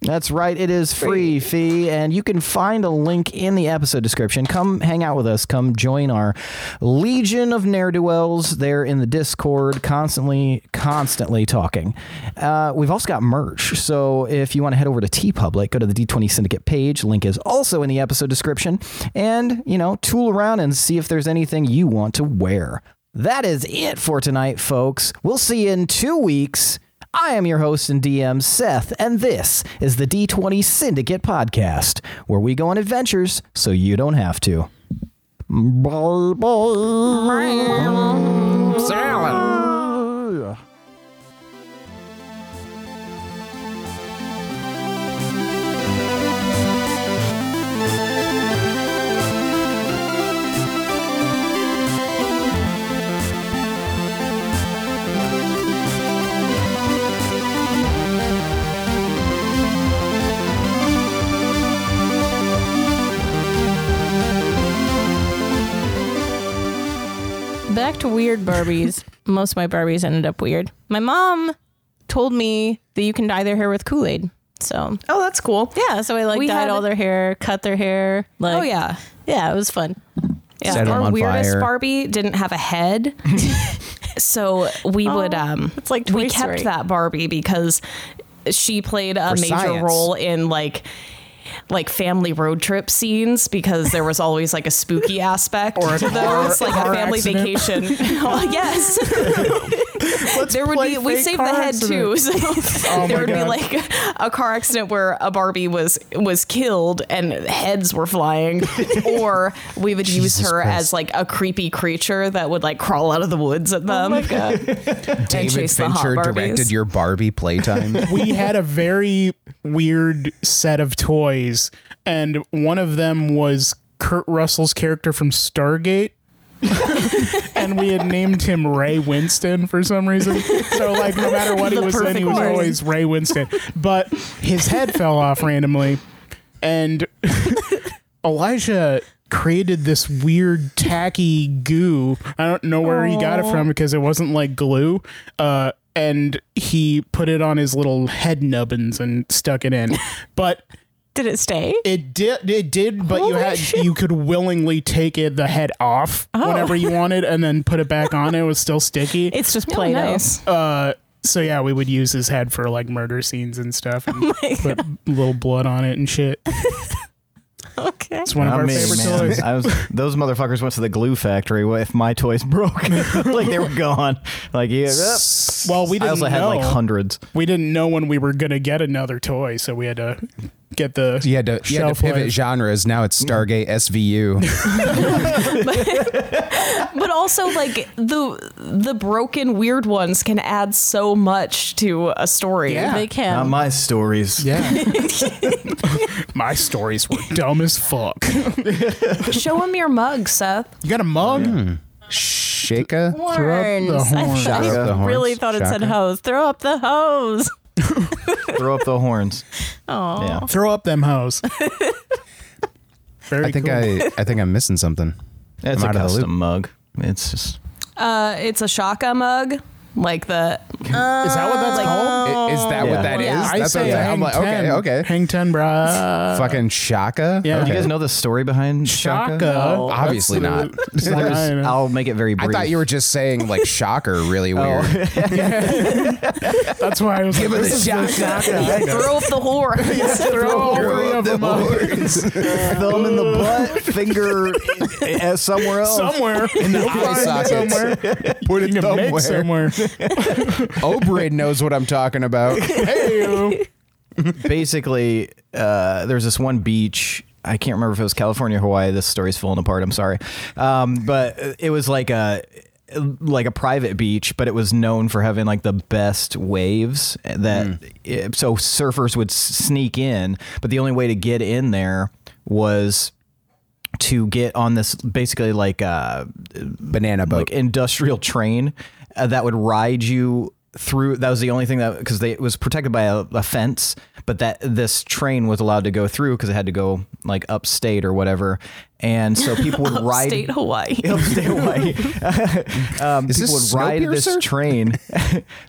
that's right. It is free, fee, and you can find a link in the episode description. Come hang out with us. Come join our legion of ne'er do wells there in the Discord, constantly, constantly talking. Uh, we've also got merch. So if you want to head over to T Public, go to the D20 Syndicate page. Link is also in the episode description. And, you know, tool around and see if there's anything you want to wear. That is it for tonight, folks. We'll see you in two weeks. I am your host and DM, Seth, and this is the D20 Syndicate Podcast, where we go on adventures so you don't have to. Bye bye. Back to weird Barbies. Most of my Barbies ended up weird. My mom told me that you can dye their hair with Kool Aid. So Oh, that's cool. yeah, so I like We dyed had- all their hair, cut their hair. Like, Oh yeah. yeah, it was fun. Set 'em Our on weirdest fire. Barbie didn't have a head. so we would um Oh, it's like Toy um, we kept Story. that Barbie because she played For a major science. role in like like family road trip scenes because there was always like a spooky aspect or to car- those, like a car family accident. vacation. Oh, yes. there would be we fake saved the car head too. accident. So Oh my there would be God. like a car accident where a Barbie was was killed and heads were flying, or we would use her as like a creepy creature that would like crawl out of the woods Oh at them. and David chase the hot Fincher Barbies. directed your Barbie playtime. we had a very weird set of toys, and one of them was Kurt Russell's character from Stargate. and we had named him Ray Winston for some reason. So, like, no matter what he The was in, he perfect was word. always Ray Winston. But his head fell off randomly, and Elijah created this weird tacky goo. I don't know where he got it Aw. from because it wasn't like glue. Uh, and he put it on his little head nubbins and stuck it in. But did it stay? It did. It did. But you had you could willingly take it the head off Oh. whenever you wanted and then put it back on. It was still sticky. It's just Oh, Play-Doh. nice. Uh, so yeah, we would use his head for like murder scenes and stuff, and put a little blood on it and shit. okay, It's one of Not our me, favorite man. toys. I was, those motherfuckers went to the glue factory. Well, if my toys broke, like they were gone. Like yeah. yep. Well, we didn't I also had like know. hundreds. We didn't know when we were gonna get another toy, so we had to get the You had to, you had to shelf pivot life. genres. Now it's Mm-hmm. Stargate SVU. but also like the the broken weird ones can add so much to a story. Not my stories. Yeah. My stories were dumb as fuck. Show him your mug, Seth. You got a mug? Shake a Horns. I, thought- I really thought it said hose. Throw up the hose. Throw up the horns. Oh, Throw up them hoes. I think cool. I, I think I'm missing something. It's I'm a out of the loop. custom mug. It's just Uh, it's a shaka mug, like the. is that what that's called? I- is that what that that is? is? Oh, I That's say what- I'm hang like, okay, 10. okay. Hang ten, bruh. Fucking Shaka. Yeah. Okay. You guys know the story behind Shaka? Shaka? No. Obviously not. That's the- I know. I'll make it very I brief. thought you were just saying like shocker really Oh, weird. That's why I was Give like, it this a is shot. the shaka. I know. Throw up the horn. Throw all three of them up. Thumb in the butt, finger eh, somewhere else. somewhere in the eye socket. somewhere. Put You can make somewhere. Oberyn knows what I'm talking about. Hey, basically, uh, there's this one beach. I can't remember if it was California or Hawaii. This story's falling apart. I'm sorry, um, but it was like a like a private beach, but it was known for having like the best waves. That Hmm. it- so surfers would s- sneak in, but the only way to get in there was to get on this basically like uh banana boat like industrial train uh, that would ride you through that was the only thing that because it was protected by a, a fence but that this train was allowed to go through because it had to go like upstate or whatever and so people would ride Upstate Hawaii. upstate Hawaii. um, Is people this would ride this Snowpiercer? train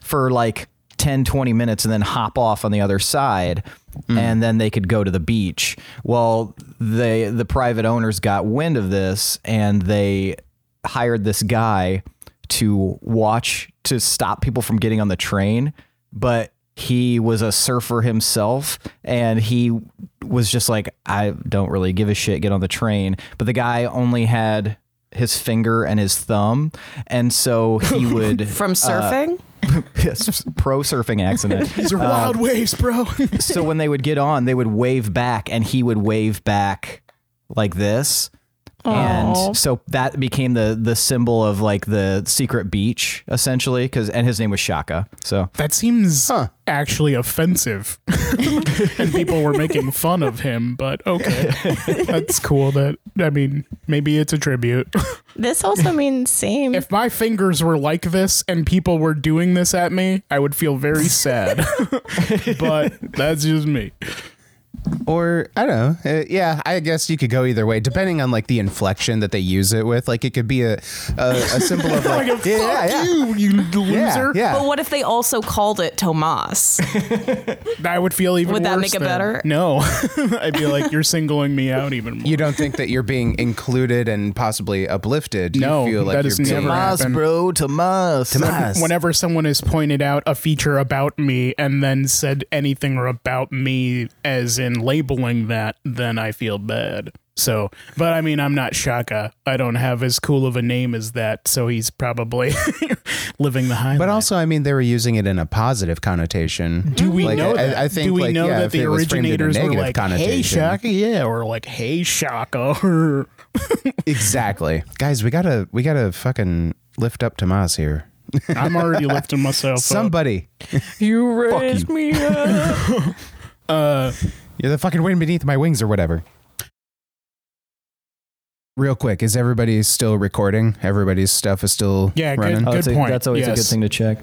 for like 10, 20 minutes and then hop off on the other side. Hmm. And then they could go to the beach. Well, they, the private owners got wind of this and they hired this guy to watch to stop people from getting on the train. But he was a surfer himself and he was just like, I don't really give a shit, get on the train. But the guy only had his finger and his thumb. And so he would. From uh, surfing? yes, pro surfing accident. These are wild waves, bro. so when they would get on, they would wave back and he would wave back like this. Aw. And so that became the the symbol of like the secret beach essentially cuz and his name was Shaka. So That seems actually offensive. and people were making fun of him, but okay. That's cool that I mean, maybe it's a tribute. This also means same. if my fingers were like this and people were doing this at me, I would feel very sad. but that's just me. Or I don't know. Uh, yeah, I guess you could go either way, depending on like the inflection that they use it with. Like it could be a a, a symbol of like, Like a yeah, yeah, fuck you, yeah. you Yeah, loser. Oh. yeah. But what if they also called it Tomas? I would feel even Would that worse make it then. better? No. I'd be like, you're singling me out even more. You don't think that you're being included and possibly uplifted. You No, feel like that you're is being- never Tomas, happened. bro, Tomas. Tomas. Whenever someone has pointed out a feature about me and then said anything about me as in labeling that, then I feel bad. So, but I mean, I'm not Shaka. I don't have as cool of a name as that, so he's probably living the high. But life. also, I mean, they were using it in a positive connotation. do we Like, know I- that? I, think, do we like, know yeah, that if the it was framed in a originators were negative like, "Hey, connotation. Shaka," yeah, or like, "Hey, Shaka." Exactly, guys. We gotta, we gotta fucking lift up Tomas here. I'm already lifting myself up. Somebody, You raised me up. uh, you're the fucking wind beneath my wings, or whatever. Real quick, is everybody still recording? Everybody's stuff is still Yeah, good- running. good- it's a- point, That's always Oh, a good yes. thing to check.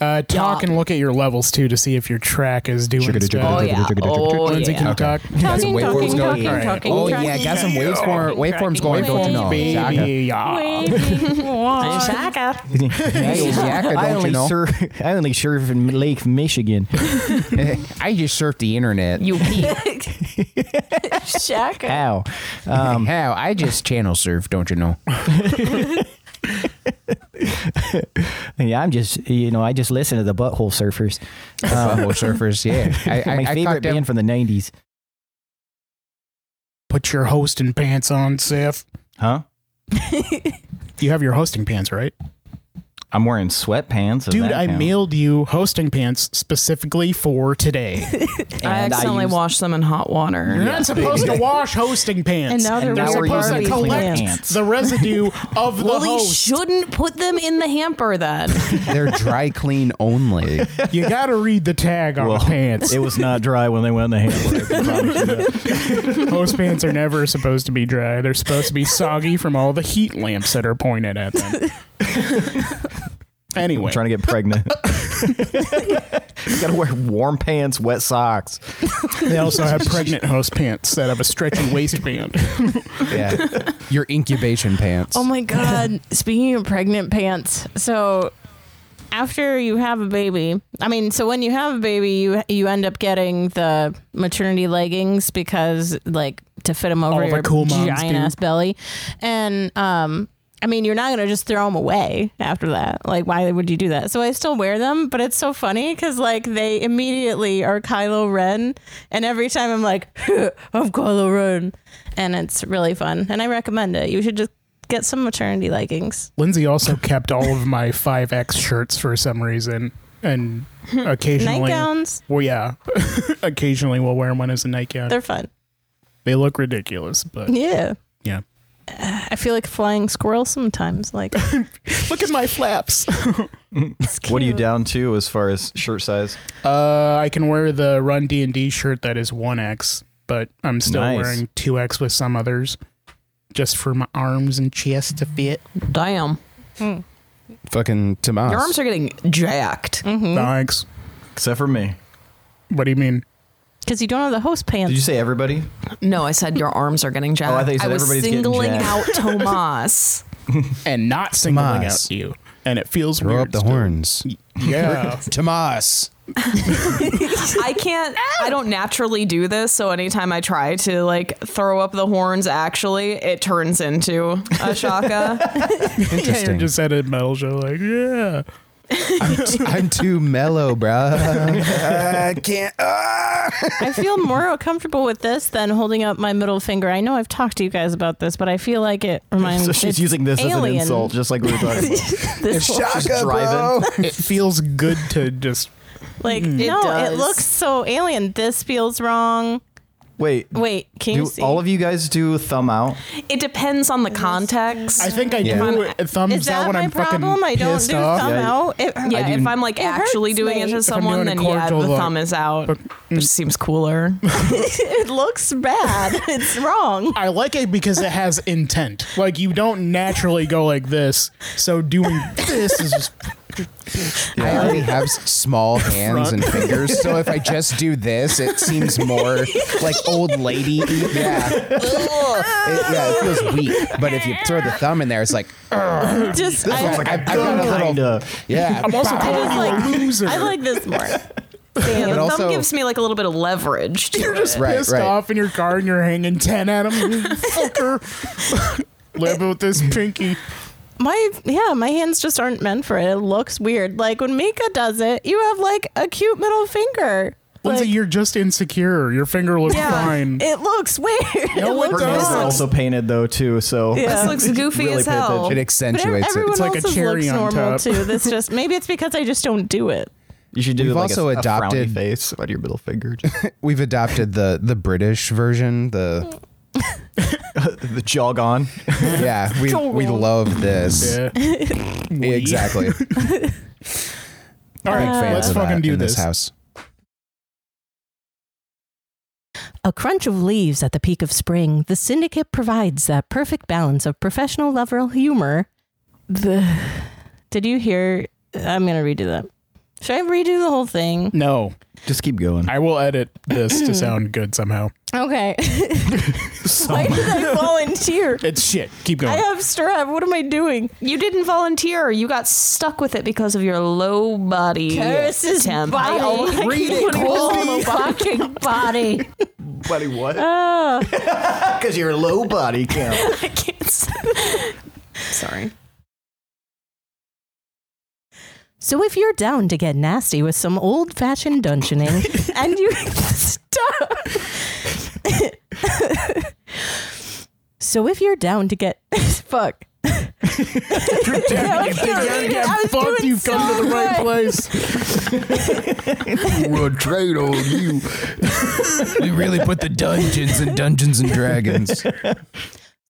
uh, talk and look at your levels too to see if your track is doing Chugga-da, stuff. chugga-da, Oh, yeah. chugga-da, chugga-da, Oh, chugga-da. Lindsay, yeah. can you talk? Got some Talking, waveforms going. talking, talking, Alright. talking. Oh yeah, tracking, got some waves for, waveforms going, don't you know? Shaka. Baby, yeah. waving wand. Shaka, I don't only you know? surf. I only surf in Lake Michigan. I just surfed the internet. You pee. Shaka. Ow. Um, How? I just channel surf, don't you know? Yeah, I'm just you know I just listen to the Butthole Surfers. Um, Butthole surfers, yeah. I, I, My I favorite caught them- band from the '90s. Put your hosting pants on, Sif. Huh? You have your hosting pants, right? I'm wearing sweatpants. Dude, I mailed you hosting pants specifically for today. I accidentally washed them in hot water. You're not supposed to wash hosting pants. And now they're You're wearing supposed to Barbie collect pants. the residue of the Well, he host. shouldn't put them in the hamper then. They're dry clean only. You got to read the tag on the pants. It was not dry when they went in the handler. Host pants are never supposed to be dry. They're supposed to be soggy from all the heat lamps that are pointed at them. anyway, I'm trying to get pregnant. you gotta wear warm pants, wet socks. they also have pregnant host pants that have a stretchy waistband. Yeah. Your incubation pants. Oh my god. Speaking of pregnant pants, so after you have a baby, I mean, so when you have a baby, you you end up getting the maternity leggings because like to fit them over All the your cool moms giant do. ass belly, and um. I mean, you're not gonna just throw them away after that. Like, why would you do that? So I still wear them, but it's so funny because like they immediately are Kylo Ren, and every time I'm like, I'm Kylo Ren, and it's really fun. And I recommend it. You should just get some maternity leggings. Lindsay also kept all of my 5X shirts for some reason. And occasionally, Nightgowns, well, yeah, occasionally we'll wear one as a nightgown. they're fun. they look ridiculous, but Yeah. yeah. I feel like a flying squirrel sometimes. Like, Look at my flaps. What are you down to as far as shirt size? Uh, I can wear the Run D and D shirt that is one X, but I'm still Nice. wearing two X with some others, just for my arms and chest to fit. Damn. Mm. Fucking Tomas. Your arms are getting jacked. Hmm? Thanks. Except for me. What do you mean? because you don't have the host pants. Did you say everybody? No, I said your arms are getting jacked. Oh, I thought you said was everybody's getting singling out jacked. Tomas. And not singling Tomas. out you. And it feels Throw weird. up the still. horns. Yeah. Tomas. I can't. I don't naturally do this, so anytime I try to like throw up the horns, actually, it turns into a shaka. yeah, you're Interesting. just at a metal show, like yeah. I'm too mellow, bruh. I can't. ah. I feel more comfortable with this than holding up my middle finger. I know I've talked to you guys about this, but I feel like it reminds. So she's it's using this as an alien. insult, just like we were talking. about. This whole- Shaka, driving. it feels good to just. like, no, it does. looks so alien. This feels wrong. Wait, Wait, can you do see? all of you guys do thumb out? It depends on the context. I think I Yeah. do it thumbs Is that out when my I'm problem? fucking I don't pissed do off. thumb Yeah, out. It- yeah, if I'm like It hurts actually doing it me. to If I'm someone, doing a then yeah, the cordial, uh, like- thumb is out. It just seems cooler. it looks bad. it's wrong. I like it because it has intent. Like you don't naturally go like this, so doing this is just I already have s- small hands and fingers, so if I just do this, it seems more like old lady. Yeah, It- yeah, it feels weak. But if you throw the thumb in there, it's like "Ugh." Just- This I- one's I've got a little. Yeah, I'm also Bah. calling you a loser. I like this more. Damn, But thumb also- gives me like a little bit of leverage. To You're it. just Right, pissed right. off in your car and you're hanging 10 at him. you fucker. Live with this pinky. My yeah, my hands just aren't meant for it. It looks weird. Like when Mika does it, you have like a cute middle finger. Lindsay, Like, you're just insecure. Your finger looks fine. It looks weird. No, it it Nails doesn't. looks This are wrong. looks- also painted though too, so Yeah. This looks goofy Really as pay hell. attention. It But ev- accentuates it. everyone It's like a else's cherry looks on normal top. too. This just maybe it's because I just don't do it. you should do We've like also a, a adopted- frowny face about your middle finger, We've adopted the the British version. The the jog on. yeah, we we love this Yeah. exactly. All Big right, fans let's of that fucking do in this. this house. A crunch of leaves at the peak of spring, the syndicate provides that perfect balance of professional level humor. The Did you hear I'm gonna redo that. Should I redo the whole thing? No, Just keep going. I will edit this to sound good somehow. Okay. Why did I volunteer? It's shit. Keep I going. have strep. What am I doing? You didn't volunteer. You got stuck with it because of your low body Curses temp. body. I don't like Read it, Whole fucking body. Buddy, what? Uh, Ah. Because you're low body count. I can't. s- Sorry. So if you're down to get nasty with some old fashioned dungeoning and you stop. so if you're down to get fuck. If the young get fucked, you've come to the right place. We'll trade on you. we really put the dungeons and Dungeons and Dragons.